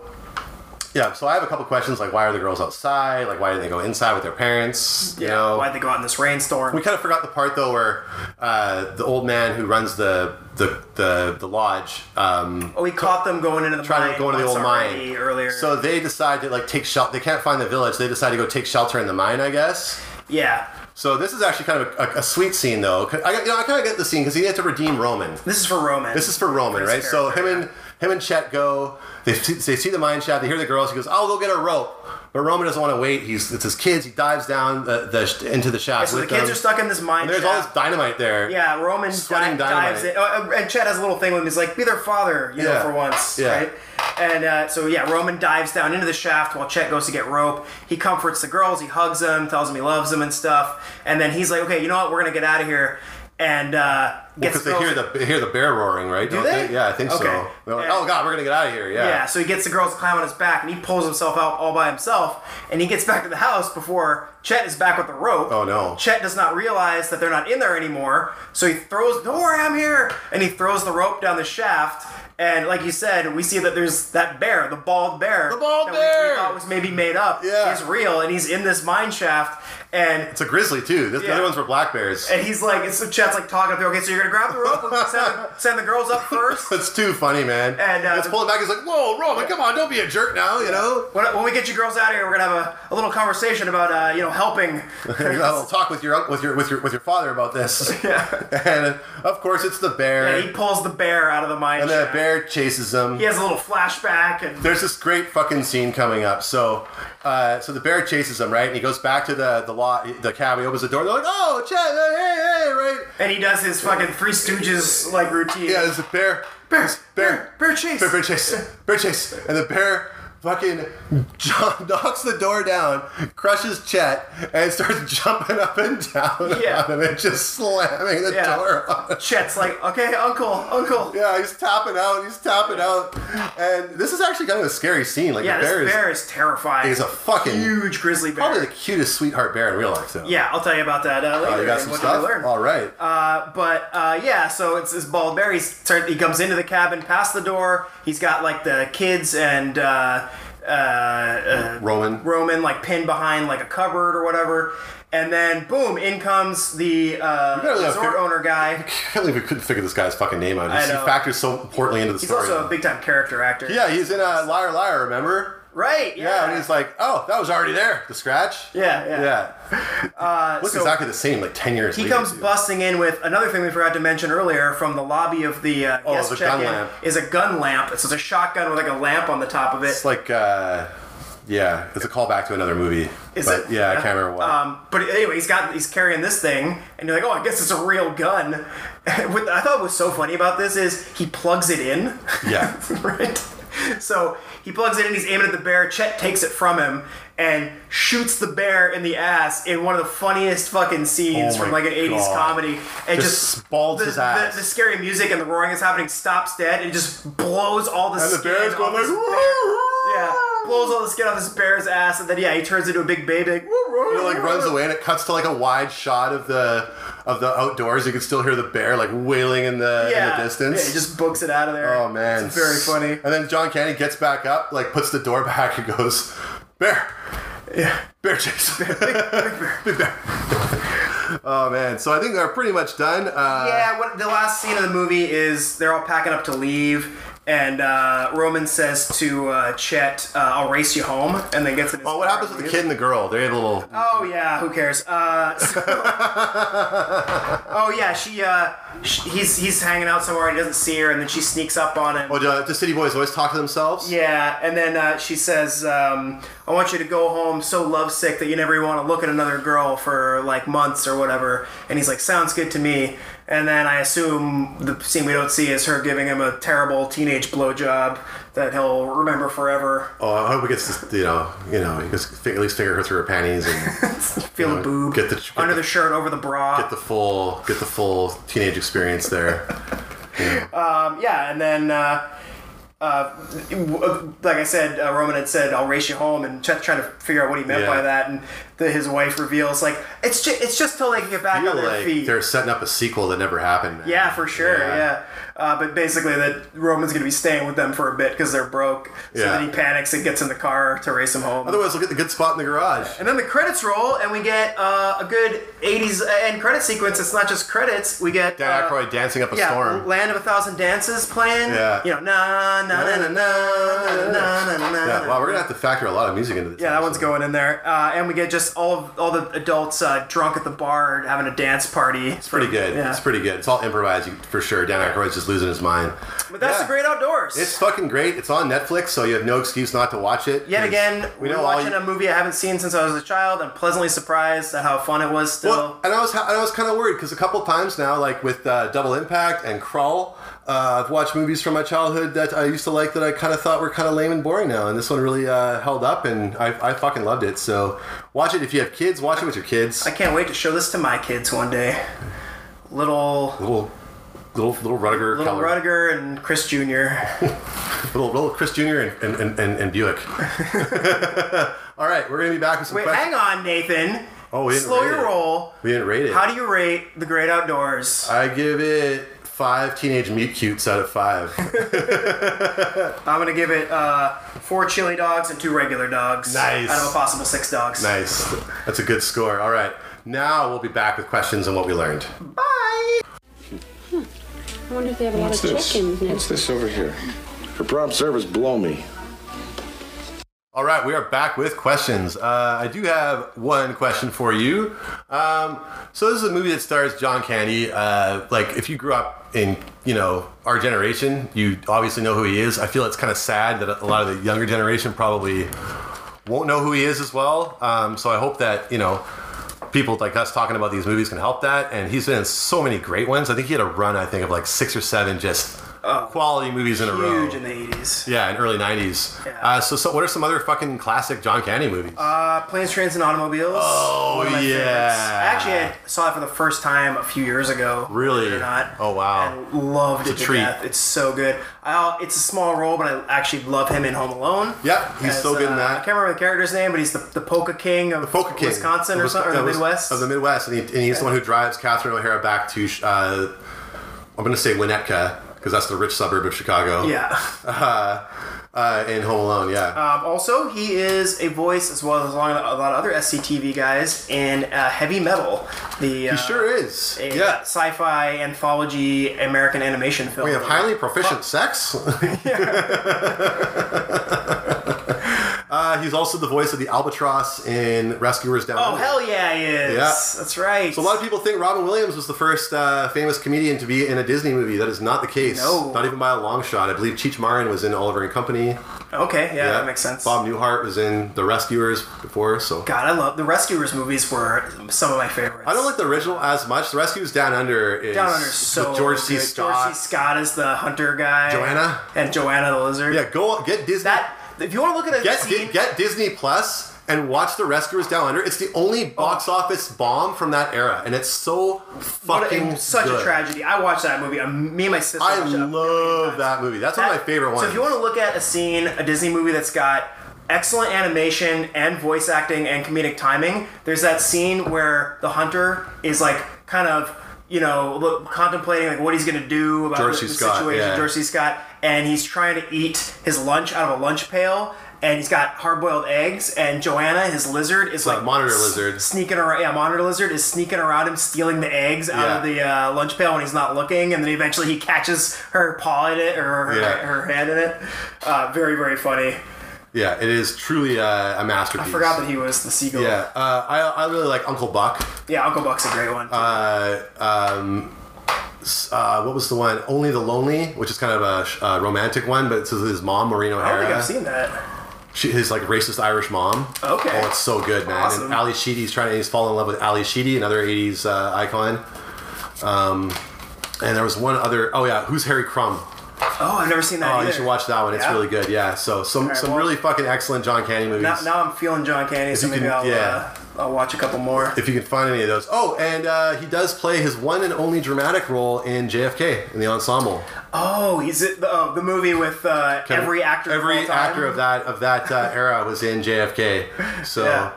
C: yeah, so I have a couple questions like why are the girls outside? Like why did they go inside with their parents? You know,
D: Why'd they go out in this rainstorm?
C: we kind of forgot the part though where uh, the old man who runs the the the, the lodge. Um,
D: oh, we caught them going into the
C: trying
D: mine
C: to go into the
D: once
C: old
D: already
C: mine
D: earlier.
C: So they decide to like take shelter. They can't find the village. They decide to go take shelter in the mine, I guess.
D: yeah,
C: So this is actually kind of a, a sweet scene, though. 'Cause I, you know, I kind of get the scene because he had to redeem Roman.
D: this is for Roman.
C: This is for Roman,
D: his
C: right? So him
D: character,
C: and him and Chet go. They see, they see the mine shaft. They hear the girls. He goes, "I'll go get a rope." But Roman doesn't want to wait. He's it's his kids. He dives down uh, the, the into the shaft.
D: so the
C: with
D: kids
C: them.
D: are stuck in this mine.
C: And there's all
D: shaft.
C: this dynamite there.
D: Yeah, Roman
C: Sweating
D: di- dives in.
C: dynamite.
D: Oh, and Chet has a little thing with him. He's like, be their father, you know,
C: Yeah.
D: for once,
C: Yeah.
D: right? And uh, so, yeah, Roman dives down into the shaft while Chet goes to get rope. He comforts the girls, he hugs them, tells them he loves them and stuff. And then he's like, okay, you know what? We're going to get out of here. And uh, gets
C: Because they hear the they hear the bear roaring, right? Do
D: they?
C: Yeah, I think
D: Okay.
C: so. They're like,
D: Yeah.
C: oh god, we're gonna get out of here. Yeah.
D: Yeah, so he gets the girls to climb on his back, and he pulls himself out all by himself, and he gets back to the house before Chet is back with the rope.
C: Oh, no.
D: Chet does not realize that they're not in there anymore, so he throws. Don't worry, I'm here, and he throws the rope down the shaft. And like you said, we see that there's that bear, the bald bear,
C: The bald
D: that we-
C: bear!
D: we thought was maybe made up.
C: Yeah.
D: is real, and he's in this mine shaft, and
C: It's a grizzly too. This, The
D: Yeah.
C: other ones were black bears.
D: and he's like, and so Chet's like talking through. Okay, so you're gonna grab the rope, send, send the girls up first.
C: That's too funny, man.
D: And, uh,
C: let's pull it back. He's like, "Whoa, Roman, come on, don't be a jerk now," you know.
D: When, when we get you girls out of here, we're gonna have a, a little conversation about uh, you
C: <laughs>
D: know helping.
C: I'll talk with your with your with your with your father about this.
D: <laughs> Yeah.
C: And uh, of course, it's the bear,
D: And he pulls the bear out of the mine.
C: and the
D: shaft.
C: bear chases him.
D: He has a little flashback, and
C: There's this great fucking scene coming up. So, uh, so the bear chases him, right? And he goes back to the the lot, the cab. He opens the door. They're like, "Oh, Chad, hey, hey, right?"
D: and he does his fucking Three Stooges like routine.
C: Yeah, there's a bear,
D: bears,
C: bear,
D: bear, bear chase.
C: bear, bear chase, bear chase, and the bear fucking <laughs> jump, knocks the door down, crushes Chet, and starts <laughs> jumping up and down
D: Yeah.
C: on him and just slamming the
D: Yeah.
C: door on him.
D: Chet's like, okay, uncle, uncle. Yeah,
C: Yeah, he's tapping out, he's tapping out, and this is actually kind of a scary scene. Like the
D: this
C: bear,
D: bear is,
C: is,
D: terrifying.
C: is a fucking
D: huge grizzly bear.
C: probably the cutest sweetheart bear in real life, though.
D: yeah, I'll tell you about that uh, later.
C: Oh, you got
D: and
C: some
D: what
C: stuff.
D: Did I learn.
C: All right.
D: But uh, yeah, so it's this bald bear. He's turn, he comes into the cabin, past the door. He's got like the kids and uh, uh, uh,
C: Roman. <laughs>
D: Roman like pinned behind like a cupboard or whatever. And then boom, in comes the
C: gotta
D: uh,
C: let
D: resort
C: him-
D: owner guy.
C: I can't believe we couldn't figure this guy's fucking name out.
D: I
C: He's- He
D: know.
C: factors so importantly into the
D: He's
C: story.
D: also a big time character actor.
C: yeah, he's in uh, Liar Liar, remember?
D: Right.
C: Yeah,
D: Yeah.
C: and he's like, oh, that was already there. The scratch.
D: Yeah, yeah.
C: Uh, Looks
D: so-
C: exactly the same, like ten years.
D: he
C: later,
D: comes
C: too.
D: busting in with another thing we forgot to mention earlier from the lobby of the uh,
C: Oh,
D: guest
C: the gun
D: check-in
C: lamp.
D: is a gun lamp. So it's a shotgun with like a lamp on the top of it.
C: It's like, uh, yeah, it's a callback to another movie.
D: Is
C: but,
D: it?
C: Yeah, I can't remember what.
D: Um, but anyway, he's got he's carrying this thing, and you're like, oh, I guess it's a real gun. <laughs> what I thought was so funny about this is he plugs it in,
C: yeah,
D: <laughs> right? So he plugs it in, he's aiming at the bear. Chet takes it from him and shoots the bear in the ass in one of the funniest fucking scenes
C: Oh
D: from
C: my
D: like an 80s
C: God.
D: comedy. And
C: Just
D: just,
C: balls
D: the,
C: his
D: the-
C: ass.
D: The, scary music and the roaring that's happening stops dead and just blows all the
C: And the
D: skin
C: bear's
D: off
C: going like,
D: this bear. Yeah, blows all the skin off this bear's ass, and then yeah, he turns into a big baby. Like,
C: It like runs away and it cuts to like a wide shot of the of the outdoors. You can still hear the bear like wailing in the in the distance.
D: Yeah, he just books it out of there.
C: oh man,
D: it's very funny.
C: And then John Candy gets back up, like puts the door back, and goes, "Bear,
D: Yeah,
C: bear
D: <laughs>
C: chase, big bear, big bear." oh man, so I think they're pretty much done. Uh,
D: yeah. What the last scene of the movie is? They're all packing up to leave. And uh, Roman says to uh, Chet, uh, "I'll race you home," and then gets in. His
C: Oh, what
D: car
C: happens with the
D: and
C: kid and the girl? They had a little.
D: Oh yeah, who cares? Uh, <laughs> so- oh yeah, she, uh, sh he's he's hanging out somewhere and he doesn't see her, and then she sneaks up on him.
C: Oh, do, do city boys always talk to themselves?
D: Yeah, and then uh, she says, um, "I want you to go home so lovesick that you never even want to look at another girl for like months or whatever." And he's like, "Sounds good to me." And then I assume the scene we don't see is her giving him a terrible teenage blowjob that he'll remember forever.
C: Oh, I hope he gets to, you know, you know, he gets fi- at least finger her through her panties and
D: Feel the boob
C: get the- get
D: under
C: the-
D: the, shirt, over the bra.
C: get the full get the full teenage experience there.
D: yeah, and then uh, uh, like I said, uh, Roman had said, "I'll race you home," and Chet's trying to figure out what he meant
C: Yeah.
D: by that, and the, his wife reveals like it's just it's just till they can get back
C: feel
D: on their
C: like
D: feet.
C: they're setting up a sequel that never happened. man.
D: Yeah, for sure. Yeah. Uh, but basically, that Roman's going to be staying with them for a bit because they're broke. So
C: Yeah.
D: then he panics and gets in the car to race them home.
C: Otherwise, look at the good spot in the garage.
D: and then the credits roll, and we get uh, a good 80s end credit sequence. It's not just credits. We get.
C: Dan
D: uh,
C: Aykroyd dancing up a
D: yeah,
C: storm.
D: Land of a Thousand Dances playing.
C: Yeah.
D: You know, na na na na na na na na na.
C: Yeah,
D: na.
C: wow, we're gonna have to factor a lot of music into this.
D: Yeah, that one's
C: episode.
D: going in there. Uh, and we get just all of, all the adults uh, drunk at the bar and having a dance party. It's
C: Pretty good.
D: Yeah.
C: It's pretty good. It's all improvised you- for sure. Dan Aykroyd's just losing his mind.
D: But that's
C: Yeah.
D: the great outdoors.
C: It's fucking great. It's on Netflix, so you have no excuse not to watch it.
D: Yet again,
C: we
D: we
C: know
D: are
C: all
D: watching
C: you-
D: a movie I haven't seen since I was a child. I'm pleasantly surprised at how fun it was. Still,
C: Well, and I was and I was kind of worried because a couple times now, like with uh, Double Impact and Crawl, uh, I've watched movies from my childhood that I used to like that I kind of thought were kind of lame and boring now, and this one really uh, held up, and I, I fucking loved it. So watch it if you have kids. Watch it with your kids.
D: I can't wait to show this to my kids one day. Little
C: little little little Rudiger,
D: little
C: Keller.
D: Rudiger and Chris Jr.
C: little little Chris Jr. and and, and, and, and Buick.
D: <laughs>
C: <laughs> All right, we're gonna be back with some
D: Wait,
C: questions.
D: hang on, Nathan.
C: Oh, we didn't
D: slow
C: rate
D: your
C: it.
D: roll.
C: We didn't rate it.
D: How do you rate The Great Outdoors?
C: I give it five teenage mute cutes out of five.
D: I'm gonna give it uh, four chili dogs and two regular dogs.
C: Nice.
D: Out of a possible six dogs.
C: Nice. That's a good score. All right. Now we'll be back with questions on what we learned.
G: I wonder if they have a
H: What's
G: lot of
H: this?
G: chickens now.
H: What's this over here? For prompt service, blow me.
C: All right, we are back with questions. Uh, I do have one question for you. Um, so this is a movie that stars John Candy. Uh, like, if you grew up in you know our generation, you obviously know who he is. I feel it's kind of sad that a lot of the younger generation probably won't know who he is as well. Um, so I hope that you know people like us talking about these movies can help that. And he's been in so many great ones. I think he had a run. I think of like six or seven just quality movies in a row.
D: Oh, Huge in the 80s.
C: Yeah, in early '90s.
D: Yeah.
C: Uh, so, so, what are some other fucking classic John Candy movies?
D: Uh, planes, trains, and automobiles.
C: Oh,
D: One of my
C: yeah.
D: favorites. I actually had- saw it for the first time a few years ago.
C: Really?
D: believe it Or not.
C: Oh, wow.
D: And loved it
C: a
D: to
C: treat.
D: death. It's so good. I, it's a small role, but I actually love him in Home Alone. uh,
C: Yep, he's so good in that.
D: I can't remember the character's name, but he's the, the polka king of
C: Poker King,
D: Wisconsin or
C: Of
D: something, or the
C: Wis-
D: Midwest.
C: Of the Midwest, and, he, and he's the one who drives Catherine O'Hara back to. sh- Uh, I'm going to say Winnetka because that's the rich suburb of Chicago.
D: yeah. <laughs>
C: Uh, uh, in Home Alone, yeah.
D: Um, also, he is a voice as well as a lot of, a lot of other SCTV guys in uh, heavy metal. The uh,
C: he sure is.
D: a
C: yeah.
D: sci-fi anthology American animation film.
C: We
D: <laughs>
C: have highly proficient sex. <laughs> Uh, he's also the voice of the albatross in Rescuers Down
D: Oh
C: Under.
D: hell yeah, he is.
C: Yeah.
D: That's right.
C: So a lot of people think Robin Williams was the first uh, famous comedian to be in a Disney movie. That is not the case.
D: No.
C: Not even by a long shot. I believe Cheech Marin was in Oliver and Company.
D: Oh, okay, yeah,
C: Yeah.
D: that makes sense.
C: Bob Newhart was in The Rescuers before, so.
D: God, I love the Rescuers movies were some of my favorites.
C: I don't like the original as much. The Rescuers Down Under is
D: Down Under is so
C: with George C.
D: good.
C: Scott.
D: George C. Scott is the hunter guy.
C: Joanna?
D: and Joanna the lizard.
C: yeah, go get Disney.
D: that if you want to look at a
C: get,
D: scene,
C: get get Disney Plus and watch The Rescuers Down Under. It's the only box office bomb from that era, and it's so
D: Oh. what a-
C: fucking
D: such
C: good.
D: a tragedy. I watched that movie. Um, me and my sister.
C: I
D: watched that
C: love that movie. That's one of
D: That-
C: my favorite ones.
D: So if you want to look at a scene, a Disney movie that's got excellent animation and voice acting and comedic timing, there's that scene where the hunter is like kind of you know look, contemplating like what he's gonna do about
C: George
D: the,
C: C.
D: the
C: Scott,
D: situation.
C: yeah.
D: George C. Scott, and he's trying to eat his lunch out of a lunch pail. And he's got hard-boiled eggs, and Joanna, his lizard, is
C: a
D: like
C: monitor
D: s-
C: lizard.
D: sneaking around. Yeah, monitor lizard is sneaking around him, stealing the eggs out of
C: Yeah.
D: the uh, lunch pail when he's not looking, and then eventually he catches her paw in it or her
C: Yeah.
D: her hand in it. Uh, very, very funny.
C: yeah, it is truly a, a masterpiece.
D: I forgot that he was the seagull.
C: Yeah, uh, I, I really like Uncle Buck.
D: Yeah, Uncle Buck's a great one.
C: Uh, um, s- uh, what was the one? Only the Lonely, which is kind of a sh- uh, romantic one, but it's with his mom, Maureen
D: I don't
C: O'Hara.
D: think I've seen that.
C: she, his like racist Irish mom.
D: Okay.
C: Oh, it's so good, man.
D: Awesome.
C: And Ali Sheedy's trying to he's falling in love with Ali Sheedy, another '80s uh, icon. Um, and there was one other. Oh yeah, who's Harry Crumb?
D: Oh, I've never seen that.
C: Oh,
D: either.
C: you should watch that one. It's
D: Yeah.
C: really good. Yeah. So some
D: right,
C: some
D: well-
C: really fucking excellent John Candy movies.
D: Now, now I'm feeling John Candy, so
C: you
D: maybe
C: can-
D: I'll
C: yeah.
D: uh, I'll watch a couple more.
C: if you can find any of those. Oh, and uh, he does play his one and only dramatic role in JFK in the ensemble.
D: Oh, is it the, oh, the movie with uh,
C: Kevin-
D: every actor? of
C: every
D: all time?
C: actor of that of that uh, era was in JFK. So
D: Yeah.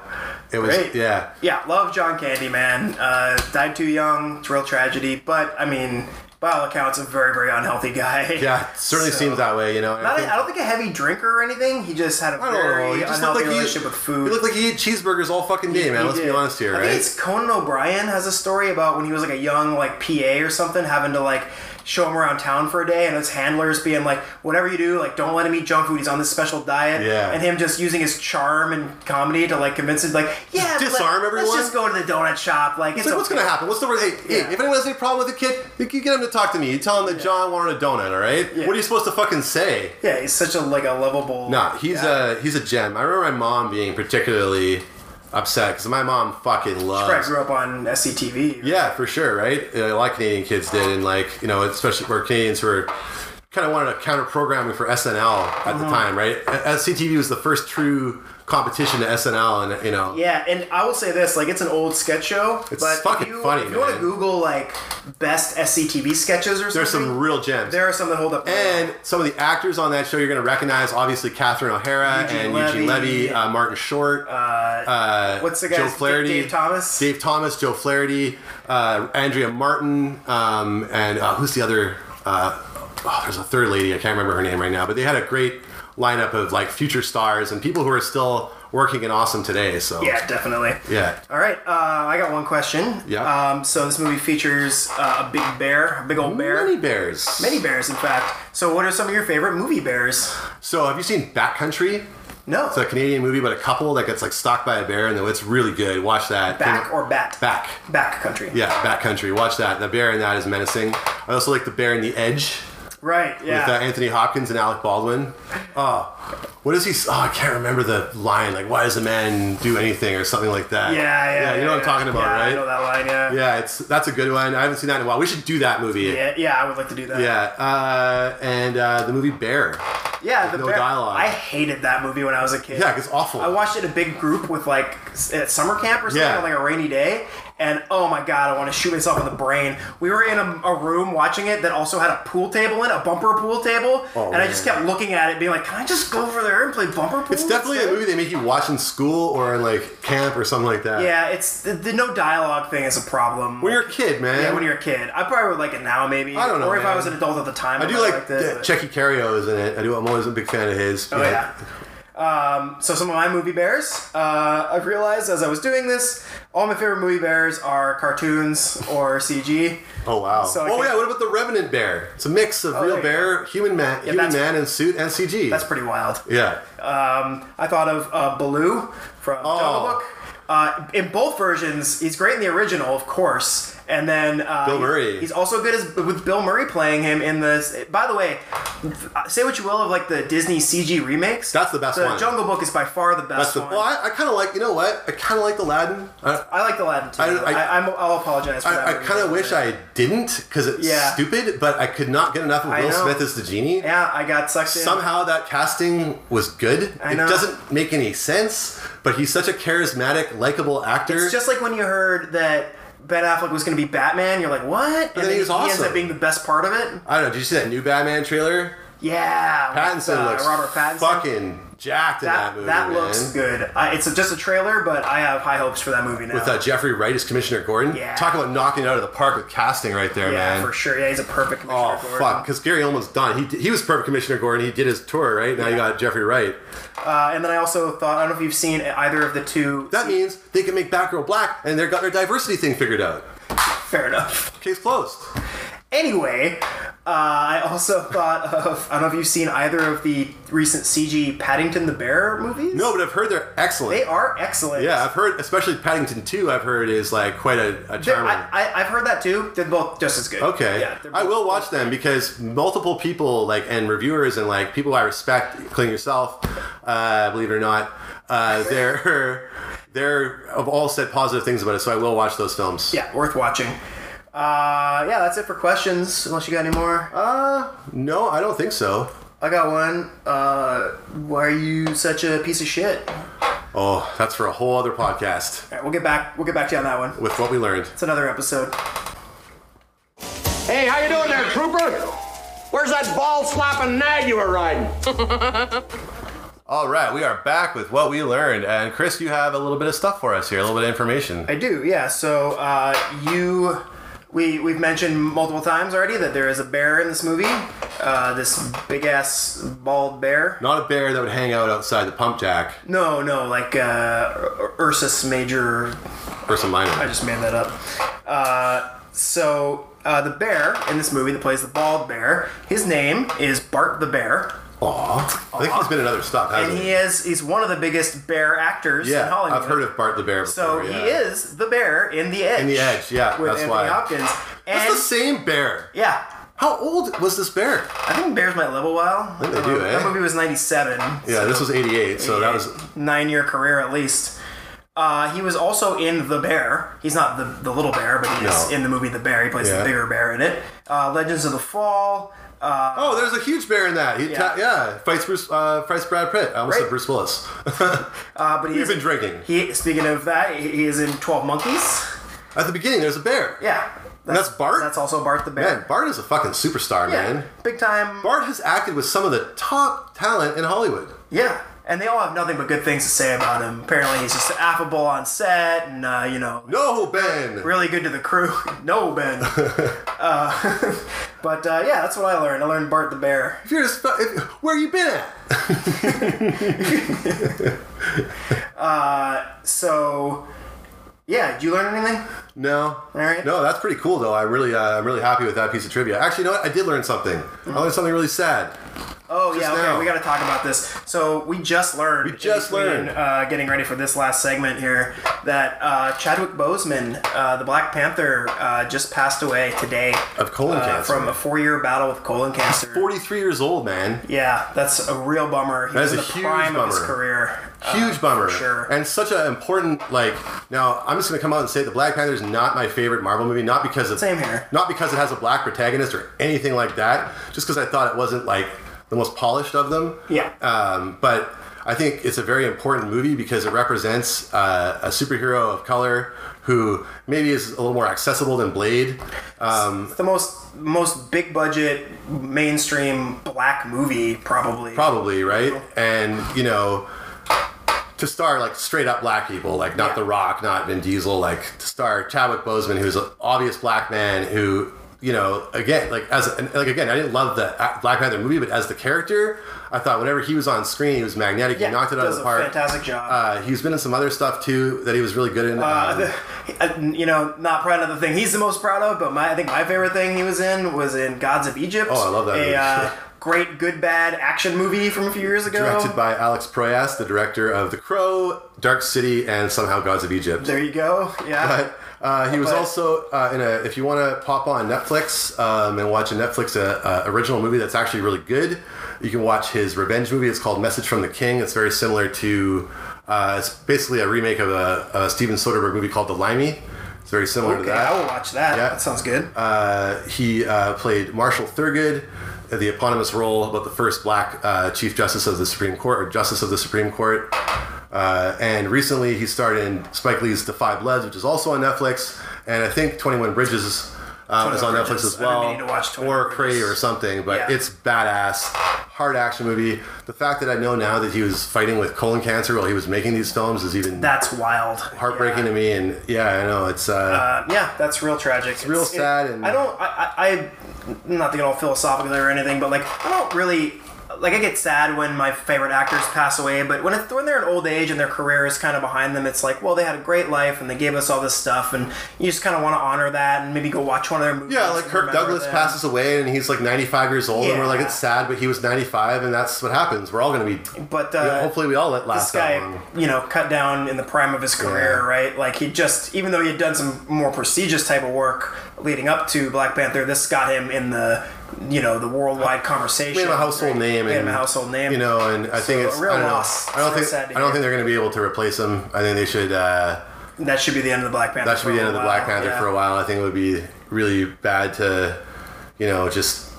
C: it was
D: Great.
C: yeah.
D: Yeah, love John Candy, man. Uh, died too young. It's a real tragedy, but I mean, by all accounts, a very, very unhealthy guy.
C: <laughs> Yeah, it certainly
D: So-
C: seems that way, you know. and I
D: Not a,
C: think-
D: I don't think a heavy drinker or anything. He just had a
C: I don't know.
D: very
C: He just looked
D: unhealthy
C: like he,
D: relationship with food.
C: he looked like he ate cheeseburgers all fucking day, man.
D: He
C: Let's be
D: did.
C: honest here,
D: I
C: right?
D: think it's Conan O'Brien has a story about when he was like a young like PA or something, having to like show him around town for a day, and his handlers being like, "Whatever you do, like don't let him eat junk food. He's on this special diet."
C: Yeah.
D: And him just using his charm and comedy to like convince him, like, "Yeah,
C: Just disarm
D: let,
C: everyone?
D: Let's just go to the donut shop. Like, it's,
C: It's like, what's
D: okay."
C: gonna happen? What's the word? Hey, hey,
D: Yeah.
C: if anyone has any problem with the kid, you can get him to talk to me. You tell him that John wanted a donut, all right?
D: Yeah.
C: What are you supposed to fucking say?
D: Yeah, he's such a like a lovable.
C: Nah, he's
D: guy.
C: a he's a gem. I remember my mom being particularly upset because my mom fucking
D: Probably
C: loves
D: grew up on SCTV.
C: uh, Yeah, for sure, right? Uh, A lot of Canadian kids did, and like you know, especially where Canadians were kind of wanted a counter programming for SNL at
D: Uh-huh.
C: the time, right? A- SCTV was the first true competition to SNL, and you know,
D: Yeah, and I will say this: like, it's an old sketch show.
C: It's
D: but if
C: fucking
D: you,
C: funny,
D: If you want to
C: man.
D: Google like best SCTV sketches or
C: there's
D: something,
C: some real gems.
D: there are some that hold up.
C: and some of the actors on that show you're going to recognize, obviously, Catherine O'Hara
D: Eugene
C: and
D: Levy.
C: Eugene Levy, uh, Martin Short,
D: what's the guy?
C: Joe Flaherty,
D: Dave Thomas.
C: Dave Thomas, Joe Flaherty, uh, Andrea Martin, um, and uh, who's the other? Uh, oh, there's a third lady. I can't remember her name right now, but they had a great lineup of like future stars and people who are still working and awesome today. So
D: Yeah, definitely.
C: yeah.
D: All right, uh, I got one question.
C: Yeah.
D: Um, so this movie features uh, a big bear, a big old bear.
C: Many bears.
D: Many bears, in fact. So, what are some of your favorite movie bears?
C: So have you seen Backcountry?
D: No.
C: It's a Canadian movie about a couple that gets like stalked by a bear, and it's really good. Watch that.
D: back or bat?
C: back.
D: Back country.
C: Yeah, Backcountry. Watch that. The bear in that is menacing. I also like the bear in the Edge.
D: Right. Yeah.
C: with uh, Anthony Hopkins and Alec Baldwin. Oh, what is he? s- Oh, I can't remember the line. Like, why does a man do anything or something like that?
D: yeah. Yeah.
C: yeah. you know what I'm
D: yeah.
C: talking about,
D: Yeah,
C: right?
D: I know that line. Yeah.
C: Yeah, it's that's a good one. I haven't seen that in a while. We should do that movie.
D: Yeah, yeah, I would like to do that.
C: Yeah, uh, and uh, the movie Bear.
D: yeah. The
C: no
D: bear,
C: dialogue.
D: I hated that movie when I was a kid.
C: Yeah, it's awful.
D: I watched it in a big group with like s- at summer camp or something
C: Yeah.
D: on like a rainy day, and oh my god, I want to shoot myself in the brain. We were in a, a room watching it that also had a pool table in, it, a bumper pool table,
C: Oh,
D: and I
C: man.
D: just kept looking at it, being like, "Can I just go over there and play bumper pool?"
C: It's definitely a
D: instead?"
C: movie they make you watch in school or in like camp or something like that.
D: Yeah, it's the, the no dialogue thing is a problem.
C: When you're a kid, man.
D: yeah, when you're a kid, I probably would like it now, maybe.
C: I don't know,
D: Or if I
C: man.
D: was an adult at the time,
C: I do
D: might
C: like
D: liked it,
C: that
D: but-
C: Checky Cario is in it. I do. I'm always a big fan of his.
D: Oh yeah. Um, so some of my movie bears, uh, I've realized as I was doing this, all my favorite movie bears are cartoons or CG.
C: Oh wow!
D: So I
C: oh
D: can't-
C: yeah, what about the Revenant bear? It's a mix of
D: there
C: real
D: you
C: bear, human man, human
D: that's-
C: man in suit, and CG.
D: That's pretty wild.
C: yeah.
D: I thought of uh, Baloo from
C: Oh.
D: Jungle Book. Uh, in both versions, he's great in the original, of course, and then uh,
C: Bill Murray.
D: He's also good as with Bill Murray playing him in this. By the way, uh, say what you will of like the Disney CG remakes.
C: That's the best
D: the
C: one.
D: Jungle Book is by far the
C: That's
D: best
C: the.
D: one.
C: Well, I, I kind of like. You know what? I kind of like Aladdin. I,
D: I like the Aladdin too.
C: I-
D: I,
C: I-
D: I, am I'll apologize for that.
C: I, I
D: movie
C: kind
D: a
C: of
D: little
C: wish
D: bit.
C: I didn't because it's
D: Yeah.
C: stupid. But I could not get enough of
D: I
C: Will
D: know.
C: Smith as the genie.
D: Yeah, I got sucked in.
C: Somehow that casting was good.
D: I
C: it
D: know.
C: doesn't make any sense, but he's such a charismatic, likable actor.
D: It's just like when you heard that Ben Affleck was going to be Batman. You're like, what?
C: then he was
D: ends
C: awesome.
D: up being the best part of it.
C: I don't know. Did you see that new Batman trailer?
D: Yeah, with,
C: Pattinson
D: uh,
C: looks
D: Robert Pattinson.
C: fucking jacked in that
D: that
C: movie.
D: that
C: man.
D: looks good. I, it's just a trailer, but I have high hopes for that movie now.
C: With uh, Jeffrey Wright as Commissioner Gordon.
D: Yeah.
C: Talk about knocking it out of the park with casting right there,
D: yeah,
C: man.
D: for sure. Yeah, he's a perfect.
C: Oh
D: Commissioner Gordon.
C: fuck! Because Gary Oldman's done. He, d- he was perfect Commissioner Gordon. He did his tour right now. You got Jeffrey Wright.
D: Uh, and then I also thought I don't know if you've seen either of the two.
C: That means they can make Batgirl black, and they've got their diversity thing figured out.
D: <laughs> Fair enough.
C: Case closed.
D: Anyway, uh, I also <laughs> thought of I don't know if you've seen either of the recent CG Paddington the Bear movies.
C: No, but I've heard they're excellent.
D: they are excellent.
C: yeah, I've heard, especially Paddington Two. I've heard is like quite a, a
D: They're-
C: charming.
D: I, I, I've heard that too. They're both just as good.
C: Okay.
D: Yeah, they're
C: I
D: both-
C: will watch them because multiple people, like, and reviewers and, like, people I respect, including yourself, uh, believe it or not,
D: <laughs>
C: uh, they're, they're, have all said positive things about it, so I will watch those films.
D: Yeah, worth watching. Uh, yeah, that's it for questions. Unless you got any more. Uh,
C: No, I don't think so.
D: I got one. Uh, why are you such a piece of shit? All
C: Oh, that's for a whole other podcast
D: right, we'll get back. We'll get back to you on that one.
C: with what we learned.
D: It's another episode.
G: Hey, how you doing there, Trooper? Where's that ball slapping nag you were riding?
C: All right, we are back with what we learned. And Chris, you have a little bit of stuff for us here, a little bit of information.
D: I do. Yeah. So uh, you, we we've mentioned multiple times already that there is a bear in this movie. Uh, this big ass bald bear.
C: Not a bear that would hang out outside the pump jack
D: No, no, like uh, Ur- Ursus Major
C: or some
D: I
C: minor.
D: just made that up. Uh, so uh, the bear in this movie that plays the bald bear, his name is Bart the Bear,
C: Aw. I think he's been another stuff, hasn't
D: and he is he's one of the biggest bear actors in
C: Yeah,
D: Hollywood.
C: I've heard of Bart the Bear. Before,
D: So
C: yeah.
D: he is the bear in The Edge.
C: In The Edge, yeah,
D: with
C: that's
D: Anthony
C: why.
D: Hopkins.
C: That's
D: And
C: the same bear.
D: yeah,
C: How old was this bear?
D: I think bears might live a while. I
C: think they do, eh?
D: That movie was '97.
C: Yeah, this was '88, so that was
D: nine-year career at least. Uh, he was also in The Bear. He's not the, the little bear, but he's
C: No.
D: in the movie The Bear. He plays
C: Yeah.
D: the bigger bear in it. Uh, Legends of the Fall. uh,
C: oh, there's a huge bear in that. He yeah,
D: Yeah.
C: yeah fights Bruce, uh, fights Brad Pitt. I almost said
D: Right.
C: Bruce Willis. <laughs>
D: Uh, but he
C: You've
D: is-
C: been drinking.
D: He speaking of that, he he is in Twelve Monkeys.
C: At the beginning, there's a bear.
D: Yeah,
C: that's Bart?
D: That's also Bart the Bear.
C: Man, Bart is a fucking superstar,
D: yeah,
C: man.
D: big time.
C: Bart has acted with some of the top talent in Hollywood.
D: Yeah, and they all have nothing but good things to say about him. Apparently, he's just affable on set, and uh, you know,
C: No, Ben.
D: really good to the crew. <laughs>
C: <laughs>
D: no, Ben. uh, <laughs> but uh, yeah, that's what I learned. I learned Bart the Bear.
C: If you're a sp- if, where you been at?
D: So, yeah, did you learn anything?
C: No.
D: All right.
C: No, that's pretty cool though. I really, uh, I'm really happy with that piece of trivia. Actually, you know what? I did learn something. I learned something really sad.
D: Oh yeah, okay.
C: now.
D: We got to talk about this. So we just learned.
C: We just
D: in between,
C: learned.
D: Uh, getting ready for this last segment here that uh, Chadwick Boseman, uh, the Black Panther, uh, just passed away today
C: Of colon
D: uh,
C: cancer.
D: from a four-year battle with colon cancer.
C: 43 years old, man.
D: Yeah, that's a real bummer. He
C: That
D: was
C: is
D: in
C: a
D: the
C: huge
D: prime of his
C: bummer.
D: career. uh,
C: Huge bummer.
D: sure.
C: And such an important, like, now I'm just going to come out and say it, the Black Panther is not my favorite Marvel movie, not because of.
D: Same here.
C: Not because it has a black protagonist or anything like that, just because I thought it wasn't, like, the most polished of them.
D: Yeah.
C: Um, but I think it's a very important movie because it represents uh, a superhero of color who maybe is a little more accessible than Blade.
D: It's the most most big budget mainstream black movie probably.
C: probably right and you know to star like straight up black people like not
D: Yeah.
C: the rock not vin diesel like to star chadwick boseman who's an obvious black man who you know, again, like as and, like again, I didn't love the uh, Black Panther movie, but as the character, I thought whenever he was on screen, he was magnetic.
D: Yeah,
C: he knocked it out of
D: does
C: the
D: a
C: park.
D: fantastic job.
C: Uh, he's been in some other stuff too that he was really good in. Um,
D: Uh, the- uh, you know, not proud of the thing he's the most proud of, but my I think my favorite thing he was in was in Gods of Egypt.
C: Oh, I love that
D: A
C: movie.
D: uh, great good bad action movie from a few years ago.
C: directed by Alex Proyas, the director of The Crow, Dark City, and somehow Gods of Egypt.
D: there you go. Yeah.
C: But uh, he was
D: But-
C: also uh, in a. If you want to pop on Netflix um, and watch a Netflix uh, uh, original movie that's actually really good, you can watch his revenge movie. It's called Message from the King. It's very similar to. Uh, it's basically a remake of a, a Steven Soderbergh movie called The Limey. It's very similar to
D: okay,
C: that.
D: I will watch that.
C: Yeah.
D: That sounds good.
C: Uh, he uh, played Marshall Thurgood, uh, the eponymous role about the first black uh, Chief Justice of the Supreme Court or Justice of the Supreme Court. Uh, and recently he starred in Spike Lee's The Five Bloods, which is also on Netflix. And I think 21 Bridges uh, is
D: 21
C: on
D: Bridges.
C: Netflix as
D: I've been
C: well.
D: meaning to watch 21
C: or Prey
D: Bridges.
C: or something, but
D: Yeah.
C: it's badass. Hard action movie. The fact that I know now that he was fighting with colon cancer while he was making these films is even
D: That's wild.
C: heartbreaking
D: Yeah.
C: to me. And yeah, I know. It's. Uh,
D: Uh, yeah, that's real tragic. It's
C: real sad and-
D: I don't. I, I, I'm not thinking all philosophically or anything, but like I don't really. Like I get sad when my favorite actors pass away, but when it, when they're in old age and their career is kind of behind them, it's like, well, they had a great life and they gave us all this stuff, and you just kind of want to honor that and maybe go watch one of their movies.
C: Yeah, like
D: and
C: Kirk
D: remember
C: Douglas
D: them.
C: passes away and he's like 95 years old, and we're like,
D: Yeah.
C: it's sad, but he was 95, and that's what happens. We're all going to be.
D: But uh,
C: you know, hopefully, we all let
D: this
C: last that
D: guy,
C: long.
D: you know, cut down in the prime of his career,
C: Yeah.
D: right? Like he just, even though he had done some more prestigious type of work leading up to Black Panther, this got him in the, you know, the worldwide conversation.
C: Made him a household
D: right?
C: name.
D: Made
C: and,
D: him a household name.
C: You know, and I think
D: So,
C: it's
D: a real
C: I don't know.
D: loss.
C: I don't
D: It's real
C: think
D: sad to
C: I don't
D: hear.
C: think they're going to be able to replace him. I think they should. Uh,
D: And that should be the end of the Black Panther.
C: that should be the
D: for
C: end
D: a
C: of the
D: while,
C: Black Panther
D: yeah.
C: for a while. I think it would be really bad to, you know, just.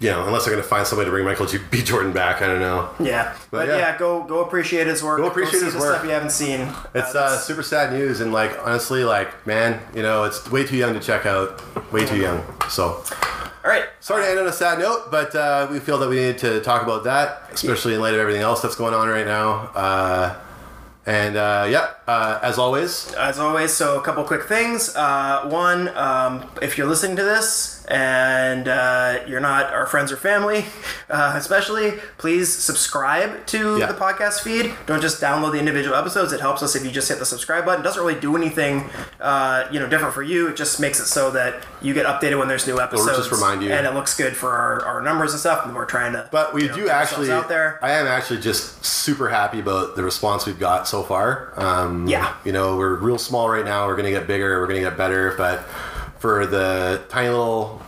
C: You know, unless they're going to find somebody to bring Michael G. B. Jordan back, I don't know.
D: Yeah, but,
C: yeah.
D: yeah. go go appreciate his work.
C: Go appreciate
D: see
C: his
D: the
C: work.
D: Stuff you haven't seen.
C: It's uh,
D: that's-
C: super sad news, and like honestly, like man, you know, it's way too young to check out. Way too young. So
D: all right.
C: sorry to end on a sad note, but uh, we feel that we needed to talk about that, especially in light of everything else that's going on right now. Uh, and uh, yeah, uh, as always,
D: as always, so a couple quick things. Uh, one, um, if you're listening to this and uh, you're not our friends or family, <laughs> uh, especially, please subscribe to
C: Yeah.
D: the podcast feed. Don't just download the individual episodes. It helps us if you just hit the subscribe button. doesn't really do anything, uh, you know, different for you. It just makes it so that you get updated when there's new episodes.
C: remind you.
D: and it looks good for our, our numbers and stuff. And we're trying to.
C: but we
D: you know,
C: do
D: get ourselves
C: actually.
D: out there.
C: I am actually just super happy about the response we've got so far. Um,
D: Yeah.
C: you know, we're real small right now. We're gonna get bigger. We're gonna get better, but for the tiny little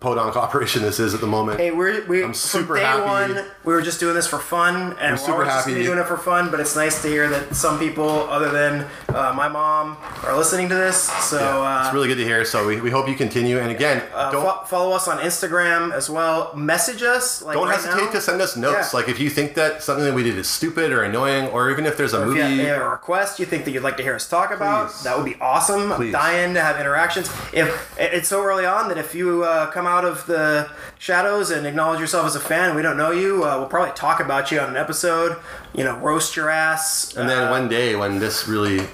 C: podunk <laughs> operation this is at the moment.
D: Hey, we're, we,
C: I'm
D: I'm
C: super
D: from day
C: happy.
D: one, we were just doing this for fun, and we're
C: super
D: always just
C: happy.
D: gonna be doing it for fun. But it's nice to hear that some people, other than uh, my mom, are listening to this. So
C: Yeah,
D: uh,
C: it's really good to hear. So we, we hope you continue. And again, don't
D: fo- follow us on Instagram as well. Message us. Like,
C: don't
D: right
C: hesitate
D: now.
C: to send us notes.
D: Yeah.
C: Like if you think that something that we did is stupid or annoying, or even if there's a
D: If
C: movie,
D: you have- you have a request you think that you'd like to hear us talk about,
C: Please.
D: that would be awesome. I'm
C: Please.
D: dying to have interactions. If it- it's so early on that if you uh, come out of the shadows and acknowledge yourself as a fan, we don't know you. Uh, we'll probably talk about you on an episode. You know, roast your ass.
C: and then one day when this really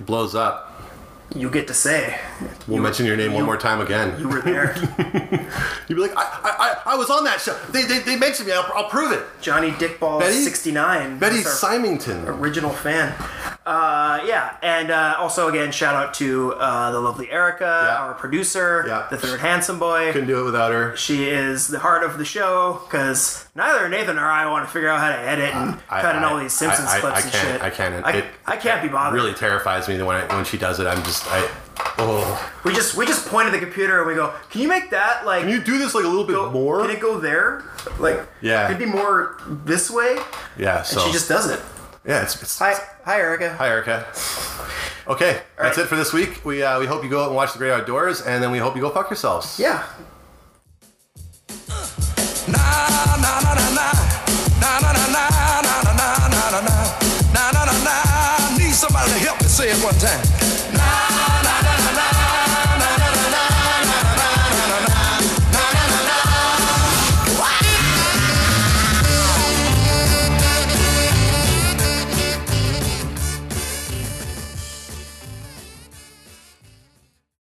C: blows up,
D: you get to say
C: we'll mention your name one more time again. You,
D: you were
C: <laughs>
D: there.
C: would be like, I, I, I, I was on that show. They, they, they mentioned me. I'll, I'll prove it.
D: Johnny Dickball
C: Betty-
D: sixty nine.
C: Betty
D: Simon.
C: Symington.
D: original fan. Uh, yeah, and uh, also again, shout out to uh, the lovely Erica,
C: Yeah.
D: our producer,
C: Yeah.
D: the third handsome boy.
C: Couldn't do it without her.
D: She is the heart of the show because neither Nathan nor I want to figure out how to edit and
C: I-
D: cut in
C: I-
D: all these Simpsons
C: I- I-
D: clips
C: I
D: and
C: can't-
D: shit.
C: I can't.
D: I,
C: It-
D: I can't be bothered.
C: Really terrifies me when I, when she does it. I'm just I. Oh,
D: We just we just point at the computer and we go, "Can you make that like
C: can you do this like a little bit
D: go-
C: more?
D: Can it go there? Like
C: Yeah.
D: could it be more this way?"
C: yeah.
D: And
C: So
D: she just does it.
C: yeah. It's, it's
D: Hi, hi, Erica.
C: Hi, Erica. Okay, that's
D: right.
C: it for this week. We uh, we hope you go out and watch The Great Outdoors, and then we hope you go fuck yourselves.
D: Yeah,
A: Need somebody to help me say it one time. Nah.